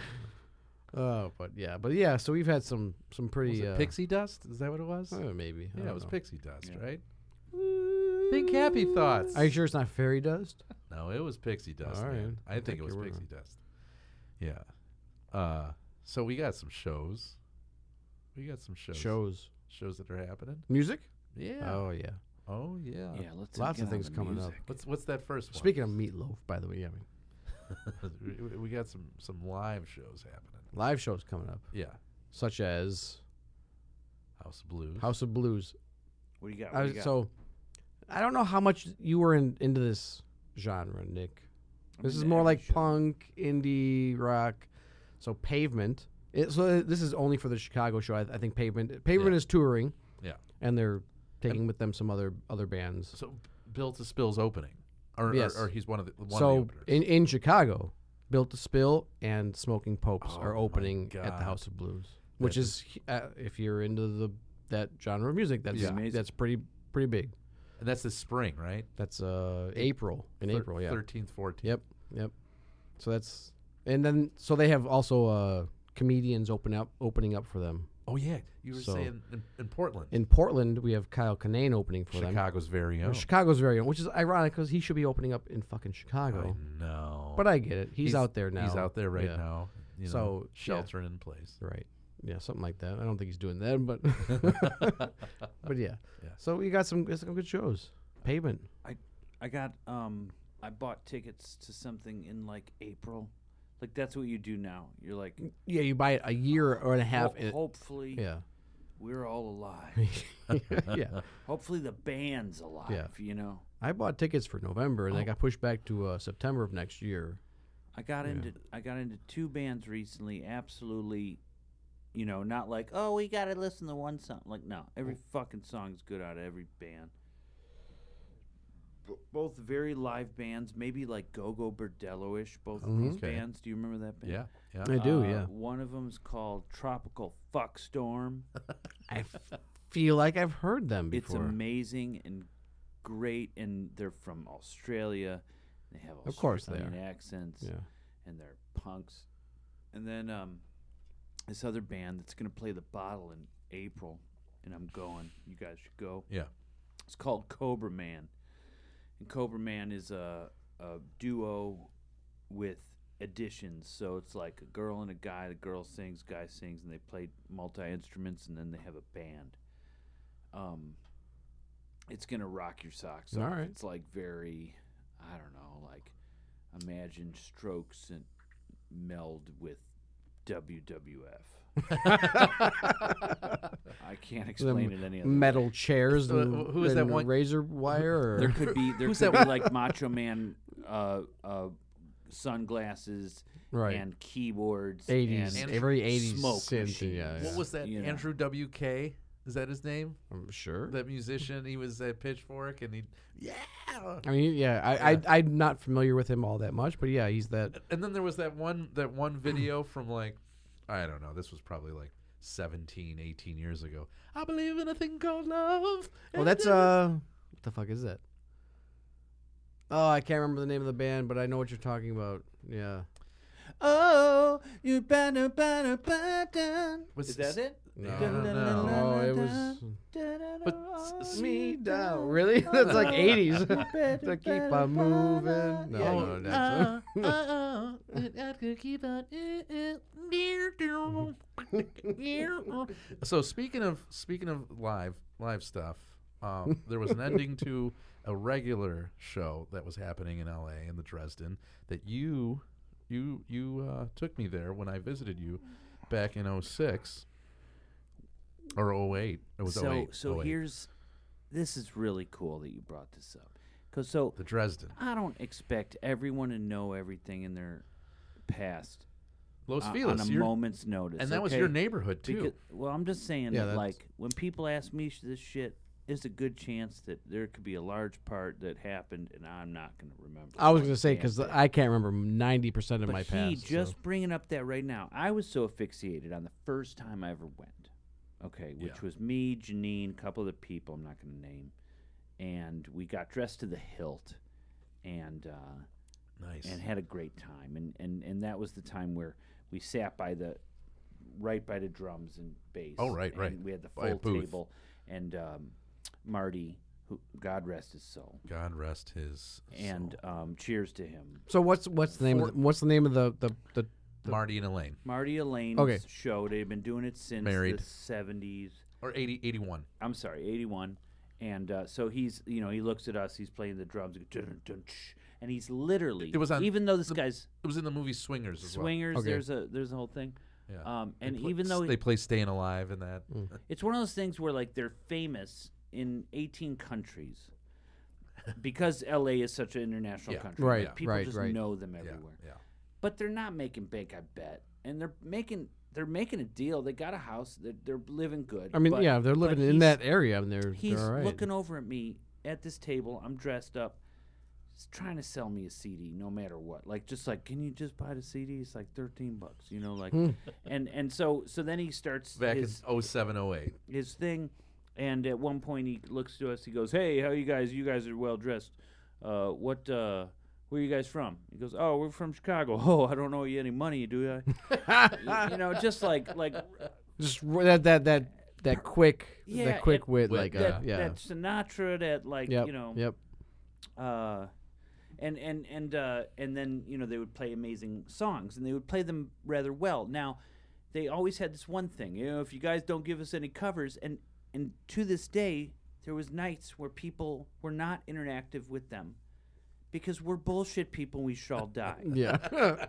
[SPEAKER 2] Oh, but
[SPEAKER 5] Yeah, but yeah, so we've had some some
[SPEAKER 1] Was
[SPEAKER 5] pretty
[SPEAKER 1] it
[SPEAKER 5] uh,
[SPEAKER 1] pixie dust? Is that what it was?
[SPEAKER 2] uh, maybe. I
[SPEAKER 1] yeah,
[SPEAKER 2] don't
[SPEAKER 1] it was
[SPEAKER 2] know.
[SPEAKER 1] pixie dust,
[SPEAKER 3] Yeah.
[SPEAKER 1] right? Think happy thoughts.
[SPEAKER 5] Are you sure it's not fairy dust?
[SPEAKER 1] No, it was pixie dust.
[SPEAKER 2] All
[SPEAKER 1] man.
[SPEAKER 2] right.
[SPEAKER 1] I think
[SPEAKER 2] Take
[SPEAKER 1] it was
[SPEAKER 2] your word
[SPEAKER 1] pixie dust. Yeah. Uh, so we got some shows. We got some shows.
[SPEAKER 2] shows.
[SPEAKER 1] Shows that are happening.
[SPEAKER 2] Music?
[SPEAKER 1] Yeah.
[SPEAKER 2] Oh yeah.
[SPEAKER 1] Oh yeah.
[SPEAKER 3] yeah, let's
[SPEAKER 2] Lots
[SPEAKER 3] get
[SPEAKER 2] of
[SPEAKER 3] on
[SPEAKER 2] things
[SPEAKER 3] the
[SPEAKER 2] coming
[SPEAKER 3] music.
[SPEAKER 2] up.
[SPEAKER 1] What's what's that first one?
[SPEAKER 2] Speaking of meatloaf, by the way, yeah, I mean,
[SPEAKER 1] *laughs* we, we got some some live shows happening.
[SPEAKER 2] live shows coming up,
[SPEAKER 1] Yeah.
[SPEAKER 2] such as
[SPEAKER 1] House of Blues.
[SPEAKER 2] House of Blues.
[SPEAKER 3] What do you got? What
[SPEAKER 2] I
[SPEAKER 3] do
[SPEAKER 2] was-
[SPEAKER 3] you got?
[SPEAKER 2] so, I don't know how much you were in, into this genre, Nick.
[SPEAKER 3] I'm
[SPEAKER 2] This is
[SPEAKER 3] into
[SPEAKER 2] more
[SPEAKER 3] every
[SPEAKER 2] like
[SPEAKER 3] show.
[SPEAKER 2] punk, indie rock. So Pavement. It, so this is only for the Chicago show. I, I think Pavement. Pavement
[SPEAKER 1] Yeah.
[SPEAKER 2] is touring.
[SPEAKER 1] Yeah.
[SPEAKER 2] And they're taking with them some other other bands.
[SPEAKER 1] so Bill to Spill's opening, or,
[SPEAKER 2] Yes.
[SPEAKER 1] or, or he's one of the one of the
[SPEAKER 2] so
[SPEAKER 1] openers.
[SPEAKER 2] in in Chicago, Built to Spill and Smoking Popes
[SPEAKER 1] Oh
[SPEAKER 2] are
[SPEAKER 1] my
[SPEAKER 2] opening at
[SPEAKER 1] God.
[SPEAKER 2] the House of Blues, which
[SPEAKER 1] That
[SPEAKER 2] is uh, if you're into the that genre of music, that's
[SPEAKER 1] Yeah.
[SPEAKER 3] Amazing.
[SPEAKER 2] that's pretty pretty big.
[SPEAKER 1] and that's this spring, right?
[SPEAKER 2] That's uh April in
[SPEAKER 1] Thir-
[SPEAKER 2] April, yeah.
[SPEAKER 1] 13th, 14th.
[SPEAKER 2] Yep, yep. So that's and then so they have also uh comedians open up opening up for them.
[SPEAKER 1] Oh yeah, you were
[SPEAKER 2] So-
[SPEAKER 1] saying in, in Portland,
[SPEAKER 2] In Portland, we have Kyle Kinane opening for them.
[SPEAKER 1] Chicago's very own.
[SPEAKER 2] Well, Chicago's very own, which is ironic because he should be opening up in fucking Chicago.
[SPEAKER 1] I know.
[SPEAKER 2] But I get it. He's, out there now.
[SPEAKER 1] He's out there right
[SPEAKER 2] Yeah.
[SPEAKER 1] now. You know,
[SPEAKER 2] So, yeah.
[SPEAKER 1] sheltering in place.
[SPEAKER 2] Right. Yeah, something like that. I don't think he's doing that, but *laughs* but yeah.
[SPEAKER 1] Yeah.
[SPEAKER 2] So we got some, some good shows. Pavement.
[SPEAKER 3] I got um I bought tickets to something in like April. Like that's what you do now. You're like
[SPEAKER 2] Yeah, you buy it a year or and a half.
[SPEAKER 3] "Ho-
[SPEAKER 2] and it- *laughs*
[SPEAKER 3] hopefully
[SPEAKER 2] yeah.
[SPEAKER 3] we're all alive.
[SPEAKER 2] yeah.
[SPEAKER 3] hopefully the band's alive, you know.
[SPEAKER 2] I bought tickets for November and I got pushed back to uh, September of next year.
[SPEAKER 3] I got into I got into two bands recently, absolutely you know, not like, "Oh, we got to listen to one song." Like no, every
[SPEAKER 2] Mm.
[SPEAKER 3] fucking song's good out of every band. B- Both very live bands, maybe like Go-Go Bordello-ish, both of these
[SPEAKER 1] Okay.
[SPEAKER 3] bands. Do you remember that band?
[SPEAKER 1] Yeah, yeah.
[SPEAKER 2] Mm, I do,
[SPEAKER 3] Uh,
[SPEAKER 2] yeah.
[SPEAKER 3] One of them's called Tropical Fuckstorm.
[SPEAKER 2] I f- feel like I've heard them
[SPEAKER 3] it's
[SPEAKER 2] before.
[SPEAKER 3] amazing and great, and they're from Australia. They have Australian
[SPEAKER 2] Of course they
[SPEAKER 3] accents,
[SPEAKER 2] yeah.
[SPEAKER 3] and they're punks. And then um, this other band that's gonna play the bottle in April, and I'm going. You guys should go.
[SPEAKER 1] Yeah.
[SPEAKER 3] It's called Cobra Man, and Cobra Man is a, a duo with additions. So it's like a girl and a guy. The girl sings, guy sings, and they play multi instruments, and then they have a band. Um, it's gonna rock your socks off.
[SPEAKER 2] All right.
[SPEAKER 3] It's like very, I don't know, like imagine Strokes and meld with WWF. I can't explain it any other way.
[SPEAKER 2] Metal chairs
[SPEAKER 1] Uh,
[SPEAKER 2] and,
[SPEAKER 1] who is that
[SPEAKER 2] and
[SPEAKER 1] one-
[SPEAKER 2] razor wire. Or, *laughs*
[SPEAKER 3] There could be there
[SPEAKER 1] Who's
[SPEAKER 3] could
[SPEAKER 1] that-
[SPEAKER 3] be like Macho Man uh, uh, sunglasses
[SPEAKER 2] Right.
[SPEAKER 3] and keyboards.
[SPEAKER 2] 80s,
[SPEAKER 3] and
[SPEAKER 2] every 80s
[SPEAKER 3] smoke
[SPEAKER 2] synth, yeah,
[SPEAKER 3] machines.
[SPEAKER 1] What was that?
[SPEAKER 3] You know.
[SPEAKER 1] Andrew WK. Is that his name?
[SPEAKER 2] I'm sure.
[SPEAKER 1] That musician. He was at Pitchfork, and he, yeah.
[SPEAKER 2] I mean, yeah, I, I, I'm not familiar with him all that much, but yeah, he's that.
[SPEAKER 1] And then there was that one that one
[SPEAKER 2] *clears throat*
[SPEAKER 1] video from like, I don't know. This was probably like 17, 18 years ago. I believe in a thing called love.
[SPEAKER 2] Well, that's
[SPEAKER 1] and-
[SPEAKER 2] uh, what the fuck is that? Oh, I can't remember the name of the band, but I know what you're talking about. Yeah,
[SPEAKER 3] Oh, you better, better, better.
[SPEAKER 1] Was
[SPEAKER 3] Is that
[SPEAKER 1] s-
[SPEAKER 3] it?
[SPEAKER 2] no,
[SPEAKER 1] Dun, dun, dun,
[SPEAKER 2] no, Oh,
[SPEAKER 3] dun,
[SPEAKER 2] it
[SPEAKER 3] dun,
[SPEAKER 2] was
[SPEAKER 1] But s- s-
[SPEAKER 2] me down. Really? That's like '80s. to keep on moving. No, no, that's
[SPEAKER 1] Oh,
[SPEAKER 2] *laughs*
[SPEAKER 1] uh, I could keep on. uh, *laughs* so speaking of speaking of live live stuff, um, there was an ending to a regular show that was happening in L.A. in the Dresden that you you you uh, took me there when I visited you back in 06 or 08. It was
[SPEAKER 3] so
[SPEAKER 1] 08.
[SPEAKER 3] so
[SPEAKER 1] 08.
[SPEAKER 3] here's this is really cool that you brought this up because so
[SPEAKER 1] the Dresden
[SPEAKER 3] I don't expect everyone to know everything in their past
[SPEAKER 1] Los
[SPEAKER 3] o-
[SPEAKER 1] Feliz,
[SPEAKER 3] Uh, on a
[SPEAKER 1] your-
[SPEAKER 3] moment's notice,
[SPEAKER 1] and that was
[SPEAKER 3] okay?
[SPEAKER 1] your neighborhood too.
[SPEAKER 3] Because- well, I'm just saying
[SPEAKER 2] Yeah,
[SPEAKER 3] that
[SPEAKER 2] that's-
[SPEAKER 3] like when people ask me sh- this shit, is a good chance that there could be a large part that happened, and I'm not going to remember.
[SPEAKER 5] I was
[SPEAKER 3] what
[SPEAKER 5] gonna say
[SPEAKER 3] that
[SPEAKER 5] because
[SPEAKER 3] is.
[SPEAKER 5] I can't remember ninety percent of
[SPEAKER 3] but
[SPEAKER 5] my
[SPEAKER 3] he
[SPEAKER 5] past.
[SPEAKER 3] just
[SPEAKER 5] so.
[SPEAKER 3] bringing up that right now. I was so asphyxiated on the first time I ever went. Okay, which
[SPEAKER 1] Yeah.
[SPEAKER 3] was me, Janine, a couple of the people I'm not going to name, and we got dressed to the hilt, and. Uh,
[SPEAKER 1] Nice.
[SPEAKER 3] and had a great time. And, and and that was the time where we sat by the right by the drums and bass.
[SPEAKER 1] Oh, right,
[SPEAKER 3] and
[SPEAKER 1] right.
[SPEAKER 3] We had the
[SPEAKER 1] By a
[SPEAKER 3] full
[SPEAKER 1] booth.
[SPEAKER 3] table, and um, Marty, who God rest his soul,
[SPEAKER 1] God rest his
[SPEAKER 3] and um, cheers to him.
[SPEAKER 5] So what's what's the name of the, what's the name of the the, the
[SPEAKER 1] soul. Marty and Elaine
[SPEAKER 3] Marty Elaine's
[SPEAKER 5] Okay.
[SPEAKER 3] show. They've been doing it since
[SPEAKER 1] Married.
[SPEAKER 3] the seventies.
[SPEAKER 1] or 80, 81.
[SPEAKER 3] I'm sorry, 81. And uh, so he's, you know, he looks at us. He's playing the drums, dun, dun, tsh, and he's literally.
[SPEAKER 1] It was on
[SPEAKER 3] even though this
[SPEAKER 1] the
[SPEAKER 3] guy's
[SPEAKER 1] It was in the movie Swingers as
[SPEAKER 3] swingers.
[SPEAKER 5] Okay.
[SPEAKER 3] There's a there's a whole thing.
[SPEAKER 1] well. Yeah.
[SPEAKER 3] Um,
[SPEAKER 1] They
[SPEAKER 3] and
[SPEAKER 1] play-
[SPEAKER 3] even though
[SPEAKER 1] they play Staying Alive and that,
[SPEAKER 5] Mm.
[SPEAKER 1] *laughs*
[SPEAKER 3] It's one of those things where like they're famous in 18 countries because LA is such an international
[SPEAKER 1] Yeah,
[SPEAKER 3] country.
[SPEAKER 5] right,
[SPEAKER 3] like, people
[SPEAKER 5] right,
[SPEAKER 3] just
[SPEAKER 5] right.
[SPEAKER 3] know them
[SPEAKER 1] yeah,
[SPEAKER 3] everywhere.
[SPEAKER 1] yeah.
[SPEAKER 3] But they're not making bank, I bet. And they're making they're making a deal. They got a house. They're, they're living good.
[SPEAKER 5] I mean
[SPEAKER 3] but-
[SPEAKER 5] yeah they're
[SPEAKER 3] but
[SPEAKER 5] living in
[SPEAKER 3] he's-
[SPEAKER 5] that area and they're
[SPEAKER 3] He's
[SPEAKER 5] they're all right.
[SPEAKER 3] looking over at me at this table. I'm dressed up. He's trying to sell me a CD, no matter what. Like, just like, can you just buy the CD? It's like thirteen bucks, you know.
[SPEAKER 5] Hmm.
[SPEAKER 3] Like, and and so so then he starts
[SPEAKER 1] Back
[SPEAKER 3] his,
[SPEAKER 1] in 07, 08.
[SPEAKER 3] his thing. And at one point, he looks to us. He goes, "Hey, how you guys? You guys are well dressed. Uh, what? Uh, where you guys from?" He goes, "Oh, we're from Chicago. *laughs* Oh, I don't owe you any money, do
[SPEAKER 5] *laughs*
[SPEAKER 3] I?" you know, just like like
[SPEAKER 5] just r- that that that that quick
[SPEAKER 3] Yeah,
[SPEAKER 5] that quick
[SPEAKER 3] it-
[SPEAKER 5] wit
[SPEAKER 1] Wit,
[SPEAKER 5] like uh,
[SPEAKER 3] that,
[SPEAKER 5] yeah
[SPEAKER 3] that Sinatra, that like
[SPEAKER 5] yep
[SPEAKER 3] you know, *laughs*
[SPEAKER 5] yep
[SPEAKER 3] uh, and and and uh, and then you know they would play amazing songs and they would play them rather well. Now, they always had this one thing, you know, if you guys don't give us any covers, and and to this day, there was nights where people were not interactive with them because we're bullshit people. and We
[SPEAKER 2] *laughs*
[SPEAKER 3] shall die.
[SPEAKER 5] yeah *laughs*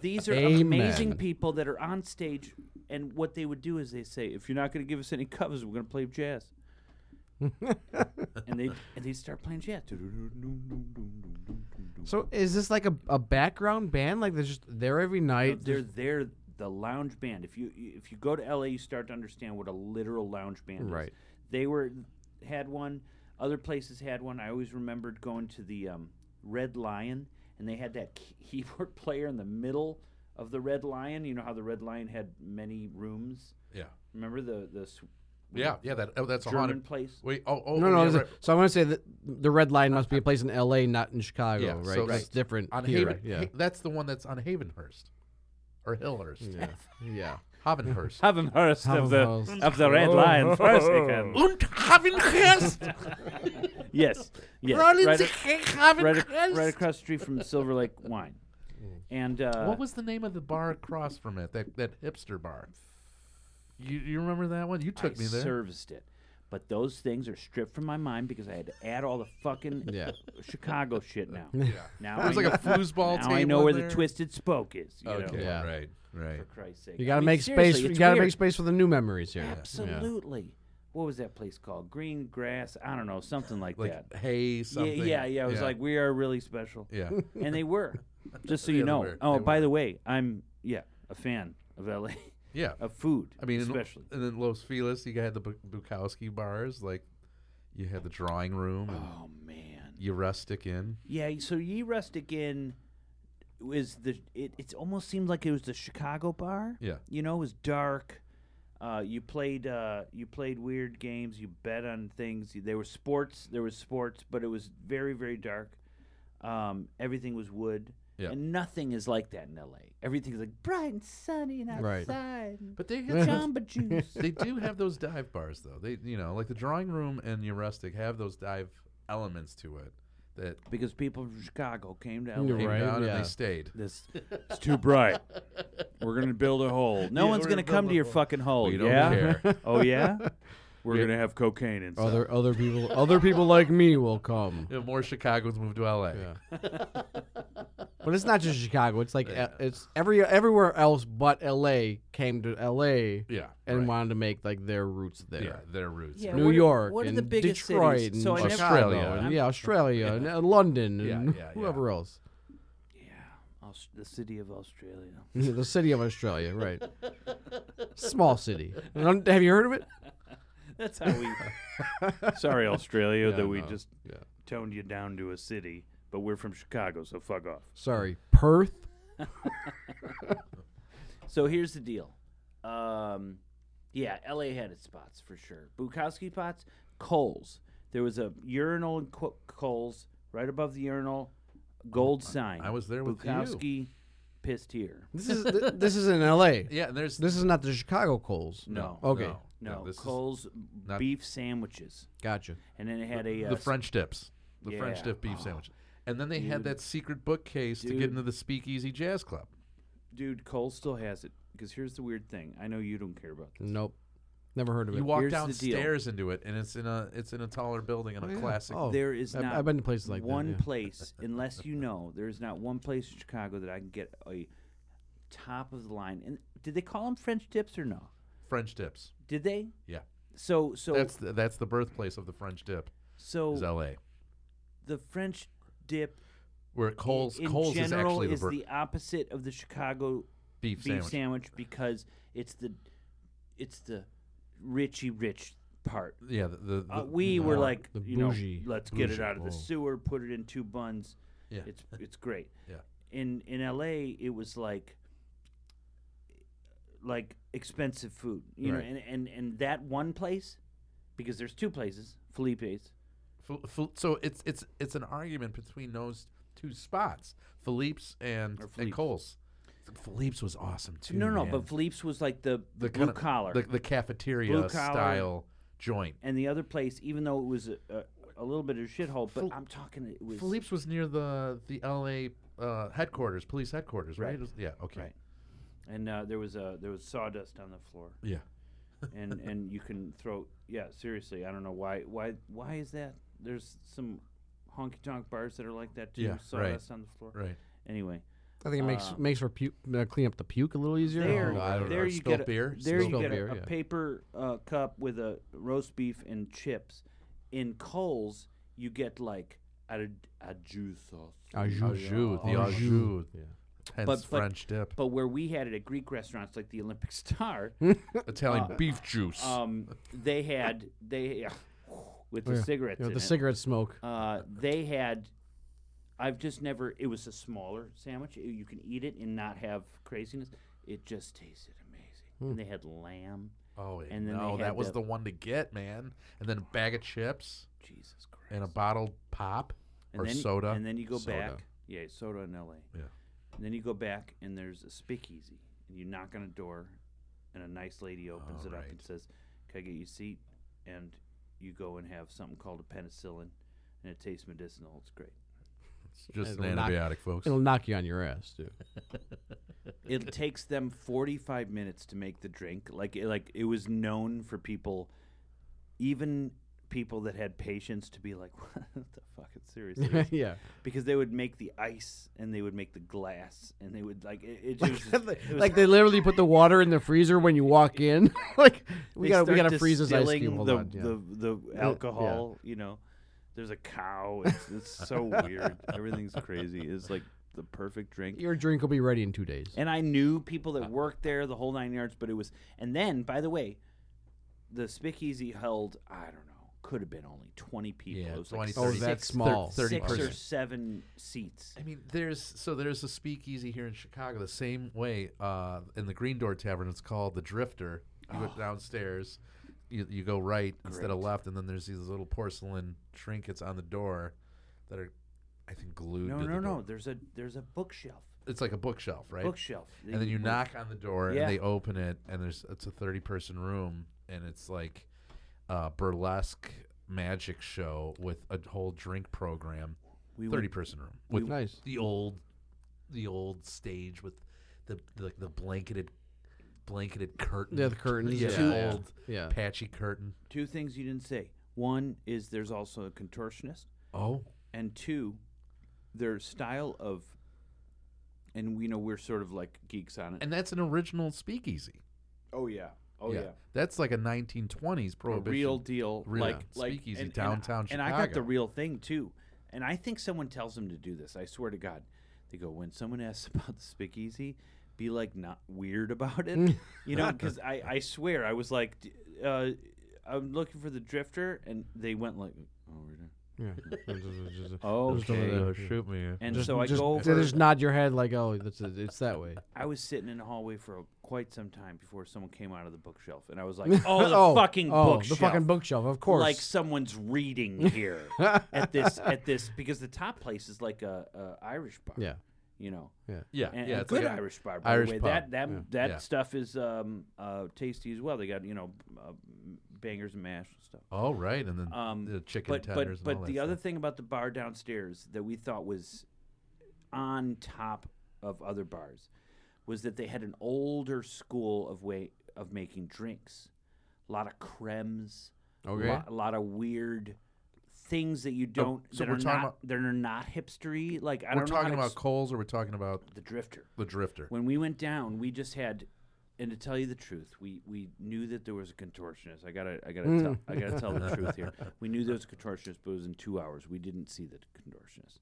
[SPEAKER 3] These are
[SPEAKER 5] Amen.
[SPEAKER 3] amazing people that are on stage, and what they would do is they say, "If you're not going to give us any covers, we're going to play jazz." and they and they start playing jazz.
[SPEAKER 5] so is this like a, a background band like they're just there every
[SPEAKER 3] No,
[SPEAKER 5] night
[SPEAKER 3] they're they're the lounge band. If you if you go to LA, you start to understand what a literal lounge band is.
[SPEAKER 5] Right.
[SPEAKER 3] They were had one. Other places had one. I always remembered going to the um, Red Lion, and they had that key- *laughs* keyboard player in the middle of the Red Lion. You know how the Red Lion had many rooms.
[SPEAKER 1] Yeah.
[SPEAKER 3] Remember the the s-
[SPEAKER 1] Yeah, yeah, that, oh, that's a
[SPEAKER 3] German
[SPEAKER 1] haunted.
[SPEAKER 3] place.
[SPEAKER 1] Wait, oh, oh,
[SPEAKER 5] no
[SPEAKER 1] oh,
[SPEAKER 5] no
[SPEAKER 1] yeah,
[SPEAKER 5] is it-
[SPEAKER 1] right.
[SPEAKER 5] so I want to say that the red line must be a place in L.A. not in Chicago
[SPEAKER 1] Yeah,
[SPEAKER 5] right
[SPEAKER 1] so
[SPEAKER 5] 'Cause
[SPEAKER 1] right.
[SPEAKER 5] it's different
[SPEAKER 1] on
[SPEAKER 5] here
[SPEAKER 1] Haven,
[SPEAKER 5] right?
[SPEAKER 3] *laughs*
[SPEAKER 5] yeah
[SPEAKER 1] Ha- that's the one that's on Havenhurst or Hillhurst.
[SPEAKER 5] yeah yeah
[SPEAKER 1] Havenhurst.
[SPEAKER 3] *laughs* Haven't heard of
[SPEAKER 5] Havenhurst.
[SPEAKER 3] the of the Red Lion first again.
[SPEAKER 1] Und Havenhurst.
[SPEAKER 3] *laughs* yes. yes. Right a- right, ac- right across the street from Silver Lake Wine.
[SPEAKER 5] Mm.
[SPEAKER 3] And uh,
[SPEAKER 1] what was the name of the bar across from it? That that hipster bar. You you remember that one? You
[SPEAKER 3] I
[SPEAKER 1] took me there.
[SPEAKER 3] serviced it. But those things are stripped from my mind because I had to add all the fucking
[SPEAKER 5] Yeah.
[SPEAKER 3] Chicago shit
[SPEAKER 1] *laughs*
[SPEAKER 3] now. Now
[SPEAKER 1] It was
[SPEAKER 3] I *laughs*
[SPEAKER 1] like a
[SPEAKER 3] know,
[SPEAKER 1] foosball
[SPEAKER 3] now
[SPEAKER 1] table.
[SPEAKER 3] I know
[SPEAKER 1] in
[SPEAKER 3] where
[SPEAKER 1] there.
[SPEAKER 3] the twisted spoke is. You
[SPEAKER 1] Okay,
[SPEAKER 3] know,
[SPEAKER 5] Yeah.
[SPEAKER 1] right, right.
[SPEAKER 3] for Christ's sake.
[SPEAKER 5] you
[SPEAKER 3] I
[SPEAKER 5] gotta
[SPEAKER 3] mean,
[SPEAKER 5] make space
[SPEAKER 3] seriously,
[SPEAKER 5] you
[SPEAKER 3] it's
[SPEAKER 5] gotta
[SPEAKER 3] weird.
[SPEAKER 5] make space for the new memories here
[SPEAKER 3] Absolutely. What was that place called? Green grass? I don't know, something like,
[SPEAKER 1] Like *laughs*
[SPEAKER 3] that.
[SPEAKER 1] hay
[SPEAKER 3] Yeah,
[SPEAKER 1] something.
[SPEAKER 3] yeah, yeah. It was like we are really
[SPEAKER 1] *laughs*
[SPEAKER 3] special. *laughs*
[SPEAKER 1] yeah.
[SPEAKER 3] and they were.
[SPEAKER 1] *laughs*
[SPEAKER 3] Just so
[SPEAKER 1] Yeah,
[SPEAKER 3] you
[SPEAKER 1] they
[SPEAKER 3] know.
[SPEAKER 1] were.
[SPEAKER 3] Oh,
[SPEAKER 1] They
[SPEAKER 3] by
[SPEAKER 1] were.
[SPEAKER 3] the way, I'm yeah a fan of LA
[SPEAKER 1] Yeah.
[SPEAKER 3] of food.
[SPEAKER 1] I mean, in-
[SPEAKER 3] especially
[SPEAKER 1] and then Los Feliz, you had the Bu- Bukowski bars, like you had the drawing room and
[SPEAKER 3] oh man,
[SPEAKER 1] you rustic in.
[SPEAKER 3] yeah. So Ye Rustic Inn was the it. It almost seemed like it was the Chicago bar.
[SPEAKER 1] Yeah.
[SPEAKER 3] You know, it was dark. Uh, you played uh, you played weird games. You bet on things. You- There were sports. There was sports, but it was very very dark. Um, everything was wood.
[SPEAKER 1] Yeah.
[SPEAKER 3] And nothing is like that in LA. Everything's like bright and sunny and
[SPEAKER 5] Right.
[SPEAKER 3] outside. and
[SPEAKER 1] But they *laughs* had those-
[SPEAKER 3] Jamba Juice.
[SPEAKER 1] they
[SPEAKER 3] *laughs*
[SPEAKER 1] do have those dive bars though. They you know like the drawing room and Eurustic have those dive elements to it that
[SPEAKER 3] because people from Chicago came to
[SPEAKER 5] You're
[SPEAKER 3] LA.
[SPEAKER 1] came
[SPEAKER 5] Right,
[SPEAKER 1] down and
[SPEAKER 5] yeah.
[SPEAKER 1] they stayed.
[SPEAKER 3] This it's too bright. We're gonna build a hole. No
[SPEAKER 1] Yeah,
[SPEAKER 3] one's
[SPEAKER 1] we're
[SPEAKER 3] gonna
[SPEAKER 1] gonna
[SPEAKER 3] come
[SPEAKER 1] build
[SPEAKER 3] to
[SPEAKER 1] a
[SPEAKER 3] your
[SPEAKER 1] hole.
[SPEAKER 3] fucking hole.
[SPEAKER 1] We don't
[SPEAKER 3] yeah.
[SPEAKER 1] care.
[SPEAKER 3] *laughs*
[SPEAKER 1] *laughs*
[SPEAKER 3] Oh yeah. We're gonna have cocaine inside.
[SPEAKER 5] other other people other people like me will come
[SPEAKER 1] You know, more Chicagoans moved to LA.
[SPEAKER 5] But it's not just Chicago. It's like uh, it's every everywhere else but L.A. came to L.A.
[SPEAKER 1] Yeah,
[SPEAKER 5] and
[SPEAKER 1] right.
[SPEAKER 5] wanted to make like their roots there.
[SPEAKER 1] yeah, their roots.
[SPEAKER 3] Yeah,
[SPEAKER 1] Yeah,
[SPEAKER 5] New
[SPEAKER 3] What are-
[SPEAKER 5] York,
[SPEAKER 3] what are
[SPEAKER 5] and
[SPEAKER 3] the biggest cities?
[SPEAKER 5] Detroit, and
[SPEAKER 3] So I never-
[SPEAKER 5] Chicago
[SPEAKER 1] Australia.
[SPEAKER 5] and
[SPEAKER 1] I'm-
[SPEAKER 5] yeah, Australia, and uh, London,
[SPEAKER 1] Yeah,
[SPEAKER 5] and
[SPEAKER 1] yeah, yeah.
[SPEAKER 5] whoever else. *laughs*
[SPEAKER 3] Yeah. Aus- the city of Australia.
[SPEAKER 5] the
[SPEAKER 3] *laughs*
[SPEAKER 5] city of Australia, right? Small city. And un- Have you heard of it?
[SPEAKER 3] That's how we.
[SPEAKER 1] *laughs*
[SPEAKER 3] Sorry, Australia,
[SPEAKER 1] Yeah,
[SPEAKER 3] that we
[SPEAKER 1] no,
[SPEAKER 3] just
[SPEAKER 1] yeah.
[SPEAKER 3] toned you down to a city, but we're from Chicago, so fuck off.
[SPEAKER 2] Sorry, Perth.
[SPEAKER 3] So here's the deal. Um, yeah, LA had its spots for sure. Bukowski pots, Coles. There was a urinal in Co- Coles right above the urinal, gold sign.
[SPEAKER 1] I was there with you.
[SPEAKER 3] Bukowski pissed here.
[SPEAKER 5] This is
[SPEAKER 3] *laughs*
[SPEAKER 5] th- this is in L.A.
[SPEAKER 1] Yeah, and there's
[SPEAKER 5] This is not the Chicago Coles.
[SPEAKER 3] No.
[SPEAKER 5] Okay,
[SPEAKER 1] no,
[SPEAKER 3] No,
[SPEAKER 1] this is
[SPEAKER 3] Coles
[SPEAKER 1] not-
[SPEAKER 3] beef sandwiches,
[SPEAKER 5] gotcha.
[SPEAKER 3] and then it had a uh,
[SPEAKER 1] the French dips, the French
[SPEAKER 3] Yeah. Oh.
[SPEAKER 1] dip beef sandwich, and then they had that secret bookcase to
[SPEAKER 3] Dude.
[SPEAKER 1] get into the Speakeasy Jazz Club.
[SPEAKER 3] dude. Coles still has it because here's the weird thing. I know you don't care about this.
[SPEAKER 5] Nope, never heard of it.
[SPEAKER 1] You walk
[SPEAKER 3] Here's the deal.
[SPEAKER 1] downstairs into it, and it's in a it's in a taller building in a
[SPEAKER 5] Oh, yeah.
[SPEAKER 1] classic.
[SPEAKER 5] Oh.
[SPEAKER 3] There is
[SPEAKER 5] I've-
[SPEAKER 3] not
[SPEAKER 5] I've been to places like that,
[SPEAKER 3] one
[SPEAKER 5] yeah.
[SPEAKER 3] place unless you know there is not one place in Chicago that I can get a top of the line. And did they call them French dips or no?
[SPEAKER 1] French dips.
[SPEAKER 3] Did they?
[SPEAKER 1] Yeah,
[SPEAKER 3] So so
[SPEAKER 1] that's the, that's the birthplace of the French dip is
[SPEAKER 3] so
[SPEAKER 1] L.A.
[SPEAKER 3] the French dip
[SPEAKER 1] Where Cole's
[SPEAKER 3] in
[SPEAKER 1] Cole's is
[SPEAKER 3] general
[SPEAKER 1] actually the, bir-
[SPEAKER 3] opposite of the Chicago
[SPEAKER 1] beef,
[SPEAKER 3] beef
[SPEAKER 1] sandwich.
[SPEAKER 3] sandwich. because it's the it's the richy rich part.
[SPEAKER 1] Yeah, the, the,
[SPEAKER 3] Uh,
[SPEAKER 1] the-
[SPEAKER 3] we
[SPEAKER 1] the
[SPEAKER 3] were
[SPEAKER 1] more-
[SPEAKER 3] like,
[SPEAKER 5] the
[SPEAKER 3] you know,
[SPEAKER 5] bougie-
[SPEAKER 3] let's get it
[SPEAKER 5] bougie,
[SPEAKER 3] out of the
[SPEAKER 5] whoa.
[SPEAKER 3] sewer, put it in two buns.
[SPEAKER 1] yeah,
[SPEAKER 3] It's it's great.
[SPEAKER 1] *laughs* yeah.
[SPEAKER 3] in in LA it was like like expensive food you
[SPEAKER 1] Right.
[SPEAKER 3] know and, and and that one place because there's two places Felipe's
[SPEAKER 1] Fel- Fel- So it's it's it's an argument between those two spots, Philippe's and
[SPEAKER 3] Or
[SPEAKER 1] and
[SPEAKER 3] Philippe's.
[SPEAKER 1] Cole's. Philippe's was awesome too.
[SPEAKER 3] no no
[SPEAKER 1] man.
[SPEAKER 3] but Felipe's was like the,
[SPEAKER 1] the
[SPEAKER 3] blue
[SPEAKER 1] kinda-
[SPEAKER 3] collar
[SPEAKER 1] the, the cafeteria
[SPEAKER 3] Blue collar.
[SPEAKER 1] style joint.
[SPEAKER 3] and the other place even though it was a, a, a little bit of a shithole but
[SPEAKER 1] Fel-
[SPEAKER 3] I'm talking it was
[SPEAKER 1] Philippe's was near the the L.A. Uh, headquarters, police headquarters, right?
[SPEAKER 3] Right.
[SPEAKER 1] It was- yeah. Okay.
[SPEAKER 3] right and uh, there was a there was sawdust on the
[SPEAKER 1] *laughs*
[SPEAKER 3] floor
[SPEAKER 1] Yeah.
[SPEAKER 3] and and you can throw yeah seriously I don't know why why why is that there's some honky tonk bars that are like that too
[SPEAKER 1] Yeah, right.
[SPEAKER 3] sawdust on the floor
[SPEAKER 1] Right.
[SPEAKER 3] anyway
[SPEAKER 5] I think it makes
[SPEAKER 3] Um,
[SPEAKER 5] makes for puke, uh, clean up the puke a little easier.
[SPEAKER 3] There,
[SPEAKER 1] Oh, I don't
[SPEAKER 3] there
[SPEAKER 1] know.
[SPEAKER 3] you
[SPEAKER 1] Spilled
[SPEAKER 3] get a,
[SPEAKER 1] beer?
[SPEAKER 3] There you
[SPEAKER 5] Spilled
[SPEAKER 3] get a-
[SPEAKER 5] beer,
[SPEAKER 3] a,
[SPEAKER 5] yeah.
[SPEAKER 3] paper uh, cup with a roast beef and chips. In Coles, you get like a, a jus sauce.
[SPEAKER 5] Au jus.
[SPEAKER 1] Au jus, the
[SPEAKER 5] Au
[SPEAKER 1] au
[SPEAKER 5] jus.
[SPEAKER 1] jus, hence
[SPEAKER 3] But- but-
[SPEAKER 1] French
[SPEAKER 3] *laughs*
[SPEAKER 1] dip,
[SPEAKER 3] But where we had it at Greek restaurants, like the
[SPEAKER 5] *laughs*
[SPEAKER 3] Olympic *laughs* Star,
[SPEAKER 1] Italian beef juice.
[SPEAKER 3] Uh, um, they had they *laughs* with the
[SPEAKER 5] Oh, Yeah.
[SPEAKER 3] cigarettes.
[SPEAKER 5] You know,
[SPEAKER 3] in
[SPEAKER 5] the
[SPEAKER 3] it,
[SPEAKER 5] cigarette smoke.
[SPEAKER 3] uh, they had. I've just never. It was a smaller sandwich. You can eat it and not have craziness. It just tasted amazing.
[SPEAKER 5] Hmm.
[SPEAKER 3] And they had lamb.
[SPEAKER 1] oh wait,
[SPEAKER 3] and then they
[SPEAKER 1] no, that
[SPEAKER 3] had
[SPEAKER 1] was
[SPEAKER 3] the-
[SPEAKER 1] the one to get, man. And then a bag of chips
[SPEAKER 3] Jesus Christ.
[SPEAKER 1] and a bottled pop
[SPEAKER 3] and
[SPEAKER 1] or
[SPEAKER 3] then,
[SPEAKER 1] soda.
[SPEAKER 3] And then you go
[SPEAKER 1] Soda.
[SPEAKER 3] back. Yeah, soda in L.A.
[SPEAKER 1] Yeah.
[SPEAKER 3] And then you go back and there's a speakeasy, and you knock on a door, and a nice lady opens
[SPEAKER 1] All
[SPEAKER 3] it up
[SPEAKER 1] right.
[SPEAKER 3] and says, "Can I get you a seat?" And you go and have something called a penicillin, and it tastes medicinal. It's
[SPEAKER 1] *laughs*
[SPEAKER 3] great.
[SPEAKER 1] It's just an
[SPEAKER 5] It'll knock-
[SPEAKER 1] antibiotic, folks.
[SPEAKER 5] It'll knock you on your ass, dude.
[SPEAKER 3] It takes them 45 minutes to make the drink. Like it, like it was known for people, even people that had patience, to be like, *laughs* "What the fuck? It's
[SPEAKER 1] *laughs*
[SPEAKER 3] seriously."
[SPEAKER 5] *laughs* yeah.
[SPEAKER 3] because they would make the ice and they would make the glass and they would like it, it just, it was
[SPEAKER 5] *laughs* like they literally put the water in the freezer when you walk in. *laughs* like we
[SPEAKER 3] they
[SPEAKER 5] got to we
[SPEAKER 3] start
[SPEAKER 5] got to freeze this ice cube.
[SPEAKER 3] distilling
[SPEAKER 5] Hold
[SPEAKER 3] the,
[SPEAKER 5] on. Yeah.
[SPEAKER 3] the the alcohol you know there's a cow it's, it's so
[SPEAKER 5] *laughs*
[SPEAKER 3] weird everything's crazy it's like the perfect drink
[SPEAKER 5] your drink will be ready in two days.
[SPEAKER 3] and I knew people that worked there the whole nine yards but it was and then by the way the speakeasy held I don't know could have been only 20 people
[SPEAKER 1] yeah,
[SPEAKER 3] it was
[SPEAKER 1] 20,
[SPEAKER 3] like
[SPEAKER 1] 30,
[SPEAKER 5] Oh, that's
[SPEAKER 1] six-
[SPEAKER 5] small.
[SPEAKER 1] thir- 30
[SPEAKER 3] six
[SPEAKER 1] person.
[SPEAKER 3] or seven seats
[SPEAKER 1] I mean, there's so there's a speakeasy here in Chicago the same way uh, in the Green Door Tavern. It's called the Drifter. You
[SPEAKER 3] Ah.
[SPEAKER 1] go downstairs, you, you go right instead of left, and then there's these little porcelain trinkets on the door that are, I think, glued.
[SPEAKER 3] no
[SPEAKER 1] to the
[SPEAKER 3] no no
[SPEAKER 1] door.
[SPEAKER 3] there's a there's a bookshelf
[SPEAKER 1] It's like a bookshelf, right?
[SPEAKER 3] bookshelf
[SPEAKER 1] and then you
[SPEAKER 3] knock.
[SPEAKER 1] knock on the door
[SPEAKER 3] Yeah.
[SPEAKER 1] and they open it and there's it's a 30 person room and it's like a burlesque magic show with a whole drink program
[SPEAKER 3] We
[SPEAKER 1] 30
[SPEAKER 3] went,
[SPEAKER 1] person room with
[SPEAKER 5] Nice.
[SPEAKER 1] the old the old stage with the the, the blanketed blanketed curtain
[SPEAKER 5] Yeah, the curtains,
[SPEAKER 1] yeah,
[SPEAKER 5] yeah, yeah.
[SPEAKER 1] old
[SPEAKER 5] Yeah.
[SPEAKER 1] patchy curtain
[SPEAKER 3] two things you didn't say. One is there's also a contortionist,
[SPEAKER 1] oh
[SPEAKER 3] and two, their style of, and we know we're sort of like geeks on it.
[SPEAKER 1] and that's an original speakeasy
[SPEAKER 3] oh yeah, oh yeah,
[SPEAKER 1] that's like a 1920s
[SPEAKER 3] a
[SPEAKER 1] prohibition
[SPEAKER 3] real deal,
[SPEAKER 1] real
[SPEAKER 3] like like
[SPEAKER 1] speakeasy
[SPEAKER 3] and- and-
[SPEAKER 1] downtown
[SPEAKER 3] And I got the
[SPEAKER 1] Chicago.
[SPEAKER 3] real thing too, and I think someone tells them to do this. I swear to God, they go when someone asks *laughs* about the speakeasy.
[SPEAKER 1] *laughs*
[SPEAKER 3] Be like not weird about it, you know, because I, I swear I was like, d- uh, I'm looking for the drifter, and they went like, oh, we're there.
[SPEAKER 2] Yeah.
[SPEAKER 1] Just over
[SPEAKER 3] okay.
[SPEAKER 1] there, Oh, shoot me.
[SPEAKER 3] And
[SPEAKER 2] just,
[SPEAKER 3] so I
[SPEAKER 2] just,
[SPEAKER 3] go over.
[SPEAKER 2] just nod your head like, oh, that's it's that way.
[SPEAKER 3] I was sitting in the hallway for quite some time before someone came out of the bookshelf, and I
[SPEAKER 1] *laughs*
[SPEAKER 3] was like, "Oh,
[SPEAKER 5] *laughs*
[SPEAKER 3] the fucking
[SPEAKER 2] oh,
[SPEAKER 3] bookshelf!
[SPEAKER 2] the fucking bookshelf, of course.
[SPEAKER 3] Like someone's reading here
[SPEAKER 1] *laughs*
[SPEAKER 3] at this at this because the top place is like a, a Irish bar.
[SPEAKER 2] yeah,
[SPEAKER 3] you know,
[SPEAKER 1] Yeah,
[SPEAKER 3] and,
[SPEAKER 1] yeah.
[SPEAKER 3] and
[SPEAKER 1] It's
[SPEAKER 3] good
[SPEAKER 1] like a-
[SPEAKER 3] Irish bar. By
[SPEAKER 1] Irish
[SPEAKER 3] the way,
[SPEAKER 1] pub,
[SPEAKER 3] that that
[SPEAKER 2] yeah.
[SPEAKER 3] that
[SPEAKER 1] Yeah.
[SPEAKER 3] stuff is um, uh, tasty as well. They got you know uh, bangers and mash and stuff.
[SPEAKER 1] oh right, and then
[SPEAKER 3] Um,
[SPEAKER 1] the chicken
[SPEAKER 3] but
[SPEAKER 1] tenders.
[SPEAKER 3] but but
[SPEAKER 1] and all
[SPEAKER 3] the
[SPEAKER 1] that
[SPEAKER 3] other
[SPEAKER 1] stuff.
[SPEAKER 3] thing about the bar downstairs that we thought was on top of other bars was that they had an older school of way of making drinks, a lot of cremes,
[SPEAKER 6] Okay.
[SPEAKER 3] lo- a lot of weird things that you don't
[SPEAKER 1] so
[SPEAKER 3] that
[SPEAKER 1] we're
[SPEAKER 3] are
[SPEAKER 1] talking
[SPEAKER 3] not
[SPEAKER 1] about-
[SPEAKER 3] that are not hipstery. Like I
[SPEAKER 1] we're
[SPEAKER 3] don't know how
[SPEAKER 1] talking
[SPEAKER 3] to
[SPEAKER 1] about
[SPEAKER 3] ex-
[SPEAKER 1] Coles or we're talking about
[SPEAKER 3] the drifter
[SPEAKER 1] the Drifter.
[SPEAKER 3] when we went down, we just had, and to tell you the truth, we we knew that there was a contortionist. I gotta I
[SPEAKER 1] Mm.
[SPEAKER 3] gotta tell I gotta tell
[SPEAKER 1] *laughs*
[SPEAKER 3] the truth here. We knew there was a contortionist, but it was in two hours. We didn't see the contortionist.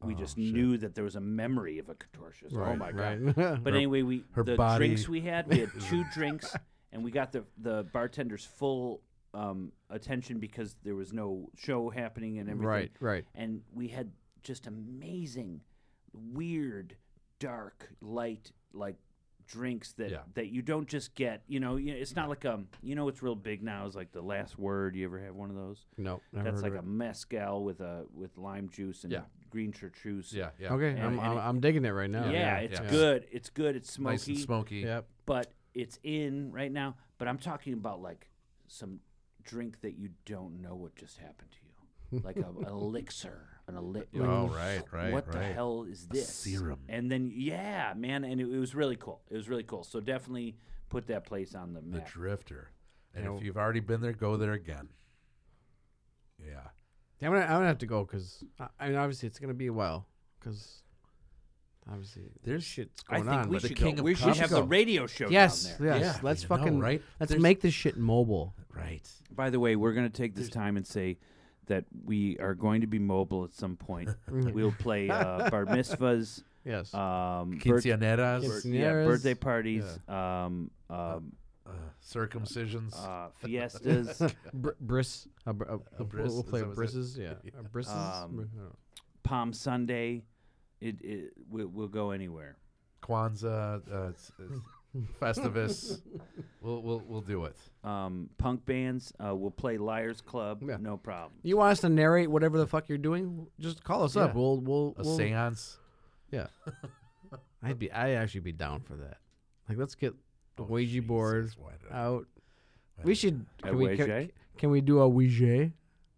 [SPEAKER 3] We
[SPEAKER 1] Oh,
[SPEAKER 3] just knew that there was a memory of a contortionist. oh my
[SPEAKER 1] *laughs*
[SPEAKER 3] god!
[SPEAKER 2] right.
[SPEAKER 3] But anyway, we
[SPEAKER 1] her
[SPEAKER 3] the
[SPEAKER 1] body-
[SPEAKER 3] drinks we had, we had
[SPEAKER 1] *laughs*
[SPEAKER 3] two drinks, and we got the the bartender's full um, attention because there was no show happening and everything
[SPEAKER 6] Right, right.
[SPEAKER 3] and we had just amazing, weird, dark, light like drinks that
[SPEAKER 1] Yeah.
[SPEAKER 3] that you don't just get. You know, you- it's not like um, you know, what's real big now is like the last word. You ever have one of those?
[SPEAKER 2] no,
[SPEAKER 3] That's like a mezcal with a with lime juice and
[SPEAKER 1] Yeah.
[SPEAKER 3] green chartreuse.
[SPEAKER 1] yeah, yeah.
[SPEAKER 2] okay.
[SPEAKER 3] and-
[SPEAKER 2] I'm,
[SPEAKER 3] and
[SPEAKER 2] I'm,
[SPEAKER 3] it-
[SPEAKER 2] I'm digging it right now.
[SPEAKER 3] Yeah,
[SPEAKER 1] yeah,
[SPEAKER 3] it's
[SPEAKER 1] yeah.
[SPEAKER 3] good. It's good. It's smoky,
[SPEAKER 1] Nice and smoky.
[SPEAKER 2] Yep.
[SPEAKER 3] but it's in right now. But I'm talking about like some drink that you don't know what just happened to
[SPEAKER 1] *laughs*
[SPEAKER 3] you, like a, an elixir, an elixir.
[SPEAKER 1] Oh right, right,
[SPEAKER 3] what the
[SPEAKER 1] right.
[SPEAKER 3] hell is this
[SPEAKER 1] serum.
[SPEAKER 3] and then yeah man and it, it was really cool it was really cool so definitely put that place on the
[SPEAKER 1] The
[SPEAKER 3] map
[SPEAKER 1] Drifter. And if you've already been there, go there again. Yeah.
[SPEAKER 2] Yeah, I'm gonna, I'm gonna have to go because I, I mean, obviously it's gonna be a while because obviously there's shit's
[SPEAKER 3] i
[SPEAKER 2] going
[SPEAKER 3] think
[SPEAKER 2] on.
[SPEAKER 3] we
[SPEAKER 2] but-
[SPEAKER 1] the
[SPEAKER 3] should
[SPEAKER 1] King
[SPEAKER 3] go.
[SPEAKER 1] of
[SPEAKER 3] we should
[SPEAKER 1] Cops
[SPEAKER 3] have
[SPEAKER 1] go.
[SPEAKER 3] the radio show
[SPEAKER 2] yes,
[SPEAKER 3] down there
[SPEAKER 2] yes.
[SPEAKER 1] Yeah,
[SPEAKER 2] let's
[SPEAKER 1] I know,
[SPEAKER 2] fucking
[SPEAKER 1] right?
[SPEAKER 2] Let's
[SPEAKER 1] There's-
[SPEAKER 2] make this shit mobile.
[SPEAKER 1] Right.
[SPEAKER 3] by the way we're going to take this time and say that we are going to be mobile at
[SPEAKER 1] *laughs*
[SPEAKER 3] some point we'll play uh, bar mitzvahs
[SPEAKER 2] Yes.
[SPEAKER 3] um, birth-
[SPEAKER 1] Quinceaneras,
[SPEAKER 2] Quince-
[SPEAKER 3] yeah,
[SPEAKER 2] Quinceañeras.
[SPEAKER 3] birthday parties um, um,
[SPEAKER 1] uh, circumcisions.
[SPEAKER 3] uh, fiestas
[SPEAKER 2] Br- bris. A, br- a, a
[SPEAKER 1] bris,
[SPEAKER 2] We'll
[SPEAKER 1] is
[SPEAKER 2] play
[SPEAKER 1] that what it
[SPEAKER 2] brisses. *laughs* Yeah. A brisses.
[SPEAKER 3] Um,
[SPEAKER 2] Br- I don't know.
[SPEAKER 3] palm sunday it, it we'll, we'll go anywhere
[SPEAKER 1] Kwanzaa, uh, s-
[SPEAKER 2] *laughs*
[SPEAKER 1] s- Festivus. we'll, we'll we'll do it.
[SPEAKER 3] um, punk bands. Uh, we'll play Liars Club,
[SPEAKER 2] Yeah.
[SPEAKER 3] no problem.
[SPEAKER 2] You want us to narrate whatever the fuck you're doing? Just call us
[SPEAKER 1] Yeah.
[SPEAKER 2] up. We'll we'll,
[SPEAKER 1] A
[SPEAKER 2] we'll
[SPEAKER 1] séance.
[SPEAKER 2] yeah. I'd be I'd actually be down for that. Like let's get the Ouija
[SPEAKER 1] Oh,
[SPEAKER 2] board
[SPEAKER 1] Jesus, why did I-
[SPEAKER 2] out. We should
[SPEAKER 3] A
[SPEAKER 2] can we,
[SPEAKER 3] Ouija?
[SPEAKER 2] can, can we do a Ouija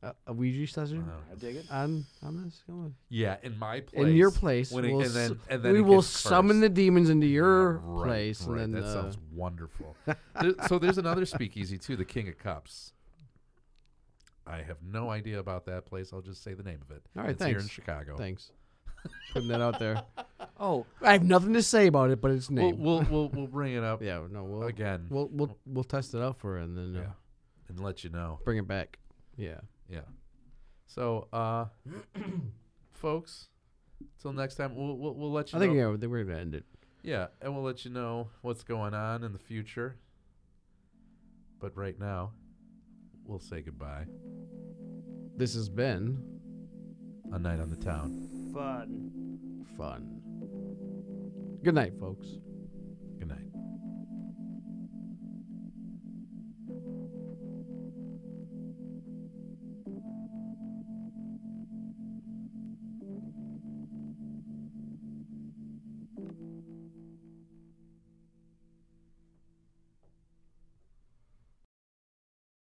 [SPEAKER 2] a, a Ouija session
[SPEAKER 3] I dig it.
[SPEAKER 2] on on this? Come on.
[SPEAKER 1] Uh, Yeah, in my place.
[SPEAKER 2] Um, In your place,
[SPEAKER 1] When it-
[SPEAKER 2] we'll
[SPEAKER 1] and then,
[SPEAKER 2] s-
[SPEAKER 1] and then
[SPEAKER 2] we
[SPEAKER 1] it
[SPEAKER 2] will
[SPEAKER 1] gets
[SPEAKER 2] summon
[SPEAKER 1] cursed.
[SPEAKER 2] the demons into your
[SPEAKER 1] Right,
[SPEAKER 2] place,
[SPEAKER 1] right,
[SPEAKER 2] and then
[SPEAKER 1] that
[SPEAKER 2] uh,
[SPEAKER 1] sounds
[SPEAKER 2] *laughs*
[SPEAKER 1] wonderful. There- so there's another speakeasy too, the King of Cups. I have no idea about that place. I'll just say the name of it.
[SPEAKER 2] All right,
[SPEAKER 1] it's Here in
[SPEAKER 2] thanks.
[SPEAKER 1] Chicago.
[SPEAKER 2] thanks. Putting that
[SPEAKER 1] *laughs*
[SPEAKER 2] out there.
[SPEAKER 3] Oh,
[SPEAKER 2] I have nothing to say about it, but it's
[SPEAKER 1] We'll,
[SPEAKER 2] name.
[SPEAKER 1] we'll we'll we'll bring it up
[SPEAKER 2] *laughs* yeah, no, we'll
[SPEAKER 1] again.
[SPEAKER 2] we'll we'll we'll test it out for it and then uh,
[SPEAKER 1] yeah, and let you know.
[SPEAKER 2] bring it back. Yeah.
[SPEAKER 1] Yeah. So, uh, *clears throat* folks, till next time, we'll we'll, we'll let you.
[SPEAKER 2] I think
[SPEAKER 1] know.
[SPEAKER 2] yeah, we're- we're gonna end it.
[SPEAKER 1] Yeah, and we'll let you know what's going on in the future. But right now, we'll say goodbye.
[SPEAKER 2] This has been
[SPEAKER 1] A night on the town.
[SPEAKER 3] fun.
[SPEAKER 2] fun. Good night, folks.